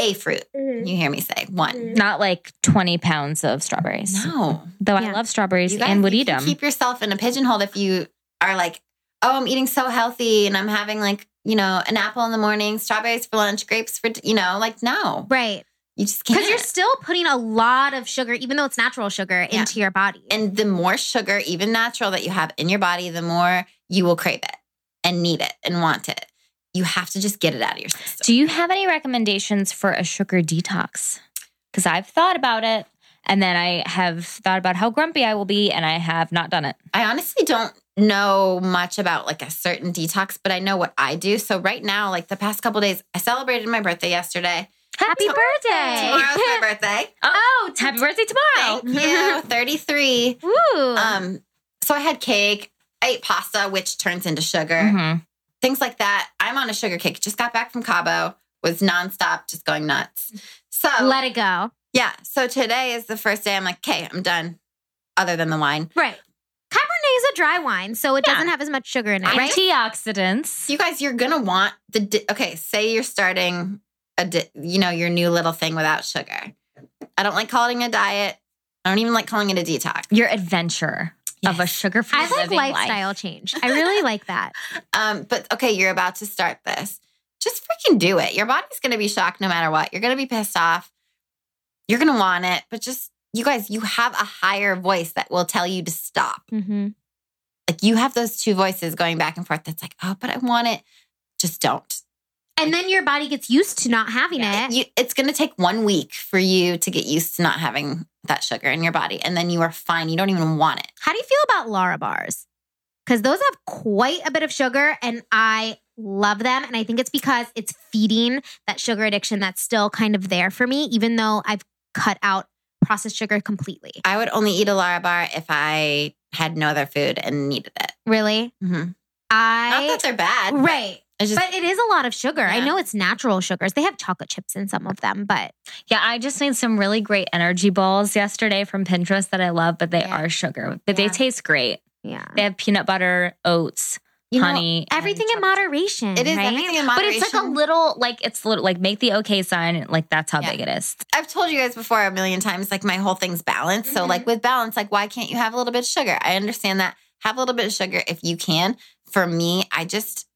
[SPEAKER 2] A fruit. You hear me say one.
[SPEAKER 1] Not like 20 pounds of
[SPEAKER 3] Mm-hmm.
[SPEAKER 1] strawberries.
[SPEAKER 2] No.
[SPEAKER 1] Though
[SPEAKER 3] Yeah.
[SPEAKER 1] I love strawberries
[SPEAKER 2] You guys,
[SPEAKER 1] and would
[SPEAKER 2] you
[SPEAKER 1] eat
[SPEAKER 2] can
[SPEAKER 1] them.
[SPEAKER 2] Keep yourself in a pigeonhole if you are like, oh, I'm eating so healthy and I'm having like, you know, an apple in the morning, strawberries for lunch, grapes for, you know, like, no.
[SPEAKER 3] Right.
[SPEAKER 2] You just can't.
[SPEAKER 3] Because you're still putting a lot of sugar, even though it's natural sugar,
[SPEAKER 2] Yeah.
[SPEAKER 3] into your body.
[SPEAKER 2] and the more sugar, even natural, that you have in your body, the more you will crave it and need it and want it. You have to just get it out of your system.
[SPEAKER 1] Do you have any recommendations for a sugar detox? Because I've thought about it. And then I have thought about how grumpy I will be, and I have not done it.
[SPEAKER 2] I honestly don't know much about like a certain detox, but I know what I do. So right now, like the past couple days, I celebrated my birthday yesterday.
[SPEAKER 1] Happy birthday!
[SPEAKER 2] Tomorrow's my birthday.
[SPEAKER 1] Oh, happy birthday tomorrow!
[SPEAKER 2] Thank you. 33.
[SPEAKER 3] Ooh.
[SPEAKER 2] Um, so I had cake, I ate pasta, which turns into sugar,
[SPEAKER 1] Mhm.
[SPEAKER 2] things like that. I'm on a Mm-hmm. sugar kick. Just got back from Cabo, was nonstop, just going nuts. So
[SPEAKER 3] Let it go.
[SPEAKER 2] Yeah. So today is the first day I'm like, okay, I'm done. Other than the wine,
[SPEAKER 3] Right. Cabernet is a dry wine, so it
[SPEAKER 1] Yeah.
[SPEAKER 3] doesn't have as much sugar in it, right?
[SPEAKER 1] Antioxidants.
[SPEAKER 2] you guys, you're gonna want the di- okay. Say you're starting a di- you know your new little thing without sugar. I don't like calling it a diet. I don't even like calling it a detox.
[SPEAKER 1] Your adventure of a
[SPEAKER 2] Yes.
[SPEAKER 1] sugar-free
[SPEAKER 3] I like
[SPEAKER 1] living life.
[SPEAKER 3] lifestyle change. I really like that.
[SPEAKER 2] Um, but okay, you're about to start this. Just freaking do it. Your body's gonna be shocked no matter what. You're gonna be pissed off. You're gonna want it, but just you guys, you have a higher voice that will tell you to stop.
[SPEAKER 3] Mm-hmm.
[SPEAKER 2] Like you have those two voices going back and forth. That's like, oh, but I want it. Just don't.
[SPEAKER 3] And then your body gets used to not having it.
[SPEAKER 2] You, it's going to take one week for you to get used to not having that sugar in your body, and then you are fine. You don't even want it.
[SPEAKER 3] How do you feel about Lara bars? Because those have quite a bit of sugar, and I love them. And I think it's because it's feeding that sugar addiction that's still kind of there for me, even though I've cut out processed sugar completely.
[SPEAKER 2] I would only eat a Lara bar if I had no other food and needed it.
[SPEAKER 3] Really?
[SPEAKER 2] Mhm. Not
[SPEAKER 3] I.
[SPEAKER 2] that they're bad.
[SPEAKER 3] Right.
[SPEAKER 2] It's just
[SPEAKER 3] But it is a lot of sugar. I
[SPEAKER 2] Yeah.
[SPEAKER 3] know it's natural sugars. They have chocolate chips in some of them, but
[SPEAKER 1] Yeah, I just made some really great energy balls yesterday from Pinterest that I love, but they
[SPEAKER 2] Yeah.
[SPEAKER 1] are sugar. But
[SPEAKER 3] Yeah.
[SPEAKER 1] they taste great.
[SPEAKER 3] yeah.
[SPEAKER 1] They have peanut butter, oats,
[SPEAKER 2] you know,
[SPEAKER 1] honey, and
[SPEAKER 3] Everything in
[SPEAKER 1] chocolate.
[SPEAKER 3] moderation.
[SPEAKER 2] it is
[SPEAKER 3] right?
[SPEAKER 2] everything in
[SPEAKER 1] But
[SPEAKER 2] moderation.
[SPEAKER 1] it's like a little, like it's little, like make the okay sign, like that's how
[SPEAKER 2] Yeah.
[SPEAKER 1] big it is.
[SPEAKER 2] I've told you guys before a million times, like my whole thing's balanced. So,
[SPEAKER 1] Mm-hmm.
[SPEAKER 3] Mhm.
[SPEAKER 2] like with balance, like why can't you have a little bit of sugar? I understand that. Have a little bit of sugar if you can. For me, I just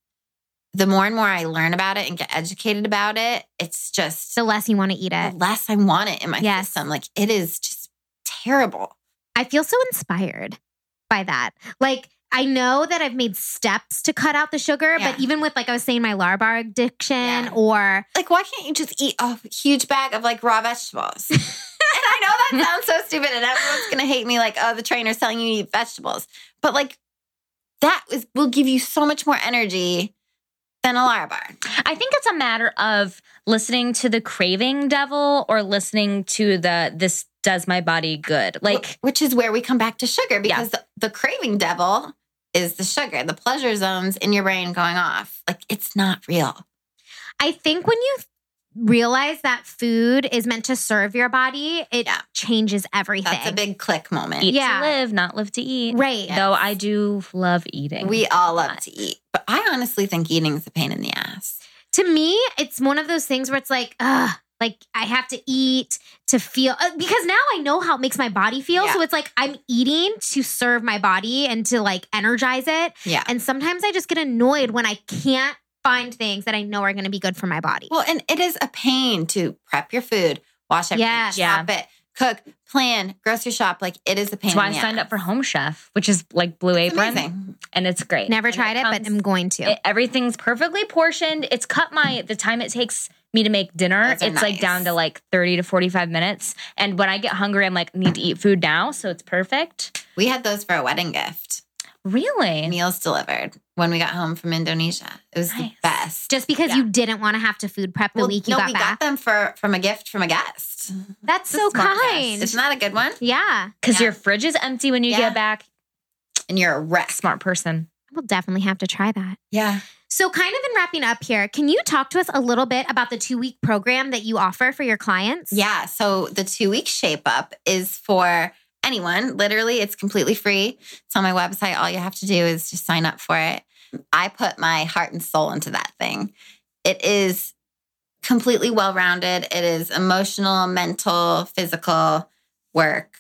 [SPEAKER 2] the more and more I learn about it and get educated about it, it's just
[SPEAKER 3] The less you want to eat
[SPEAKER 2] the
[SPEAKER 3] it.
[SPEAKER 2] less I want it in my
[SPEAKER 3] Yes.
[SPEAKER 2] system. Like it is just terrible.
[SPEAKER 3] I feel so inspired by that. Like, I know that I've made steps to cut out the sugar,
[SPEAKER 2] Yeah.
[SPEAKER 3] but even with, like I was saying, my Larbar addiction
[SPEAKER 2] Yeah.
[SPEAKER 3] or
[SPEAKER 2] Like, why can't you just eat a huge bag of like raw vegetables? and I know that sounds so stupid, and everyone's gonna hate me. Like, oh, the trainer's telling you to eat vegetables, but like that is, will give you so much more energy than a Lara bar.
[SPEAKER 1] I think it's a matter of listening to the craving devil or listening to the this does my body good. Like
[SPEAKER 2] Wh- which is where we come back to sugar because the, the craving devil is the sugar, the pleasure zones in your brain going off. Like, it's not real.
[SPEAKER 3] I think when you realize that food is meant to serve your body, it
[SPEAKER 2] Yeah.
[SPEAKER 3] changes everything.
[SPEAKER 2] That's a big click moment.
[SPEAKER 1] eat
[SPEAKER 3] Yeah.
[SPEAKER 1] to live, not live to eat.
[SPEAKER 3] right.
[SPEAKER 2] Yeah.
[SPEAKER 1] Though I do love eating.
[SPEAKER 2] We all love to eat, but I honestly think eating is a pain in the ass.
[SPEAKER 3] To me, it's one of those things where it's like, ugh. Like I have to eat to feel uh, because now I know how it makes my body feel.
[SPEAKER 2] Yeah.
[SPEAKER 3] So it's like I'm eating to serve my body and to like energize it.
[SPEAKER 2] Yeah.
[SPEAKER 3] And sometimes I just get annoyed when I can't find things that I know are going to be good for my body.
[SPEAKER 2] Well, and it is a pain to prep your food, wash everything,
[SPEAKER 3] Yes.
[SPEAKER 2] shop it, cook, plan, grocery shop. Like it is a pain.
[SPEAKER 1] That's why I
[SPEAKER 2] in the
[SPEAKER 1] signed
[SPEAKER 2] ass.
[SPEAKER 1] up for Home Chef, which is like Blue
[SPEAKER 2] It's
[SPEAKER 1] Apron,
[SPEAKER 2] amazing.
[SPEAKER 1] and it's great.
[SPEAKER 3] Never
[SPEAKER 1] And
[SPEAKER 3] tried it, but
[SPEAKER 1] comes-
[SPEAKER 3] I'm going to.
[SPEAKER 1] it- E, everything's perfectly portioned. It's cut my the time it takes me to make dinner.
[SPEAKER 2] Those
[SPEAKER 1] It's
[SPEAKER 2] are
[SPEAKER 1] like
[SPEAKER 2] nice.
[SPEAKER 1] down to like thirty to forty five minutes. And when I get hungry, I'm like need to eat food now, so it's perfect.
[SPEAKER 2] We had those for a wedding gift.
[SPEAKER 1] Really,
[SPEAKER 2] Meals delivered when we got home from Indonesia. It was the
[SPEAKER 1] Nice.
[SPEAKER 2] best.
[SPEAKER 3] Just because
[SPEAKER 1] Yeah.
[SPEAKER 3] you didn't want to have to food prep the
[SPEAKER 2] Well,
[SPEAKER 3] week you
[SPEAKER 2] no,
[SPEAKER 3] got
[SPEAKER 2] we
[SPEAKER 3] back.
[SPEAKER 2] got them for from a gift from a guest.
[SPEAKER 3] That's so
[SPEAKER 2] Smart guest.
[SPEAKER 3] kind.
[SPEAKER 2] Isn't that a good one?
[SPEAKER 3] Yeah.
[SPEAKER 1] because
[SPEAKER 2] Yeah.
[SPEAKER 1] your fridge is empty when you
[SPEAKER 2] Yeah.
[SPEAKER 1] get back.
[SPEAKER 2] And you're a wreck.
[SPEAKER 1] Smart person.
[SPEAKER 3] I will definitely have to try that.
[SPEAKER 2] Yeah.
[SPEAKER 3] So, kind of in wrapping up here, can you talk to us a little bit about the two week program that you offer for your clients?
[SPEAKER 2] Yeah. So the two week shape up is for anyone. Literally, it's completely free. It's on my website. All you have to do is just sign up for it. I put my heart and soul into that thing. It is completely well rounded, it is emotional, mental, physical work.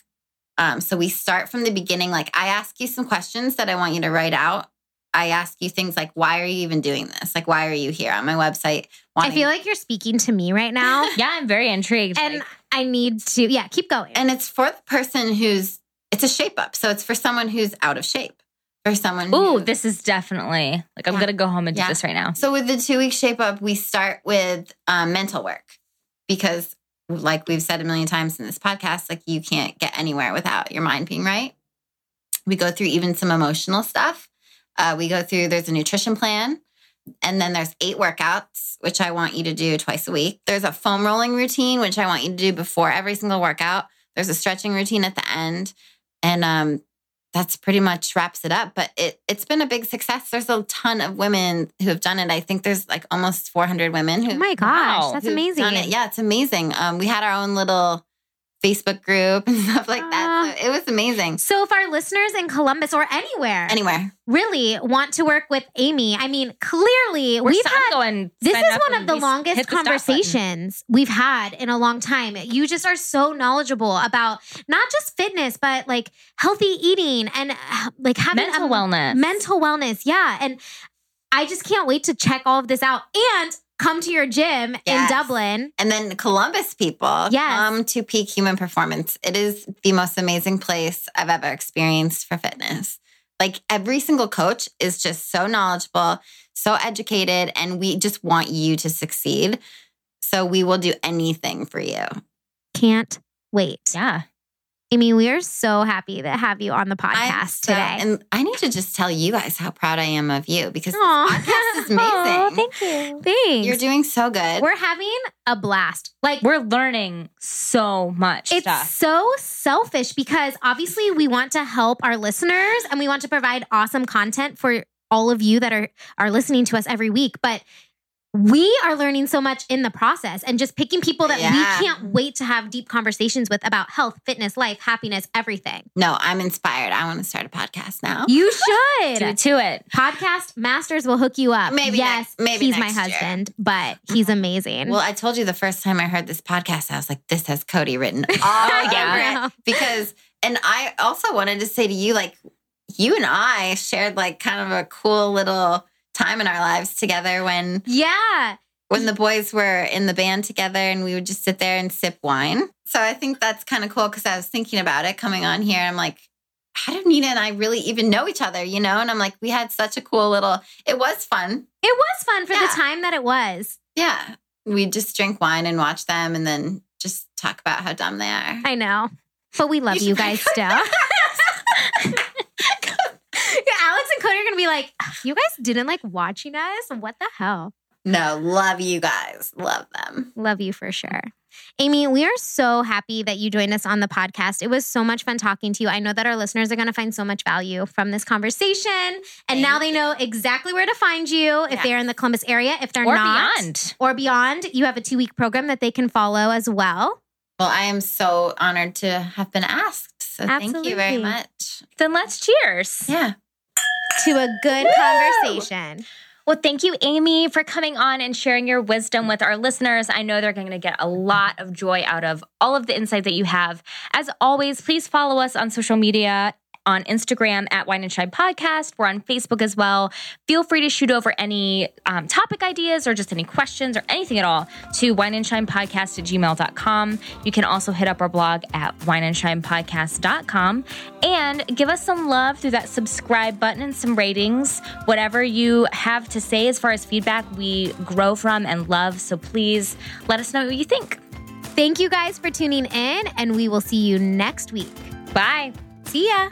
[SPEAKER 2] Um, so we start from the beginning. Like, I ask you some questions that I want you to write out. I ask you things like, why are you even doing this? Like, why are you here on my website?
[SPEAKER 3] I feel like you're speaking to me right now.
[SPEAKER 1] Yeah, I'm very intrigued.
[SPEAKER 3] and
[SPEAKER 1] Like,
[SPEAKER 3] I need to, yeah, keep going.
[SPEAKER 2] And it's for the person who's it's a shape up. So it's for someone who's out of shape. For someone
[SPEAKER 1] ooh,
[SPEAKER 2] who-
[SPEAKER 1] this is definitely like I'm
[SPEAKER 2] Yeah.
[SPEAKER 1] gonna go home and do
[SPEAKER 2] Yeah.
[SPEAKER 1] this right now.
[SPEAKER 2] So with the two week shape up, we start with um, mental work because like we've said a million times in this podcast, like you can't get anywhere without your mind being right. We go through even some emotional stuff. Uh, we go through there's a nutrition plan and then there's eight workouts which i want you to do twice a week there's a foam rolling routine which i want you to do before every single workout there's a stretching routine at the end and um, that's pretty much wraps it up but it, it's been a big success there's a ton of women who have done it i think there's like almost 400 women who
[SPEAKER 3] oh my gosh,
[SPEAKER 1] Wow.
[SPEAKER 3] that's
[SPEAKER 2] who've
[SPEAKER 3] amazing.
[SPEAKER 2] done it. Yeah, it's amazing. Um, we had our own little Facebook group and stuff like
[SPEAKER 3] Ah.
[SPEAKER 2] that. So it was amazing.
[SPEAKER 3] So, if our listeners in Columbus or anywhere
[SPEAKER 2] Anywhere.
[SPEAKER 3] really want to work with Amy, I mean, clearly
[SPEAKER 1] We're
[SPEAKER 3] we've
[SPEAKER 1] so-
[SPEAKER 3] had
[SPEAKER 1] I'm going
[SPEAKER 3] this
[SPEAKER 1] sign
[SPEAKER 3] is
[SPEAKER 1] up
[SPEAKER 3] one
[SPEAKER 1] and
[SPEAKER 3] of the
[SPEAKER 1] we
[SPEAKER 3] longest
[SPEAKER 1] hit the stop button.
[SPEAKER 3] conversations we've had in a long time. You just are so knowledgeable about not just fitness, but like healthy eating and uh, like having
[SPEAKER 1] Mental
[SPEAKER 3] a-
[SPEAKER 1] wellness.
[SPEAKER 3] mental wellness. Yeah. And I just can't wait to check all of this out and come to your gym in
[SPEAKER 2] Yes.
[SPEAKER 3] Dublin.
[SPEAKER 2] And then Columbus people
[SPEAKER 3] Yes.
[SPEAKER 2] come to Peak Human Performance. It is the most amazing place I've ever experienced for fitness. Like every single coach is just so knowledgeable, so educated, and we just want you to succeed. So we will do anything for you.
[SPEAKER 3] Can't wait.
[SPEAKER 1] Yeah.
[SPEAKER 3] Amy, we are so happy to have you on the
[SPEAKER 2] I'm
[SPEAKER 3] podcast
[SPEAKER 2] so-
[SPEAKER 3] today.
[SPEAKER 2] and I need to just tell you guys how proud I am of you because this
[SPEAKER 3] Aw.
[SPEAKER 2] podcast is
[SPEAKER 1] Aw,
[SPEAKER 2] amazing.
[SPEAKER 1] thank you.
[SPEAKER 3] Thanks.
[SPEAKER 2] You're doing so good.
[SPEAKER 3] We're having a blast. Like,
[SPEAKER 1] We're learning so much
[SPEAKER 3] it's
[SPEAKER 1] stuff.
[SPEAKER 3] so selfish because obviously we want to help our listeners and we want to provide awesome content for all of you that are are listening to us every week, but we are learning so much in the process and just picking people that
[SPEAKER 2] Yeah.
[SPEAKER 3] we can't wait to have deep conversations with about health, fitness, life, happiness, everything.
[SPEAKER 2] no, I'm inspired. I want to start a podcast now.
[SPEAKER 1] Do
[SPEAKER 3] You should.
[SPEAKER 1] to it.
[SPEAKER 3] Podcast Masters will hook you up.
[SPEAKER 2] Maybe
[SPEAKER 3] yes,
[SPEAKER 2] next- maybe
[SPEAKER 3] he's my
[SPEAKER 2] next year.
[SPEAKER 3] husband, but he's amazing.
[SPEAKER 2] Well, I told you the first time I heard this podcast, I was like, this has Cody written all
[SPEAKER 1] Oh,
[SPEAKER 2] over it.
[SPEAKER 1] yeah.
[SPEAKER 2] Because, and I also wanted to say to you, like, you and I shared like kind of a cool little time in our lives together when
[SPEAKER 3] yeah.
[SPEAKER 2] when the boys were in the band together and we would just sit there and sip wine. So I think that's kind of cool because I was thinking about it coming on here. I'm like, how did Nina and I really even know each other? You know? And I'm like, we had such a cool little, it was fun.
[SPEAKER 3] It was fun for
[SPEAKER 2] Yeah.
[SPEAKER 3] the time that it was.
[SPEAKER 2] Yeah. We just drink wine and watch them and then just talk about how dumb they are.
[SPEAKER 3] I know. But we love
[SPEAKER 2] You
[SPEAKER 3] you,
[SPEAKER 2] should
[SPEAKER 3] guys still. yeah, Alex and Cody are gonna be like, you guys didn't like watching us? What the hell?
[SPEAKER 2] No, love you guys. Love them.
[SPEAKER 3] Love you for sure. Amy, we are so happy that you joined us on the podcast. It was so much fun talking to you. I know that our listeners are going to find so much value from this conversation. And now
[SPEAKER 2] Thank
[SPEAKER 3] they know exactly where to find you if
[SPEAKER 2] Yes.
[SPEAKER 3] they're in the Columbus area, if they're
[SPEAKER 1] Or
[SPEAKER 3] not,
[SPEAKER 1] beyond.
[SPEAKER 3] or beyond. You have a two week program that they can follow as well.
[SPEAKER 2] Well, I am so honored to have been asked. So thank you very
[SPEAKER 3] Absolutely.
[SPEAKER 2] much.
[SPEAKER 1] Then let's cheers.
[SPEAKER 2] Yeah.
[SPEAKER 3] To a good conversation.
[SPEAKER 1] Well, thank you, Amy, for coming on and sharing your wisdom with our listeners. I know they're going to get a lot of joy out of all of the insight that you have. As always, please follow us on social media. On Instagram at Wine and Shine Podcast. We're on Facebook as well. Feel free to shoot over any um, topic ideas or just any questions or anything at all to wineandshinepodcast at gmail.com. You can also hit up our blog at wineandshinepodcast.com and give us some love through that subscribe button and some ratings. Whatever you have to say as far as feedback, we grow from and love. So please let us know what you think.
[SPEAKER 3] Thank you guys for tuning in, and we will see you next week.
[SPEAKER 1] Bye.
[SPEAKER 3] See ya.